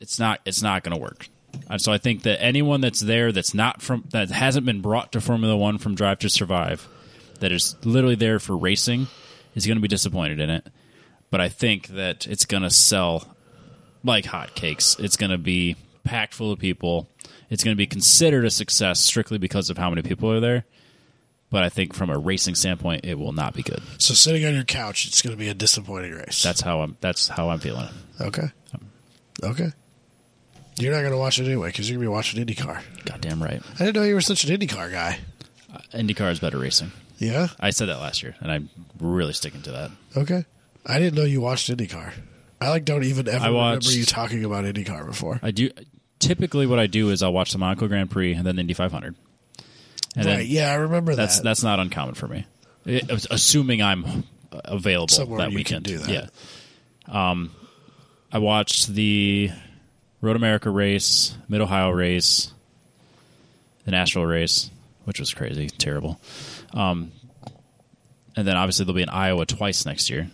[SPEAKER 1] It's not. It's not gonna work. And so I think that anyone that's there that's not from that hasn't been brought to Formula One from Drive to Survive, that is literally there for racing, is gonna be disappointed in it. But I think that it's gonna sell like hotcakes. It's going to be packed full of people. It's going to be considered a success strictly because of how many people are there. But I think from a racing standpoint, it will not be good.
[SPEAKER 2] So sitting on your couch, it's going to be a disappointing race.
[SPEAKER 1] That's how I'm. That's how I'm feeling.
[SPEAKER 2] okay.
[SPEAKER 1] um,
[SPEAKER 2] Okay. You're not going to watch it anyway because you're going to be watching IndyCar.
[SPEAKER 1] Goddamn right.
[SPEAKER 2] I didn't know you were such an IndyCar guy.
[SPEAKER 1] IndyCar is better racing.
[SPEAKER 2] Yeah.
[SPEAKER 1] I said that last year, and I'm really sticking to that.
[SPEAKER 2] Okay. I didn't know you watched IndyCar. I like don't even ever
[SPEAKER 1] I watched-
[SPEAKER 2] remember you talking about IndyCar before.
[SPEAKER 1] I do. Typically, what I do is I'll watch the Monaco Grand Prix and then the Indy 500, and
[SPEAKER 2] right.
[SPEAKER 1] then
[SPEAKER 2] yeah, I remember
[SPEAKER 1] that's
[SPEAKER 2] that.
[SPEAKER 1] that's not uncommon for me. It- it's assuming I'm available
[SPEAKER 2] Somewhere
[SPEAKER 1] that
[SPEAKER 2] you can
[SPEAKER 1] weekend.
[SPEAKER 2] do that.
[SPEAKER 1] Yeah. Um, I watched the Road America race, Mid Ohio race, the Nashville race, which was crazy, terrible. Um, and then obviously there'll be in Iowa twice next year.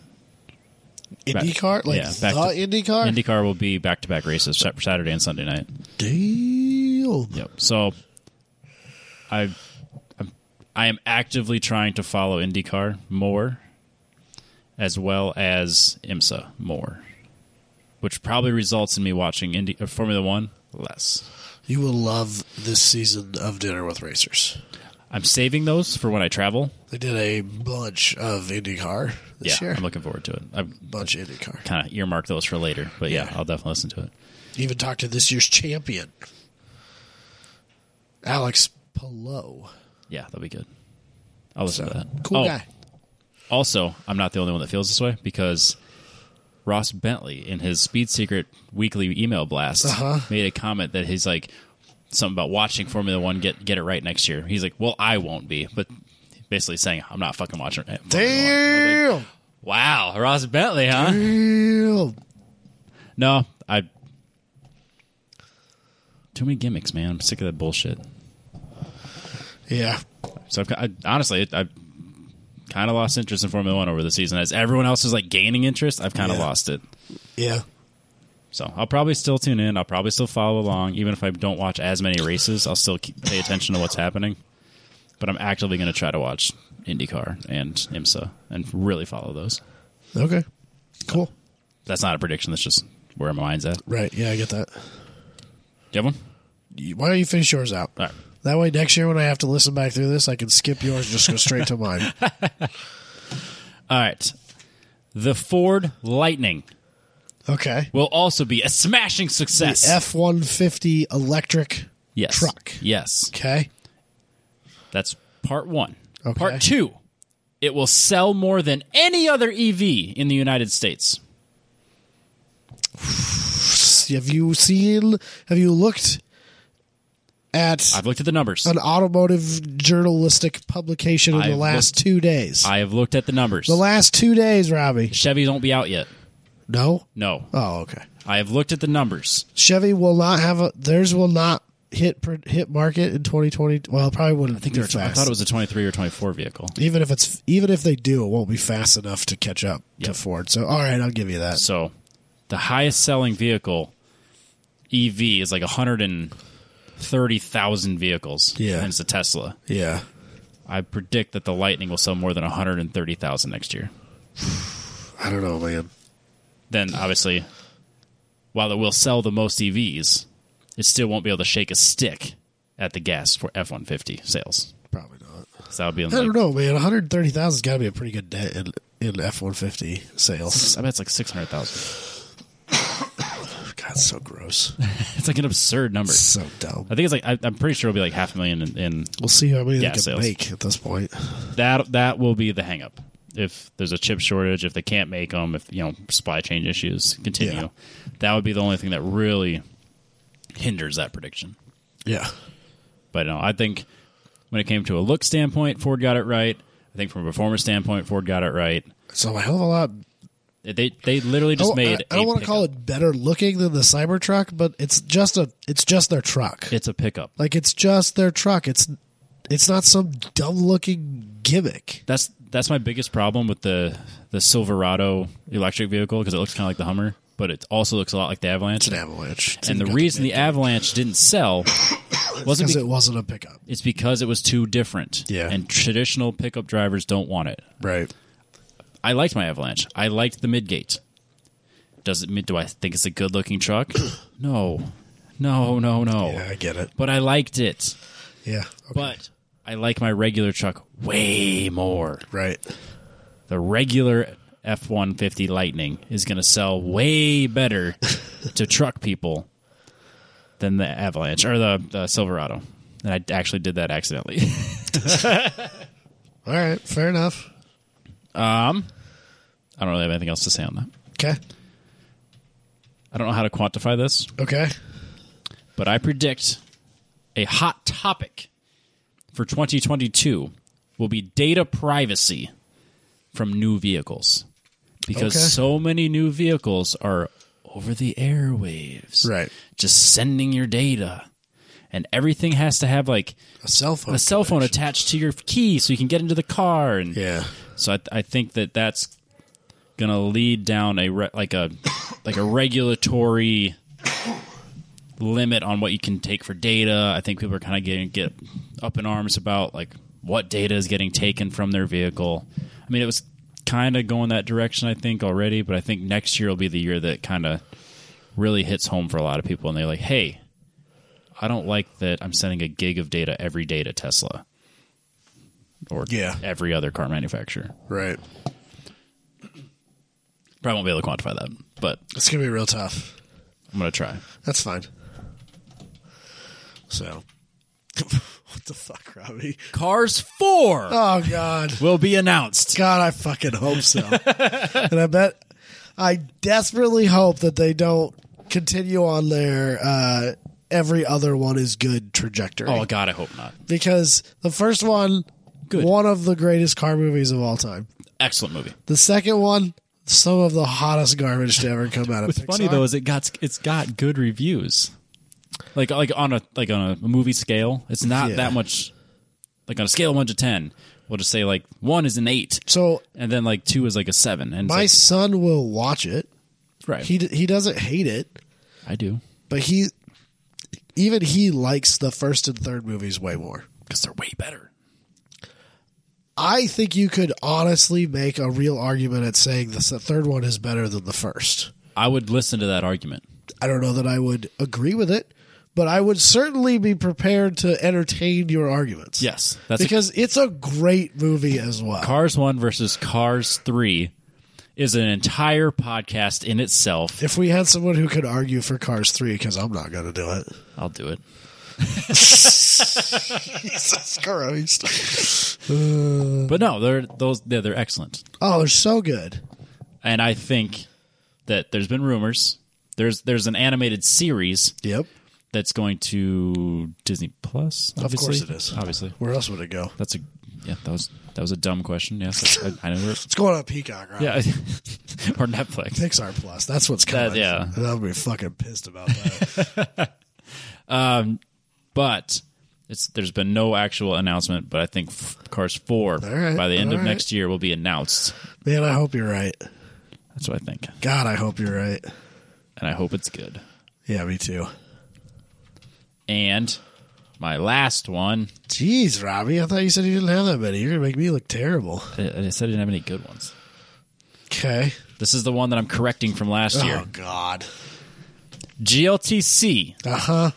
[SPEAKER 1] back-
[SPEAKER 2] IndyCar? Like
[SPEAKER 1] yeah,
[SPEAKER 2] the
[SPEAKER 1] back to-
[SPEAKER 2] IndyCar?
[SPEAKER 1] IndyCar will be back to back races Sat- Saturday and Sunday night.
[SPEAKER 2] Deal.
[SPEAKER 1] Yep. So I I'm, I am actively trying to follow IndyCar more as well as IMSA more, which probably results in me watching Indy uh, Formula 1 less.
[SPEAKER 2] You will love this season of Dinner with Racers.
[SPEAKER 1] I'm saving those for when I travel.
[SPEAKER 2] They did a bunch of IndyCar this
[SPEAKER 1] yeah,
[SPEAKER 2] year.
[SPEAKER 1] I'm looking forward to it. I've
[SPEAKER 2] bunch of IndyCar.
[SPEAKER 1] kind of earmarked those for later, but yeah,
[SPEAKER 2] Yeah.
[SPEAKER 1] I'll definitely listen to it.
[SPEAKER 2] Even talked to this year's champion, Alex Pillow.
[SPEAKER 1] Yeah, that'll be good. I'll listen to that.
[SPEAKER 2] Cool
[SPEAKER 1] Oh,
[SPEAKER 2] guy.
[SPEAKER 1] Also, I'm not the only one that feels this way because Ross Bentley in his Speed Secret weekly email blast
[SPEAKER 2] Uh-huh.
[SPEAKER 1] made a comment that he's like something about watching Formula One get get it right next year. He's like, "Well, I won't be," but basically saying, "I'm not fucking watching." Formula One." I was like,
[SPEAKER 2] Damn.
[SPEAKER 1] wow, Ross Bentley, huh?
[SPEAKER 2] Damn.
[SPEAKER 1] No, I Too many gimmicks, man. I'm sick of that bullshit.
[SPEAKER 2] Yeah.
[SPEAKER 1] So I've I, honestly, I, I've kind of lost interest in Formula One over the season. As everyone else is like gaining interest, I've kind of
[SPEAKER 2] Yeah.
[SPEAKER 1] lost it.
[SPEAKER 2] Yeah.
[SPEAKER 1] So I'll probably still tune in. I'll probably still follow along, even if I don't watch as many races. I'll still keep, pay attention to what's happening. But I'm actively going to try to watch IndyCar and IMSA and really follow those.
[SPEAKER 2] Okay. Cool.
[SPEAKER 1] That's not a prediction. That's just where my mind's at. Do
[SPEAKER 2] Right. Yeah, I get that.
[SPEAKER 1] you have one?
[SPEAKER 2] You- Why don't you finish yours out?
[SPEAKER 1] All right.
[SPEAKER 2] That way, next year when I have to listen back through this, I can skip yours and just go straight to mine.
[SPEAKER 1] All right. The Ford Lightning
[SPEAKER 2] Okay.
[SPEAKER 1] will also be a smashing success.
[SPEAKER 2] F one fifty electric
[SPEAKER 1] yes.
[SPEAKER 2] truck.
[SPEAKER 1] Yes.
[SPEAKER 2] Okay.
[SPEAKER 1] That's part one.
[SPEAKER 2] Okay.
[SPEAKER 1] Part two, it will sell more than any other EV in the United States.
[SPEAKER 2] Have you seen? Have you looked at
[SPEAKER 1] I've looked at the numbers.
[SPEAKER 2] an automotive journalistic publication in the
[SPEAKER 1] I've
[SPEAKER 2] last two days?
[SPEAKER 1] I have looked at the numbers.
[SPEAKER 2] the last two days, Robbie.
[SPEAKER 1] Chevys won't be out yet.
[SPEAKER 2] No.
[SPEAKER 1] No.
[SPEAKER 2] Oh, okay.
[SPEAKER 1] I have looked at the numbers.
[SPEAKER 2] Chevy will not have a theirs will not hit pr- hit market in 2020. Well, it probably wouldn't. I think
[SPEAKER 1] I thought it was a 23 or 24 vehicle.
[SPEAKER 2] even if it's even if they do, it won't be fast enough to catch up to Ford. So, all right, I'll give you that.
[SPEAKER 1] So the highest selling vehicle EV is like 130,000 vehicles.
[SPEAKER 2] Yeah.
[SPEAKER 1] And it's a Tesla.
[SPEAKER 2] Yeah,
[SPEAKER 1] I predict that the Lightning will sell more than 130,000 next year.
[SPEAKER 2] I don't know, man.
[SPEAKER 1] Then obviously, while it will sell the most EVs, it still won't be able to shake a stick at the gas for F 150 sales.
[SPEAKER 2] Probably not.
[SPEAKER 1] So that would be in
[SPEAKER 2] I don't
[SPEAKER 1] like,
[SPEAKER 2] know, man. One hundred thirty thousand has got to be a pretty good day in in F one fifty sales. Oh,
[SPEAKER 1] I bet it's like 600,000.
[SPEAKER 2] God, so gross.
[SPEAKER 1] It's like an absurd number.
[SPEAKER 2] so dumb.
[SPEAKER 1] I think it's like I, I'm pretty sure it'll be like half a million, and, and
[SPEAKER 2] We'll see how many
[SPEAKER 1] Yeah,
[SPEAKER 2] they can
[SPEAKER 1] sales.
[SPEAKER 2] make at this point.
[SPEAKER 1] that that will be the hangup. If there's a chip shortage, if they can't make them, if you know supply chain issues continue,
[SPEAKER 2] Yeah.
[SPEAKER 1] that would be the only thing that really hinders that prediction.
[SPEAKER 2] Yeah,
[SPEAKER 1] But no, I think when it came to a look standpoint, Ford got it right. I think from a performance standpoint, Ford got it right.
[SPEAKER 2] so a hell of a lot.
[SPEAKER 1] They they literally
[SPEAKER 2] Oh, I
[SPEAKER 1] just
[SPEAKER 2] don't- I,
[SPEAKER 1] made.
[SPEAKER 2] I don't
[SPEAKER 1] want to
[SPEAKER 2] call it better looking than the Cybertruck, but it's just a it's just their truck.
[SPEAKER 1] It's a pickup.
[SPEAKER 2] Like it's just their truck. It's it's not some dumb looking gimmick.
[SPEAKER 1] That's that's my biggest problem with the the Silverado electric vehicle because it looks kind of like the Hummer, but it also looks a lot like the Avalanche.
[SPEAKER 2] It's an avalanche. It's
[SPEAKER 1] and the
[SPEAKER 2] got
[SPEAKER 1] reason the Avalanche didn't sell wasn't
[SPEAKER 2] because
[SPEAKER 1] be-
[SPEAKER 2] it wasn't a pickup.
[SPEAKER 1] it's because it was too different.
[SPEAKER 2] Yeah.
[SPEAKER 1] And traditional pickup drivers don't want it.
[SPEAKER 2] Right.
[SPEAKER 1] I liked my Avalanche. I liked the Midgate. Does it mean do I think it's a good looking truck? no. No, no, no.
[SPEAKER 2] Yeah, I get it.
[SPEAKER 1] But I liked it.
[SPEAKER 2] Yeah. Okay.
[SPEAKER 1] But I like my regular truck way more.
[SPEAKER 2] right.
[SPEAKER 1] The regular F one fifty Lightning is gonna sell way better to truck people than the Avalanche or the, the Silverado. And I actually did that accidentally.
[SPEAKER 2] All right. Fair enough.
[SPEAKER 1] I don't really have anything else to say on that.
[SPEAKER 2] Okay.
[SPEAKER 1] I don't know how to quantify this,
[SPEAKER 2] Okay.
[SPEAKER 1] but I predict a hot topic for 2022 will be data privacy from new vehicles because
[SPEAKER 2] Okay.
[SPEAKER 1] so many new vehicles are over the airwaves.
[SPEAKER 2] Right.
[SPEAKER 1] Just sending your data. And everything has to have like
[SPEAKER 2] A cell phone.
[SPEAKER 1] a cell phone attached to your key so you can get into the car and
[SPEAKER 2] Yeah.
[SPEAKER 1] So I, I think that that's gonna lead down a re, like a like a regulatory limit on what you can take for data. I think people are kind of getting get up in arms about like what data is getting taken from their vehicle. I mean, it was kind of going that direction I think already, but I think next year will be the year that kind of really hits home for a lot of people, and they're like, hey. I don't like that I'm sending a gig of data every day to Tesla or
[SPEAKER 2] Yeah.
[SPEAKER 1] every other car manufacturer.
[SPEAKER 2] Right.
[SPEAKER 1] Probably won't be able to quantify that, but
[SPEAKER 2] It's gonna be real tough.
[SPEAKER 1] I'm gonna try.
[SPEAKER 2] That's fine. So. what the fuck, Robbie?
[SPEAKER 1] Cars four
[SPEAKER 2] Oh God.
[SPEAKER 1] will be announced.
[SPEAKER 2] God, I fucking hope so. and I bet, I desperately hope that they don't continue on their uh, every other one is good trajectory.
[SPEAKER 1] Oh God, I hope not.
[SPEAKER 2] Because the first one,
[SPEAKER 1] Good.
[SPEAKER 2] one of the greatest car movies of all time.
[SPEAKER 1] Excellent movie.
[SPEAKER 2] The second one, some of the hottest garbage to ever come out of
[SPEAKER 1] What's
[SPEAKER 2] Pixar.
[SPEAKER 1] funny though is it got it's got good reviews. like like on a like on a movie scale. It's not
[SPEAKER 2] Yeah.
[SPEAKER 1] that much. Like on a scale of one to ten, we'll just say like one is an eight,
[SPEAKER 2] So
[SPEAKER 1] and then like two is like a seven. And it's
[SPEAKER 2] my
[SPEAKER 1] like-
[SPEAKER 2] son will watch it.
[SPEAKER 1] right,
[SPEAKER 2] He d- he doesn't hate it,
[SPEAKER 1] I do
[SPEAKER 2] but he even he likes the first and third movies way more.
[SPEAKER 1] because they're way better.
[SPEAKER 2] I think you could honestly make a real argument at saying this, the third one is better than the first.
[SPEAKER 1] I would listen to that argument.
[SPEAKER 2] I don't know that I would agree with it, but I would certainly be prepared to entertain your arguments.
[SPEAKER 1] Yes, that's
[SPEAKER 2] because it's a great movie as well.
[SPEAKER 1] Cars One versus Cars Three is an entire podcast in itself.
[SPEAKER 2] if we had someone who could argue for Cars 3, because I'm not going to do it.
[SPEAKER 1] I'll do it.
[SPEAKER 2] Jesus Christ.
[SPEAKER 1] But no, they're those they're, they're excellent,
[SPEAKER 2] Oh, they're so good.
[SPEAKER 1] and I think that there's been rumors. There's there's an animated series
[SPEAKER 2] Yep.
[SPEAKER 1] that's going to Disney Plus.
[SPEAKER 2] Of
[SPEAKER 1] Obviously.
[SPEAKER 2] course it is.
[SPEAKER 1] Obviously,
[SPEAKER 2] Where else would it go?
[SPEAKER 1] that's a yeah. That was that was a dumb question. Yes, I, I know.
[SPEAKER 2] It's going on Peacock, right?
[SPEAKER 1] Yeah, or Netflix.
[SPEAKER 2] Pixar Plus. That's what's coming.
[SPEAKER 1] That- yeah.
[SPEAKER 2] And I'll be fucking pissed about that.
[SPEAKER 1] but it's there's been no actual announcement. But I think f- Cars Four
[SPEAKER 2] right,
[SPEAKER 1] by the end of
[SPEAKER 2] all right.
[SPEAKER 1] next year will be announced.
[SPEAKER 2] Man, I hope you're right.
[SPEAKER 1] That's what I think,
[SPEAKER 2] God, I hope you're right.
[SPEAKER 1] and I hope it's good.
[SPEAKER 2] Yeah, me too.
[SPEAKER 1] And my last one,
[SPEAKER 2] Jeez, Robbie, I thought you said you didn't have that many. You're going to make me look terrible.
[SPEAKER 1] I I said I didn't have any good ones.
[SPEAKER 2] Okay.
[SPEAKER 1] This is the one that I'm correcting from last year.
[SPEAKER 2] Oh, God.
[SPEAKER 1] GLTC
[SPEAKER 2] Uh huh.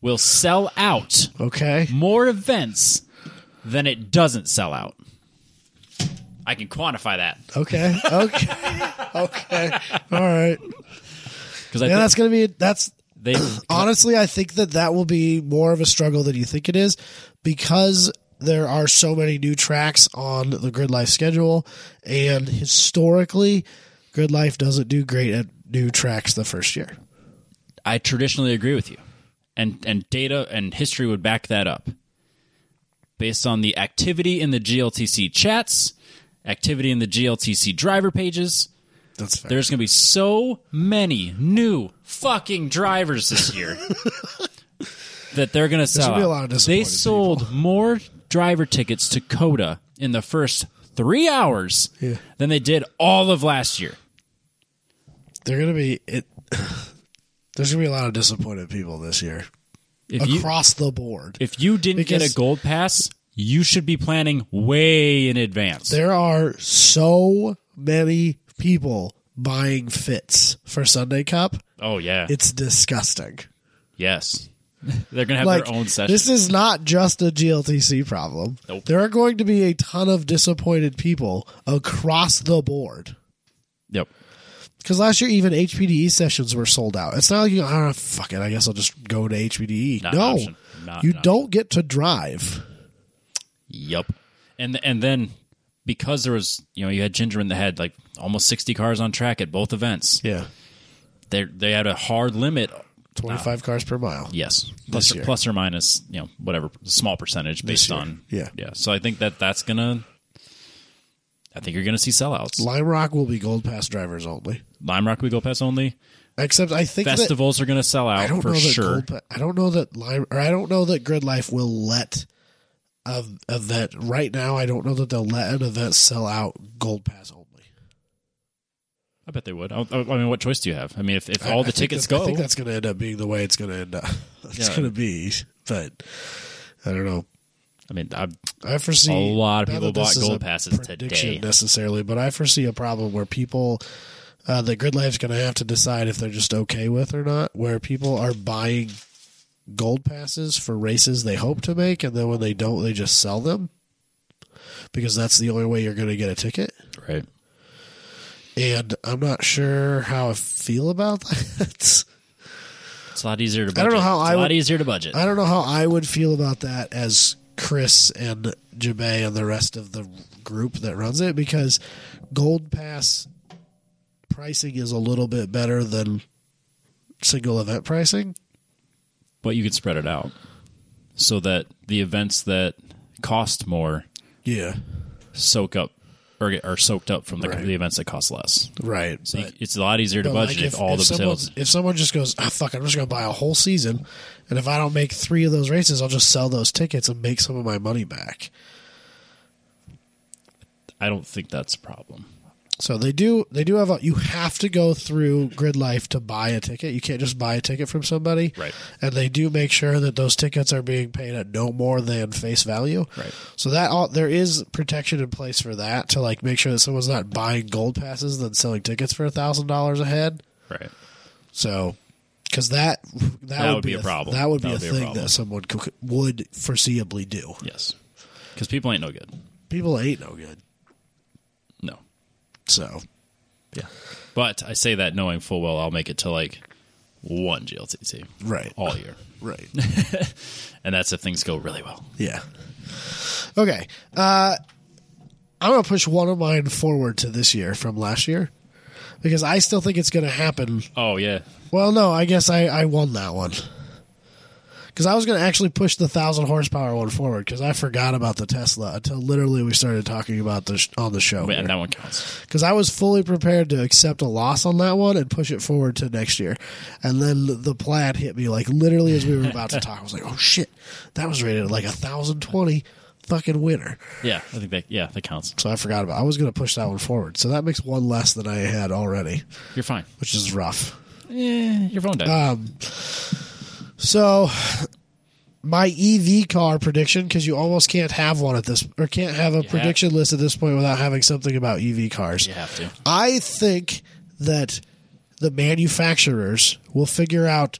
[SPEAKER 1] will sell out
[SPEAKER 2] Okay.
[SPEAKER 1] more events than it doesn't sell out. I can quantify that
[SPEAKER 2] Okay. Okay. okay. All right.
[SPEAKER 1] because I
[SPEAKER 2] Yeah, that's
[SPEAKER 1] think
[SPEAKER 2] gonna be that's
[SPEAKER 1] they
[SPEAKER 2] honestly, I think that that will be more of a struggle than you think it is, because there are so many new tracks on the Grid Life schedule, and historically, Grid Life doesn't do great at new tracks the first year.
[SPEAKER 1] I traditionally agree with you, and and data and history would back that up. Based on the activity in the GLTC chats, activity in the GLTC driver pages,
[SPEAKER 2] That's fair.
[SPEAKER 1] there's going to be so many new fucking drivers this year that they're going to sell.
[SPEAKER 2] gonna be a
[SPEAKER 1] out.
[SPEAKER 2] lot of
[SPEAKER 1] they
[SPEAKER 2] disappointed
[SPEAKER 1] sold more driver tickets to Coda in the first three hours
[SPEAKER 2] Yeah.
[SPEAKER 1] than they did all of last year.
[SPEAKER 2] They're gonna be it. There's gonna be a lot of disappointed people this year
[SPEAKER 1] If you
[SPEAKER 2] across the board.
[SPEAKER 1] if you didn't get
[SPEAKER 2] Because-
[SPEAKER 1] a gold pass, you should be planning way in advance.
[SPEAKER 2] There are so many people buying fits for Sunday Cup.
[SPEAKER 1] Oh yeah,
[SPEAKER 2] It's disgusting.
[SPEAKER 1] yes, they're going to have
[SPEAKER 2] Like
[SPEAKER 1] their own session.
[SPEAKER 2] this is not just a GLTC problem.
[SPEAKER 1] Nope.
[SPEAKER 2] There are going to be a ton of disappointed people across the board.
[SPEAKER 1] yep.
[SPEAKER 2] Because last year, even HPDE E sessions were sold out. It's not like you, ah, fuck it. I guess I'll just go to HPDE.
[SPEAKER 1] Not an
[SPEAKER 2] E." no,
[SPEAKER 1] option. Not
[SPEAKER 2] you
[SPEAKER 1] an
[SPEAKER 2] don't get to drive.
[SPEAKER 1] Yep. And and then because there was you know you had Ginger in the head like almost sixty cars on track at both events.
[SPEAKER 2] Yeah,
[SPEAKER 1] They they had a hard limit.
[SPEAKER 2] twenty five cars per mile.
[SPEAKER 1] Yes, plus
[SPEAKER 2] This
[SPEAKER 1] or,
[SPEAKER 2] year.
[SPEAKER 1] plus or minus you know whatever small percentage based
[SPEAKER 2] year.
[SPEAKER 1] on
[SPEAKER 2] Yeah.
[SPEAKER 1] yeah. So I think that that's gonna. I think you're gonna see sellouts.
[SPEAKER 2] Lime Rock will be Gold Pass drivers only.
[SPEAKER 1] Lime Rock we go pass only.
[SPEAKER 2] Except I think that
[SPEAKER 1] Festivals are gonna sell
[SPEAKER 2] I
[SPEAKER 1] out
[SPEAKER 2] don't
[SPEAKER 1] for
[SPEAKER 2] know that
[SPEAKER 1] sure.
[SPEAKER 2] Gold Pa- I don't know that Lime or I don't know that Grid Life will let a event right now. I don't know that they'll let an event sell out Gold Pass only.
[SPEAKER 1] I bet they would. I, I I mean, what choice do you have? I mean, if, if
[SPEAKER 2] I-
[SPEAKER 1] all
[SPEAKER 2] I
[SPEAKER 1] the
[SPEAKER 2] think
[SPEAKER 1] tickets
[SPEAKER 2] that-
[SPEAKER 1] go,
[SPEAKER 2] I think that's going to end up being the way it's going to end up. It's
[SPEAKER 1] Yeah.
[SPEAKER 2] going to be, but I don't know.
[SPEAKER 1] I mean, I,
[SPEAKER 2] I foresee
[SPEAKER 1] A lot of
[SPEAKER 2] not
[SPEAKER 1] people
[SPEAKER 2] that this
[SPEAKER 1] bought
[SPEAKER 2] is
[SPEAKER 1] Gold
[SPEAKER 2] a
[SPEAKER 1] Passes
[SPEAKER 2] prediction
[SPEAKER 1] today.
[SPEAKER 2] necessarily, but I foresee a problem where people. Uh, the grid life's going to have to decide if they're just okay with or not. Where people are buying gold passes for races they hope to make, and then when they don't, they just sell them because that's the only way you're going to get a ticket.
[SPEAKER 1] right?
[SPEAKER 2] And I'm not sure how I feel about that.
[SPEAKER 1] It's a lot easier to. Budget.
[SPEAKER 2] I don't know how
[SPEAKER 1] it's
[SPEAKER 2] I
[SPEAKER 1] a lot
[SPEAKER 2] would-
[SPEAKER 1] easier to budget.
[SPEAKER 2] I don't know how I would feel about that as Chris and Jabay and the rest of the group that runs it because Gold Pass pricing is a little bit better than single event pricing.
[SPEAKER 1] but you could spread it out so that the events that cost more
[SPEAKER 2] Yeah.
[SPEAKER 1] soak up or get, are soaked up from the,
[SPEAKER 2] Right.
[SPEAKER 1] the events that cost less.
[SPEAKER 2] right.
[SPEAKER 1] So you- it's a lot easier to
[SPEAKER 2] But,
[SPEAKER 1] budget
[SPEAKER 2] like,
[SPEAKER 1] if, all the
[SPEAKER 2] someone,
[SPEAKER 1] sales.
[SPEAKER 2] if someone just goes, ah, fuck, I'm just going to buy a whole season, and if I don't make three of those races, I'll just sell those tickets and make some of my money back.
[SPEAKER 1] I don't think that's a problem.
[SPEAKER 2] So they do. They do have. A, you have to go through Grid Life to buy a ticket. You can't just buy a ticket from somebody.
[SPEAKER 1] Right.
[SPEAKER 2] And they do make sure that those tickets are being paid at no more than face value.
[SPEAKER 1] Right.
[SPEAKER 2] So that all there is protection in place for that to like make sure that someone's not buying gold passes and then selling tickets for a thousand dollars a head.
[SPEAKER 1] Right.
[SPEAKER 2] So. Because that, that would be, a
[SPEAKER 1] problem.
[SPEAKER 2] That would
[SPEAKER 1] That
[SPEAKER 2] be a
[SPEAKER 1] would be a
[SPEAKER 2] thing
[SPEAKER 1] problem.
[SPEAKER 2] that someone could, would foreseeably do.
[SPEAKER 1] Yes. Because people ain't no good.
[SPEAKER 2] People ain't no good.
[SPEAKER 1] No.
[SPEAKER 2] So
[SPEAKER 1] Yeah. But I say that knowing full well I'll make it to like one GLTT
[SPEAKER 2] right,
[SPEAKER 1] all year.
[SPEAKER 2] right.
[SPEAKER 1] And that's if things go really well.
[SPEAKER 2] Yeah. Okay. Uh, I'm going to push one of mine forward to this year from last year because I still think it's going to happen.
[SPEAKER 1] Oh, yeah.
[SPEAKER 2] Well, no, I guess I, I won that one. Because I was going to actually push the 1,000 horsepower one forward because I forgot about the Tesla until literally we started talking about this on the show.
[SPEAKER 1] Wait, and that one counts.
[SPEAKER 2] Because I was fully prepared to accept a loss on that one and push it forward to next year. And then the plaid hit me like literally as we were about to talk. I was like, oh shit, that was rated like a 1,020 fucking winner.
[SPEAKER 1] Yeah. I think that, yeah, that counts.
[SPEAKER 2] So I forgot about I was going to push that one forward. So that makes one less than I had already,
[SPEAKER 1] You're fine.
[SPEAKER 2] which is rough.
[SPEAKER 1] Yeah. Your phone died.
[SPEAKER 2] Uh, So my EV car prediction, because you almost can't have one at this, or can't have a prediction list at this point without having something about EV cars.
[SPEAKER 1] you have to.
[SPEAKER 2] I think that the manufacturers will figure out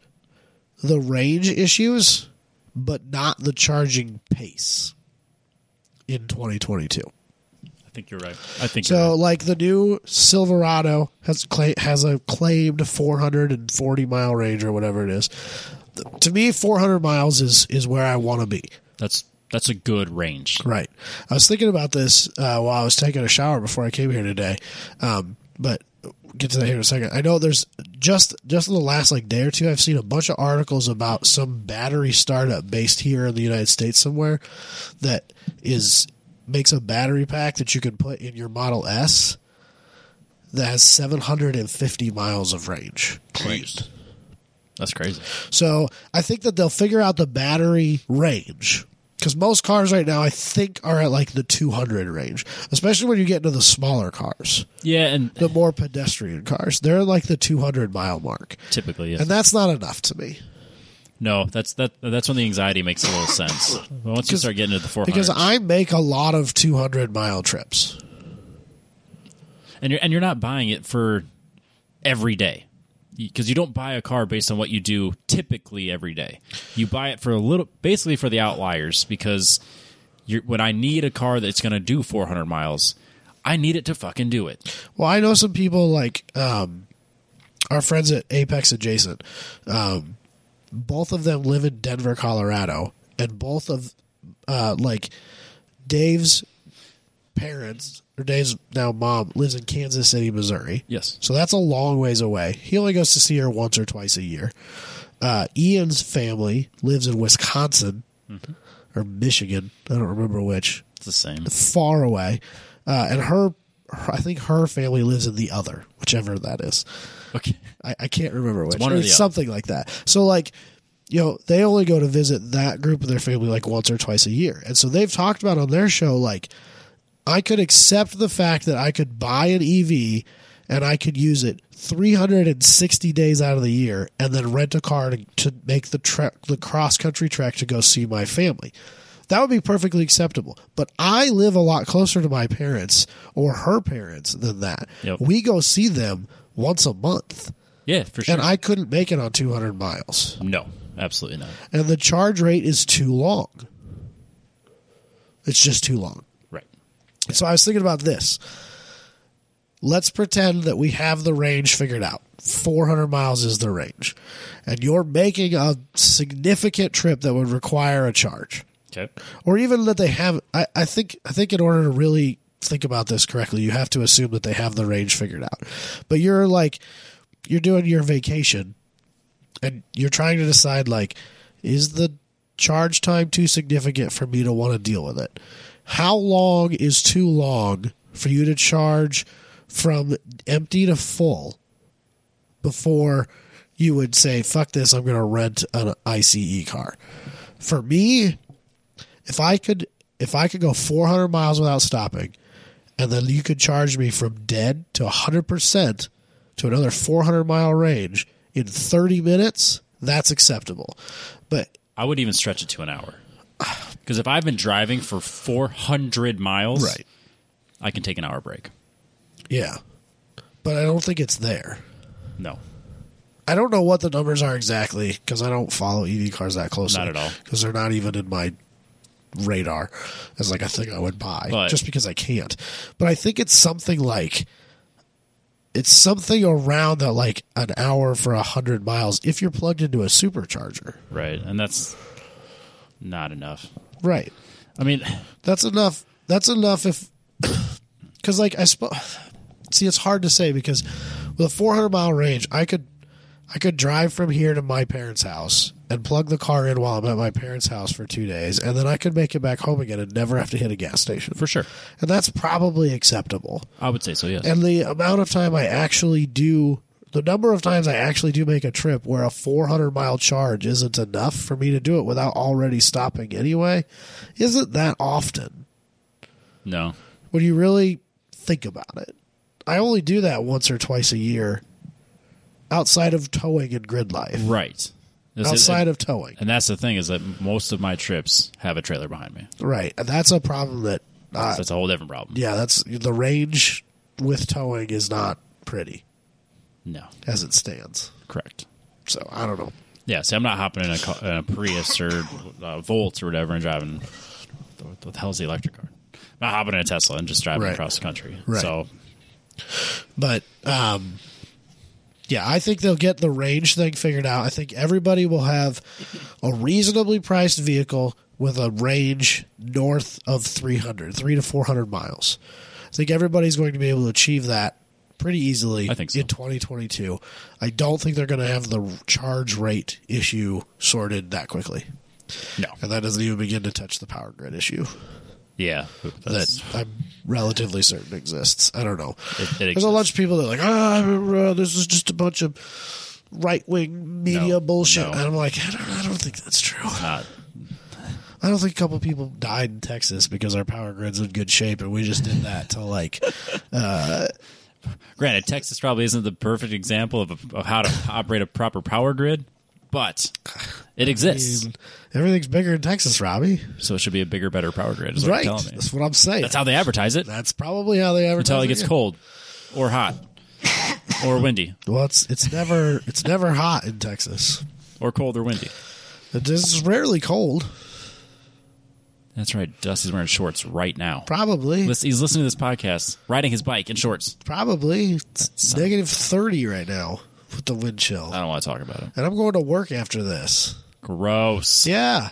[SPEAKER 2] the range issues, but not the charging pace in 2022.
[SPEAKER 1] I think you're right. I think
[SPEAKER 2] So, like the new Silverado has cla- has a claimed 440 mile range or whatever it is. Th- To me, 400 miles is is where I want to be.
[SPEAKER 1] that's that's a good range.
[SPEAKER 2] Right. I was thinking about this uh, while I was taking a shower before I came here today, um, but get to that here in a second. I know there's just just in the last like day or two, I've seen a bunch of articles about some battery startup based here in the United States somewhere that is makes a battery pack that you can put in your Model S that has 750 miles of range.
[SPEAKER 1] Crazy. That's crazy.
[SPEAKER 2] So I think that they'll figure out the battery range because most cars right now, I think, are at like the 200 range, especially when you get into the smaller cars,
[SPEAKER 1] Yeah, and
[SPEAKER 2] the more pedestrian cars. They're like the 200 mile mark.
[SPEAKER 1] typically, yeah.
[SPEAKER 2] And that's not enough to me
[SPEAKER 1] no, that's that. That's when the anxiety makes a little sense. But once you start getting to the 400,
[SPEAKER 2] because I make a lot of 200 mile trips.
[SPEAKER 1] and you're and you're not buying it for every day because you don't buy a car based on what you do typically every day. You buy it for a little, basically for the outliers because you're, when I need a car that's going to do 400 miles, I need it to fucking do it.
[SPEAKER 2] Well, I know some people like um, our friends at Apex Adjacent. Um, both of them live in Denver, Colorado, and both of uh, like Dave's parents or Dave's now mom lives in Kansas City, Missouri.
[SPEAKER 1] Yes.
[SPEAKER 2] So that's a long ways away. He only goes to see her once or twice a year. Uh, Ian's family lives in Wisconsin or Michigan. I don't remember which
[SPEAKER 1] It's the same.
[SPEAKER 2] far away, uh, and her, her, I think her family lives in the other, whichever that is.
[SPEAKER 1] Okay.
[SPEAKER 2] I, I can't remember which,
[SPEAKER 1] one or
[SPEAKER 2] or
[SPEAKER 1] the
[SPEAKER 2] it's
[SPEAKER 1] other.
[SPEAKER 2] something like that. So like, you know, they only go to visit that group of their family like once or twice a year, and so they've talked about on their show like, I could accept the fact that I could buy an EV and I could use it 360 days out of the year, and then rent a car to, to make the trek, the cross country trek to go see my family. That would be perfectly acceptable. But I live a lot closer to my parents or her parents than that.
[SPEAKER 1] Yep.
[SPEAKER 2] We go see them once a month
[SPEAKER 1] Yeah, for sure.
[SPEAKER 2] and I couldn't make it on 200 miles.
[SPEAKER 1] no, absolutely not.
[SPEAKER 2] And the charge rate is too long. It's just too long.
[SPEAKER 1] Right.
[SPEAKER 2] So I was thinking about this. Let's pretend that we have the range figured out. 400 miles is the range. And you're making a significant trip that would require a charge.
[SPEAKER 1] Okay.
[SPEAKER 2] Or even that they have I, I think I think in order to really think about this correctly, you have to assume that they have the range figured out. But you're like you're doing your vacation and you're trying to decide like is the charge time too significant for me to want to deal with it how long is too long for you to charge from empty to full before you would say, fuck this, I'm going to rent an ICE car. For me, if I could if I could go 400 miles without stopping and then you could charge me from dead to 100% to another 400 mile range in 30 minutes, that's acceptable. But
[SPEAKER 1] I would even stretch it to an hour. Because if I've been driving for 400 miles,
[SPEAKER 2] Right.
[SPEAKER 1] I can take an hour break.
[SPEAKER 2] yeah. But I don't think it's there.
[SPEAKER 1] No.
[SPEAKER 2] I don't know what the numbers are exactly because I don't follow EV cars that closely.
[SPEAKER 1] Not at all.
[SPEAKER 2] Because they're not even in my radar as like a thing I would buy
[SPEAKER 1] But-
[SPEAKER 2] just because I can't. But I think it's something like it's something around that like an hour for a hundred miles if you're plugged into a supercharger.
[SPEAKER 1] Right. And that's not enough.
[SPEAKER 2] Right.
[SPEAKER 1] I mean,
[SPEAKER 2] That's enough. That's enough if because like I suppose. See, it's hard to say because with a 400 mile range, I could I could drive from here to my parents' house and plug the car in while I'm at my parents' house for two days, and then I could make it back home again and never have to hit a gas station.
[SPEAKER 1] for sure.
[SPEAKER 2] And that's probably acceptable.
[SPEAKER 1] I would say so, yes.
[SPEAKER 2] And the amount of time I actually do, the number of times I actually do make a trip where a 400 mile charge isn't enough for me to do it without already stopping anyway, isn't that often
[SPEAKER 1] no.
[SPEAKER 2] when you really think about it. I only do that once or twice a year outside of towing and grid life.
[SPEAKER 1] Right. This is-
[SPEAKER 2] Outside of towing.
[SPEAKER 1] and that's the thing is that most of my trips have a trailer behind me.
[SPEAKER 2] Right. And that's a problem that, uh,
[SPEAKER 1] So that's a whole different problem.
[SPEAKER 2] yeah, that's the range with towing is not pretty
[SPEAKER 1] No.
[SPEAKER 2] as it stands.
[SPEAKER 1] Correct.
[SPEAKER 2] So I don't know.
[SPEAKER 1] Yeah, see, I'm not hopping in a, ca- in a Prius or uh, Volt or whatever and driving. What the hell is the electric car? I'm not hopping in a Tesla and just driving
[SPEAKER 2] Right.
[SPEAKER 1] across the country.
[SPEAKER 2] Right.
[SPEAKER 1] So
[SPEAKER 2] But um, yeah, I think they'll get the range thing figured out. I think everybody will have a reasonably priced vehicle with a range north of 300, 3 to 400 miles. I think everybody's going to be able to achieve that pretty easily
[SPEAKER 1] I think so.
[SPEAKER 2] in 2022. I don't think they're going to have the charge rate issue sorted that quickly.
[SPEAKER 1] no,
[SPEAKER 2] And that doesn't even begin to touch the power grid issue
[SPEAKER 1] yeah, that's,
[SPEAKER 2] that I'm relatively certain exists. I don't know.
[SPEAKER 1] It- it
[SPEAKER 2] There's a bunch of people that are like, ah, I remember, uh, this is just a bunch of right wing media
[SPEAKER 1] No,
[SPEAKER 2] bullshit.
[SPEAKER 1] no.
[SPEAKER 2] And I'm like, I don't, I don't think that's true.
[SPEAKER 1] not
[SPEAKER 2] I don't think a couple people died in Texas because our power grid's in good shape and we just did that to like,
[SPEAKER 1] Granted, Texas probably isn't the perfect example of, of how to operate a proper power grid, but it exists.
[SPEAKER 2] everything's bigger in Texas, Robbie.
[SPEAKER 1] So it should be a bigger, better power grid. Is what
[SPEAKER 2] Right.
[SPEAKER 1] you're telling me.
[SPEAKER 2] That's what I'm saying.
[SPEAKER 1] That's
[SPEAKER 2] That's,
[SPEAKER 1] how they advertise it
[SPEAKER 2] probably how they advertise
[SPEAKER 1] until it gets cold or hot or windy
[SPEAKER 2] Well, it's, it's never it's never hot in Texas.
[SPEAKER 1] or cold or windy.
[SPEAKER 2] It is rarely cold,
[SPEAKER 1] That's right. Dusty's wearing shorts right now.
[SPEAKER 2] probably.
[SPEAKER 1] Lis- He's listening to this podcast, riding his bike in shorts.
[SPEAKER 2] Probably. It's
[SPEAKER 1] sucks.
[SPEAKER 2] negative 30 right now with the wind chill.
[SPEAKER 1] I don't want to talk about it.
[SPEAKER 2] and I'm going to work after this.
[SPEAKER 1] Gross.
[SPEAKER 2] Yeah.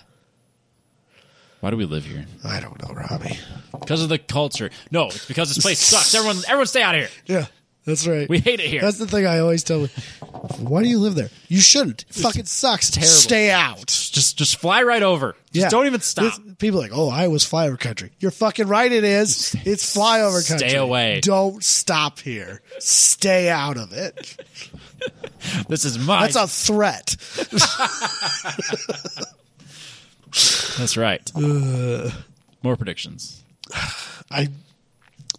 [SPEAKER 1] Why do we live here?
[SPEAKER 2] I don't know, Robbie.
[SPEAKER 1] Because of the culture. No, it's because this place sucks. Everyone, everyone, stay out of here.
[SPEAKER 2] Yeah, that's right.
[SPEAKER 1] We hate it here.
[SPEAKER 2] That's the thing I always tell. Why do you live there? You shouldn't. It fucking sucks. Terrible. Stay out.
[SPEAKER 1] Just, just fly right over. Just
[SPEAKER 2] Yeah.
[SPEAKER 1] don't even stop.
[SPEAKER 2] This- people are like, oh, Iowa's flyover country. You're fucking right. It is. It's flyover
[SPEAKER 1] Stay
[SPEAKER 2] country.
[SPEAKER 1] away.
[SPEAKER 2] Don't stop here. Stay out of it.
[SPEAKER 1] This is my.
[SPEAKER 2] That's a threat.
[SPEAKER 1] That's right. More predictions.
[SPEAKER 2] I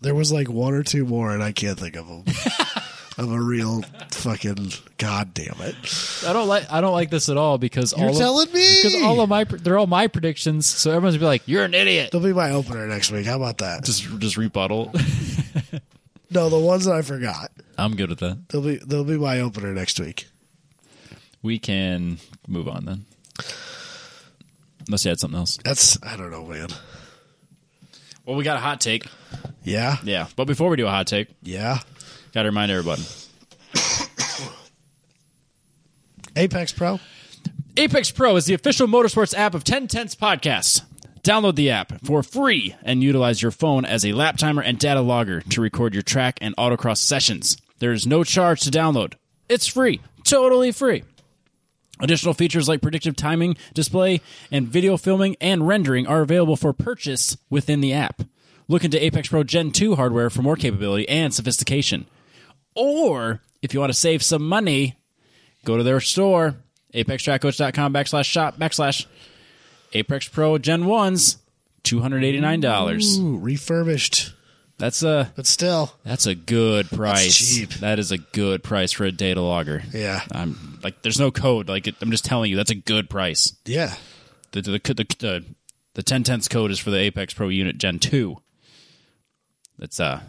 [SPEAKER 2] there was like one or two more, and I can't think of them. I'm a real fucking goddamn it.
[SPEAKER 1] I don't like. I don't like this at all because
[SPEAKER 2] You're
[SPEAKER 1] all
[SPEAKER 2] telling
[SPEAKER 1] of,
[SPEAKER 2] me
[SPEAKER 1] because all of my pre- they're all my predictions. So everyone's gonna be like, "You're an idiot."
[SPEAKER 2] They'll be my opener next week. How about that?
[SPEAKER 1] Just just rebuttal.
[SPEAKER 2] No, the ones that I forgot.
[SPEAKER 1] I'm good with that.
[SPEAKER 2] They'll be they'll be my opener next week.
[SPEAKER 1] We can move on then. Unless you had something else.
[SPEAKER 2] That's I don't know, man.
[SPEAKER 1] Well, we got a hot take.
[SPEAKER 2] Yeah,
[SPEAKER 1] Yeah, but before we do a hot take,
[SPEAKER 2] yeah.
[SPEAKER 1] got to remind everybody.
[SPEAKER 2] Apex Pro.
[SPEAKER 1] Apex Pro is the official motorsports app of 1010's podcast. Download the app for free and utilize your phone as a lap timer and data logger to record your track and autocross sessions. There is no charge to download. It's free, totally free. Additional features like predictive timing, display, and video filming and rendering are available for purchase within the app. Look into Apex Pro Gen 2 hardware for more capability and sophistication. Or if you want to save some money, go to their store, apextrackcoach.com backslash shop backslash Apex Pro Gen 1s, $289.
[SPEAKER 2] Ooh, refurbished,
[SPEAKER 1] That's a
[SPEAKER 2] but still,
[SPEAKER 1] that's a good price.
[SPEAKER 2] cheap.
[SPEAKER 1] That is a good price for a data logger.
[SPEAKER 2] yeah,
[SPEAKER 1] I'm like there's no code. Like it, I'm just telling you that's a good price.
[SPEAKER 2] yeah.
[SPEAKER 1] The the the the, the 10 tenths code is for the Apex Pro unit Gen 2. That's uh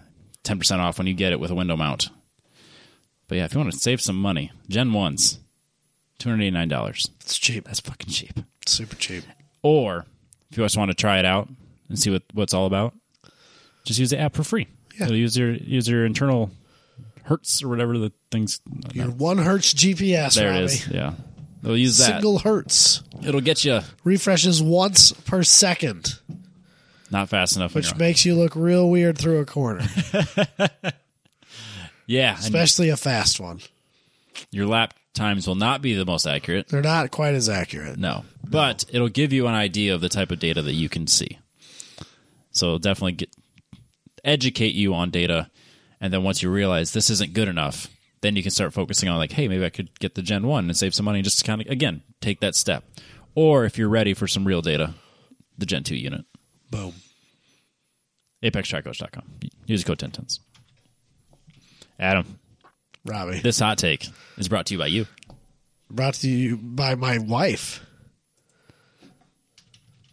[SPEAKER 1] 10% off when you get it with a window mount. But yeah, if you want to save some money, Gen 1s $289.
[SPEAKER 2] It's cheap.
[SPEAKER 1] That's fucking cheap.
[SPEAKER 2] super cheap.
[SPEAKER 1] Or if you just want to try it out and see what what's all about, just use the app for free.
[SPEAKER 2] Yeah.
[SPEAKER 1] It'll use your use your internal hertz or whatever the things
[SPEAKER 2] Your one hertz GPS.
[SPEAKER 1] Oh, there
[SPEAKER 2] Robbie.
[SPEAKER 1] it is. Yeah. They'll use that.
[SPEAKER 2] Single hertz
[SPEAKER 1] It'll get you
[SPEAKER 2] refreshes once per second,
[SPEAKER 1] not fast enough. on
[SPEAKER 2] which
[SPEAKER 1] your own.
[SPEAKER 2] makes you look real weird through a corner,
[SPEAKER 1] yeah, and
[SPEAKER 2] especially a fast one.
[SPEAKER 1] your lap times will not be the most accurate.
[SPEAKER 2] They're not quite as accurate.
[SPEAKER 1] No, but it'll give you an idea of the type of data that you can see. So it'll definitely get educate you on data, and then once you realize this isn't good enough, then you can start focusing on like, hey, maybe I could get the Gen One and save some money just to kind of again take that step. Or if you're ready for some real data, the Gen Two unit,
[SPEAKER 2] Boom.
[SPEAKER 1] apextrackcoach.com. Use code ten tens. Adam,
[SPEAKER 2] Robbie.
[SPEAKER 1] this hot take is brought to you by you.
[SPEAKER 2] brought to you by my wife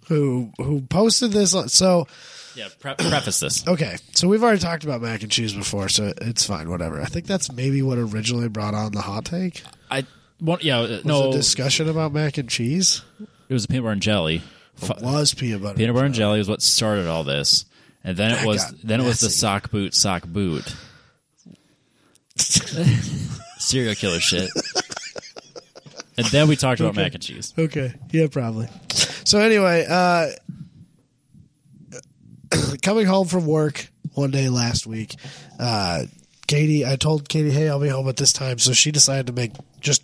[SPEAKER 2] who who posted this on, so
[SPEAKER 1] Yeah, pre- preface this.
[SPEAKER 2] okay so we've already talked about mac and cheese before so it's fine whatever i think that's maybe what originally brought on the hot take
[SPEAKER 1] I want yeah uh,
[SPEAKER 2] was
[SPEAKER 1] no.
[SPEAKER 2] a discussion about mac and cheese
[SPEAKER 1] it was peanut butter and jelly. Fu-
[SPEAKER 2] was peanut butter
[SPEAKER 1] peanut butter and jelly is what started all this, and then it
[SPEAKER 2] That
[SPEAKER 1] was
[SPEAKER 2] got
[SPEAKER 1] then it was the
[SPEAKER 2] messy.
[SPEAKER 1] sock boot sock boot serial killer shit. and then we talked about mac and cheese.
[SPEAKER 2] okay yeah probably so anyway uh coming home from work one day last week uh katie i told katie hey i'll be home at this time so she decided to make just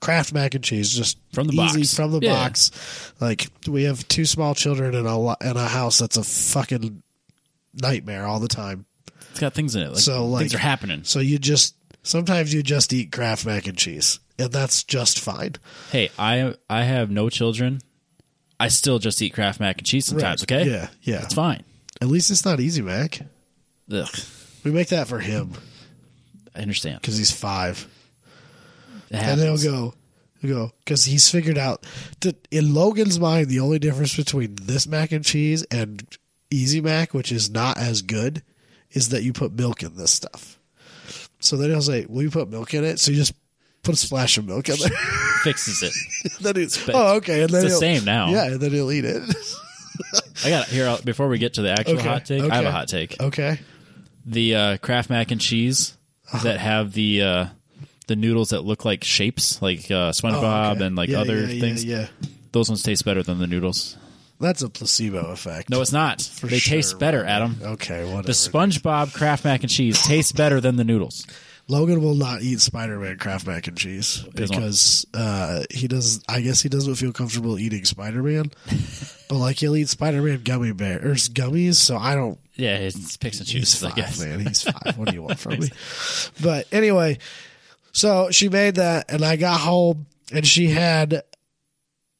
[SPEAKER 2] Kraft mac and cheese, just
[SPEAKER 1] From the
[SPEAKER 2] easy,
[SPEAKER 1] box.
[SPEAKER 2] from the
[SPEAKER 1] Yeah.
[SPEAKER 2] box. Like we have two small children in a lo- in a house that's a fucking nightmare all the time.
[SPEAKER 1] It's got things in it. Like,
[SPEAKER 2] So, like-
[SPEAKER 1] things are happening.
[SPEAKER 2] So you just sometimes you just eat Kraft mac and cheese, and that's just fine.
[SPEAKER 1] Hey, I I have no children. I still just eat Kraft mac and cheese sometimes.
[SPEAKER 2] Right.
[SPEAKER 1] Okay,
[SPEAKER 2] Yeah, yeah.
[SPEAKER 1] it's fine.
[SPEAKER 2] At least it's not easy mac.
[SPEAKER 1] Ugh,
[SPEAKER 2] We make that for him
[SPEAKER 1] I understand.
[SPEAKER 2] because he's five.
[SPEAKER 1] It
[SPEAKER 2] and they'll
[SPEAKER 1] happens.
[SPEAKER 2] go, they'll go, because he's figured out that in Logan's mind, the only difference between this mac and cheese and Easy Mac, which is not as good, is that you put milk in this stuff. So then he'll say, "Will you put milk in it?" So you just put a splash of milk in there.
[SPEAKER 1] fixes it.
[SPEAKER 2] then he's, oh, okay. And then
[SPEAKER 1] it's the
[SPEAKER 2] he'll-
[SPEAKER 1] same now.
[SPEAKER 2] Yeah, and then he'll eat it.
[SPEAKER 1] I got here I'll- before we get to the actual
[SPEAKER 2] Okay,
[SPEAKER 1] hot take. I have
[SPEAKER 2] okay.
[SPEAKER 1] a hot take.
[SPEAKER 2] okay.
[SPEAKER 1] the uh, Kraft mac and cheese
[SPEAKER 2] Uh-huh.
[SPEAKER 1] that have the uh, the noodles that look like shapes, like uh, SpongeBob
[SPEAKER 2] Oh, okay.
[SPEAKER 1] and like
[SPEAKER 2] Yeah,
[SPEAKER 1] other
[SPEAKER 2] yeah, yeah,
[SPEAKER 1] things.
[SPEAKER 2] Yeah,
[SPEAKER 1] Those ones taste better than the noodles.
[SPEAKER 2] that's a placebo effect.
[SPEAKER 1] No, it's not. they
[SPEAKER 2] sure,
[SPEAKER 1] taste better, Adam.
[SPEAKER 2] Okay, whatever.
[SPEAKER 1] The SpongeBob Kraft mac and cheese tastes better than the noodles.
[SPEAKER 2] Logan will not eat Spider-Man Kraft mac and cheese
[SPEAKER 1] doesn't want-
[SPEAKER 2] because uh, he does. I guess he doesn't feel comfortable eating Spider-Man, but like he'll eat Spider-Man gummy bears gummies. So I don't.
[SPEAKER 1] Yeah, it's picks and
[SPEAKER 2] He's
[SPEAKER 1] chooses, I
[SPEAKER 2] five,
[SPEAKER 1] guess.
[SPEAKER 2] man. He's five. What do you want from me? But anyway, so she made that, and I got home, and she had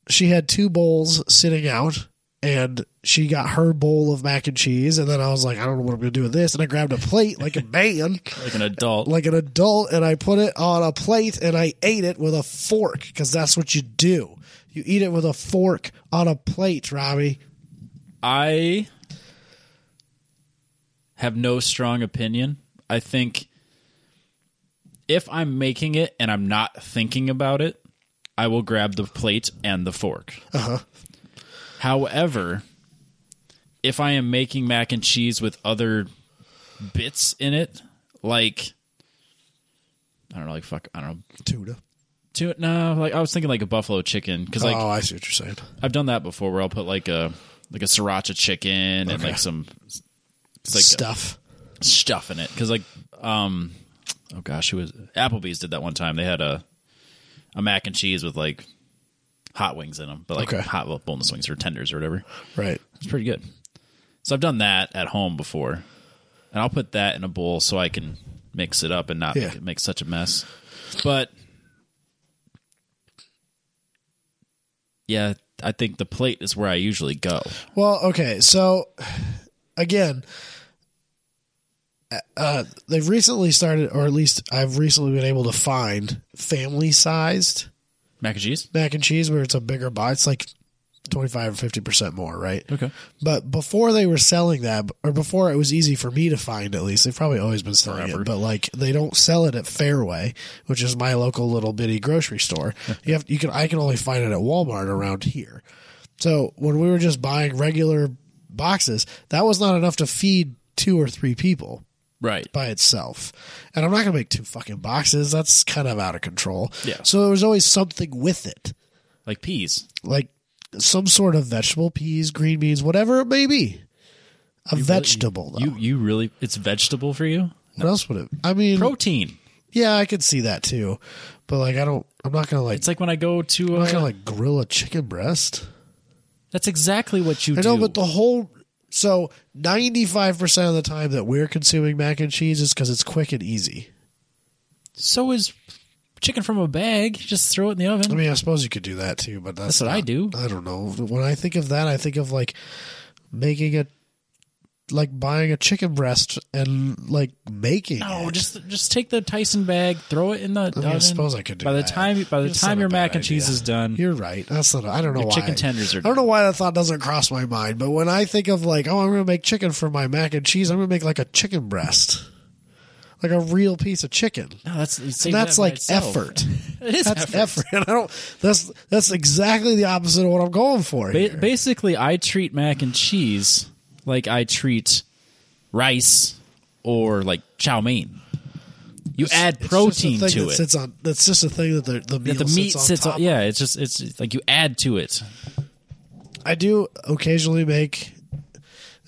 [SPEAKER 2] she had two bowls sitting out. And she got her bowl of mac and cheese, and then I was like, I don't know what I'm gonna do with this. And I grabbed a plate like a man,
[SPEAKER 1] Like an adult.
[SPEAKER 2] like an adult and I put it on a plate and I ate it with a fork because that's what you do. You eat it with a fork on a plate, Robbie.
[SPEAKER 1] I have no strong opinion. I think if I'm making it and I'm not thinking about it, I will grab the plate and the fork.
[SPEAKER 2] Uh-huh.
[SPEAKER 1] However, if I am making mac and cheese with other bits in it, like I don't know, like fuck, I don't know,
[SPEAKER 2] Tuna.
[SPEAKER 1] to it. No, like I was thinking like a buffalo chicken because like
[SPEAKER 2] oh, I see what you're saying.
[SPEAKER 1] I've done that before where I'll put like a like a sriracha chicken and
[SPEAKER 2] Okay.
[SPEAKER 1] like some s- like
[SPEAKER 2] Stuff.
[SPEAKER 1] stuff in it because like um oh gosh who was Applebee's did that one time they had a a mac and cheese with like hot wings in them but like
[SPEAKER 2] Okay.
[SPEAKER 1] hot boneless wings or tenders or whatever
[SPEAKER 2] Right.
[SPEAKER 1] it's pretty good So I've done that at home before, and I'll put that in a bowl so I can mix it up and not
[SPEAKER 2] Yeah.
[SPEAKER 1] make, it make such a mess. But yeah, I think the plate is where I usually go.
[SPEAKER 2] Well, okay, so again, uh, they've recently started, or at least I've recently been able to find family-sized
[SPEAKER 1] Mac and cheese.
[SPEAKER 2] mac and cheese where it's a bigger box, it's like twenty-five or fifty percent more, right?
[SPEAKER 1] Okay.
[SPEAKER 2] But before they were selling that, or before it was easy for me to find, at least they've probably always been selling
[SPEAKER 1] Forever.
[SPEAKER 2] it. But like they don't sell it at Fairway, which is my local little bitty grocery store. you have you can I can only find it at Walmart around here. So when we were just buying regular boxes, that was not enough to feed two or three people
[SPEAKER 1] Right.
[SPEAKER 2] by itself. And I'm not gonna make two fucking boxes. That's kind of out of control.
[SPEAKER 1] Yeah.
[SPEAKER 2] So there was always something with it
[SPEAKER 1] Like peas.
[SPEAKER 2] like some sort of vegetable, peas, green beans, whatever it may be. A vegetable, though.
[SPEAKER 1] You you really it's vegetable for you?
[SPEAKER 2] what else would it? I mean,
[SPEAKER 1] Protein.
[SPEAKER 2] yeah, I could see that too, but like, I don't. I'm not gonna like.
[SPEAKER 1] It's like when I go to
[SPEAKER 2] I'm
[SPEAKER 1] uh,
[SPEAKER 2] not gonna like grill a chicken breast.
[SPEAKER 1] That's exactly what you
[SPEAKER 2] I
[SPEAKER 1] do.
[SPEAKER 2] know, but the whole so 95 percent of the time that we're consuming mac and cheese is because it's quick and easy.
[SPEAKER 1] so is chicken from a bag. You just throw it in the oven.
[SPEAKER 2] I mean, I suppose you could do that too, but that's,
[SPEAKER 1] That's what I
[SPEAKER 2] not-
[SPEAKER 1] do.
[SPEAKER 2] I don't know. When I think of that, I think of like making a like buying a chicken breast and like making.
[SPEAKER 1] No,
[SPEAKER 2] it.
[SPEAKER 1] just just take the Tyson bag, throw it in the
[SPEAKER 2] I, mean, I
[SPEAKER 1] oven.
[SPEAKER 2] suppose I could do
[SPEAKER 1] by the
[SPEAKER 2] that.
[SPEAKER 1] time by the
[SPEAKER 2] That's
[SPEAKER 1] time
[SPEAKER 2] not a
[SPEAKER 1] your mac
[SPEAKER 2] bad
[SPEAKER 1] and cheese
[SPEAKER 2] idea.
[SPEAKER 1] is done,
[SPEAKER 2] You're right. That's not. I don't know
[SPEAKER 1] Your
[SPEAKER 2] why.
[SPEAKER 1] chicken tenders are
[SPEAKER 2] I don't know why that thought doesn't cross my mind. But when I think of like, oh, I'm gonna make chicken for my mac and cheese. I'm gonna make like a chicken breast, like a real piece of chicken.
[SPEAKER 1] no, that's you save
[SPEAKER 2] And that's
[SPEAKER 1] that by
[SPEAKER 2] like
[SPEAKER 1] itself.
[SPEAKER 2] effort.
[SPEAKER 1] It is
[SPEAKER 2] That's
[SPEAKER 1] effort.
[SPEAKER 2] effort. And I don't. That's that's exactly the opposite of what I'm going for.
[SPEAKER 1] Ba-
[SPEAKER 2] here.
[SPEAKER 1] basically, I treat mac and cheese like I treat rice or like chow mein. You add
[SPEAKER 2] It's just a
[SPEAKER 1] protein
[SPEAKER 2] thing
[SPEAKER 1] to
[SPEAKER 2] that
[SPEAKER 1] it.
[SPEAKER 2] Sits on, that's just a thing that the, the, meal
[SPEAKER 1] that the meat
[SPEAKER 2] sits on.
[SPEAKER 1] sits
[SPEAKER 2] top
[SPEAKER 1] on. Yeah, it's just it's like you add to it.
[SPEAKER 2] I do occasionally make.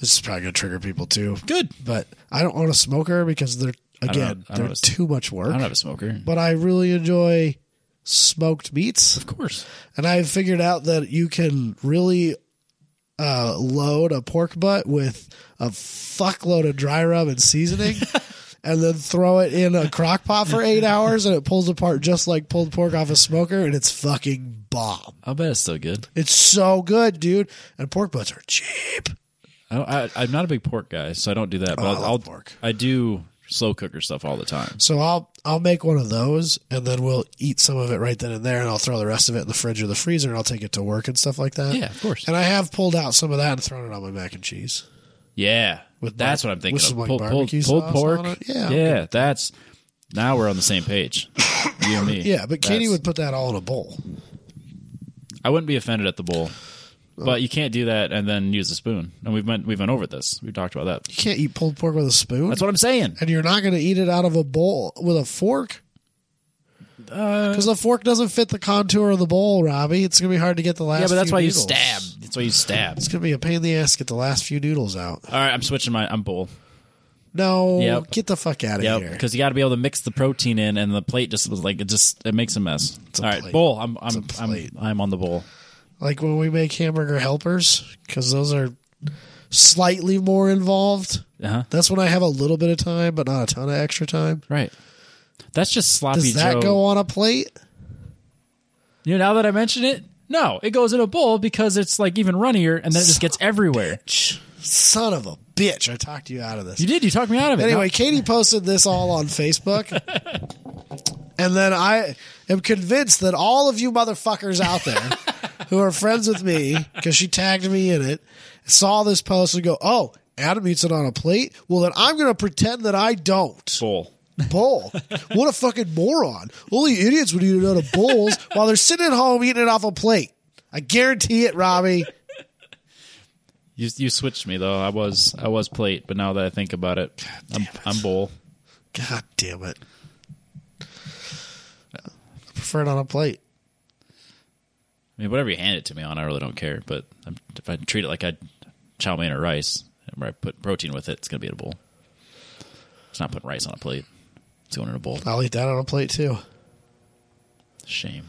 [SPEAKER 2] This is probably gonna trigger people too.
[SPEAKER 1] Good.
[SPEAKER 2] but I don't own a smoker because they're again
[SPEAKER 1] I don't
[SPEAKER 2] they're
[SPEAKER 1] have a-
[SPEAKER 2] too much work.
[SPEAKER 1] I don't have a smoker.
[SPEAKER 2] but I really enjoy smoked meats,
[SPEAKER 1] Of course.
[SPEAKER 2] and I figured out that you can really uh, load a pork butt with a fuckload of dry rub and seasoning. And then throw it in a crock pot for eight hours, and it pulls apart just like pulled pork off a smoker, and it's fucking bomb.
[SPEAKER 1] I'll bet it's still good.
[SPEAKER 2] It's so good, dude. And pork butts are cheap.
[SPEAKER 1] I, don't- I, I'm not a big pork guy, so I don't do that. But
[SPEAKER 2] Oh, I
[SPEAKER 1] I'll,
[SPEAKER 2] love
[SPEAKER 1] I'll
[SPEAKER 2] pork.
[SPEAKER 1] I do slow cooker stuff all the time.
[SPEAKER 2] So I'll I'll make one of those, and then we'll eat some of it right then and there, and I'll throw the rest of it in the fridge or the freezer, and I'll take it to work and stuff like that.
[SPEAKER 1] Yeah, of course.
[SPEAKER 2] And I have pulled out some of that and thrown it on my mac and cheese.
[SPEAKER 1] Yeah,
[SPEAKER 2] With
[SPEAKER 1] that's
[SPEAKER 2] bar-
[SPEAKER 1] what I'm thinking
[SPEAKER 2] with some,
[SPEAKER 1] of.
[SPEAKER 2] like,
[SPEAKER 1] pulled, pulled,
[SPEAKER 2] barbecue
[SPEAKER 1] pulled
[SPEAKER 2] sauce
[SPEAKER 1] pork.
[SPEAKER 2] on it? Yeah, I'm
[SPEAKER 1] yeah, that's now we're on the same page. you and me.
[SPEAKER 2] Yeah, but Katie
[SPEAKER 1] That's-
[SPEAKER 2] would put that all in a bowl.
[SPEAKER 1] I wouldn't be offended at the bowl,
[SPEAKER 2] Oh.
[SPEAKER 1] but you can't do that and then use a spoon. And we've went we've went over this. We've talked about that.
[SPEAKER 2] You can't eat pulled pork with a spoon,
[SPEAKER 1] That's what I'm saying.
[SPEAKER 2] and you're not going to eat it out of a bowl with a fork.
[SPEAKER 1] Uh,
[SPEAKER 2] Because the fork doesn't fit the contour of the bowl, Robbie. It's going to be hard to get the last.
[SPEAKER 1] Yeah, but that's
[SPEAKER 2] few
[SPEAKER 1] why you
[SPEAKER 2] noodles.
[SPEAKER 1] stab. That's why you stab.
[SPEAKER 2] It's going to be a pain in the ass to get the last few noodles out.
[SPEAKER 1] All right, I'm switching my. I'm bowl.
[SPEAKER 2] No,
[SPEAKER 1] Yep.
[SPEAKER 2] get the fuck out of
[SPEAKER 1] Yeah,
[SPEAKER 2] here.
[SPEAKER 1] because you got to be able to mix the protein in, and the plate just was like it just it makes a mess.
[SPEAKER 2] a
[SPEAKER 1] All right,
[SPEAKER 2] plate.
[SPEAKER 1] bowl. I'm I'm,
[SPEAKER 2] a
[SPEAKER 1] I'm
[SPEAKER 2] plate.
[SPEAKER 1] I'm on the bowl.
[SPEAKER 2] like when we make hamburger helpers because those are slightly more involved
[SPEAKER 1] Uh huh.
[SPEAKER 2] that's when i have a little bit of time but not a ton of extra time
[SPEAKER 1] Right. That's just sloppy
[SPEAKER 2] does that
[SPEAKER 1] Joe.
[SPEAKER 2] go on a plate
[SPEAKER 1] You know, now that I mention it, no, it goes in a bowl because it's like even runnier, and then it just gets everywhere.
[SPEAKER 2] son of a bitch i talked you out of this
[SPEAKER 1] You did. You talked me out of it.
[SPEAKER 2] anyway katie posted this all on facebook and then i am convinced that all of you motherfuckers out there who are friends with me because she tagged me in it saw this post and go oh adam eats it on a plate well then i'm going to pretend that i don't
[SPEAKER 1] No, bowl.
[SPEAKER 2] bowl. What a fucking moron. Only idiots would eat it out of bowls while they're sitting at home eating it off a plate. I guarantee it, Robbie.
[SPEAKER 1] You you switched me though. I was I was plate, but now that I think about it, I'm I'm bowl.
[SPEAKER 2] God damn it. I prefer it on a plate.
[SPEAKER 1] I mean, whatever you hand it to me on, I really don't care. But I'm, if I treat it like I chow mein or rice, where I put protein with it, it's gonna be in a bowl. It's not putting rice on a plate. It's going in a bowl.
[SPEAKER 2] I'll eat that on a plate too.
[SPEAKER 1] Shame.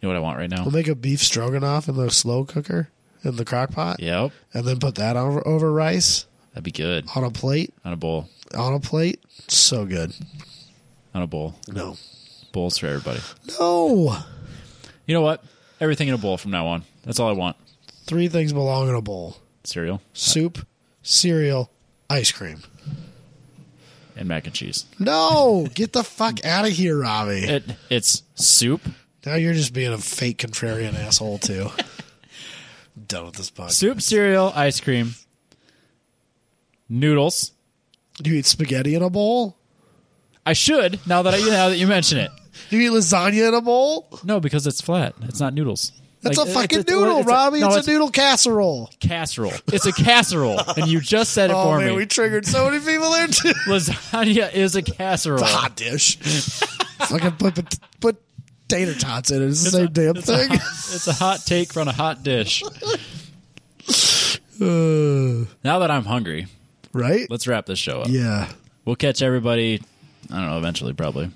[SPEAKER 1] You know what I want right now?
[SPEAKER 2] We'll make a beef stroganoff in the slow cooker in the crock pot
[SPEAKER 1] Yep.
[SPEAKER 2] and then put that over, over rice
[SPEAKER 1] That'd be good
[SPEAKER 2] on a plate.
[SPEAKER 1] on a bowl.
[SPEAKER 2] On a plate. So good.
[SPEAKER 1] On a bowl.
[SPEAKER 2] No.
[SPEAKER 1] Bowls for everybody.
[SPEAKER 2] No.
[SPEAKER 1] You know what? Everything in a bowl from now on. That's all I want.
[SPEAKER 2] Three things belong in a bowl
[SPEAKER 1] Cereal
[SPEAKER 2] soup, cereal, ice cream.
[SPEAKER 1] and mac and cheese.
[SPEAKER 2] No. Get the fuck out of here, Robbie.
[SPEAKER 1] It, it's soup,
[SPEAKER 2] Now you're just being a fake contrarian asshole too. Done with this podcast.
[SPEAKER 1] soup, cereal, ice cream, noodles.
[SPEAKER 2] You eat spaghetti in a bowl?
[SPEAKER 1] I should now that I, now that you mention it.
[SPEAKER 2] You eat lasagna in a bowl?
[SPEAKER 1] No, because it's flat. It's not noodles.
[SPEAKER 2] That's
[SPEAKER 1] Like,
[SPEAKER 2] a
[SPEAKER 1] it-
[SPEAKER 2] fucking
[SPEAKER 1] it's- it's-
[SPEAKER 2] noodle,
[SPEAKER 1] it's a-
[SPEAKER 2] Robbie.
[SPEAKER 1] no,
[SPEAKER 2] it's,
[SPEAKER 1] it's-
[SPEAKER 2] a noodle casserole.
[SPEAKER 1] casserole. It's a casserole, and you just said it
[SPEAKER 2] Oh
[SPEAKER 1] for
[SPEAKER 2] man,
[SPEAKER 1] me.
[SPEAKER 2] we triggered so many people there too.
[SPEAKER 1] Lasagna is a casserole.
[SPEAKER 2] It's a hot dish. fucking put, put put tater tots in it. It's the same damn
[SPEAKER 1] It's a,
[SPEAKER 2] thing.
[SPEAKER 1] hot, it's a hot take from a hot dish.
[SPEAKER 2] Uh,
[SPEAKER 1] Now that I'm hungry,
[SPEAKER 2] right?
[SPEAKER 1] let's wrap this show up.
[SPEAKER 2] yeah.
[SPEAKER 1] We'll catch everybody. I don't know. Eventually, probably.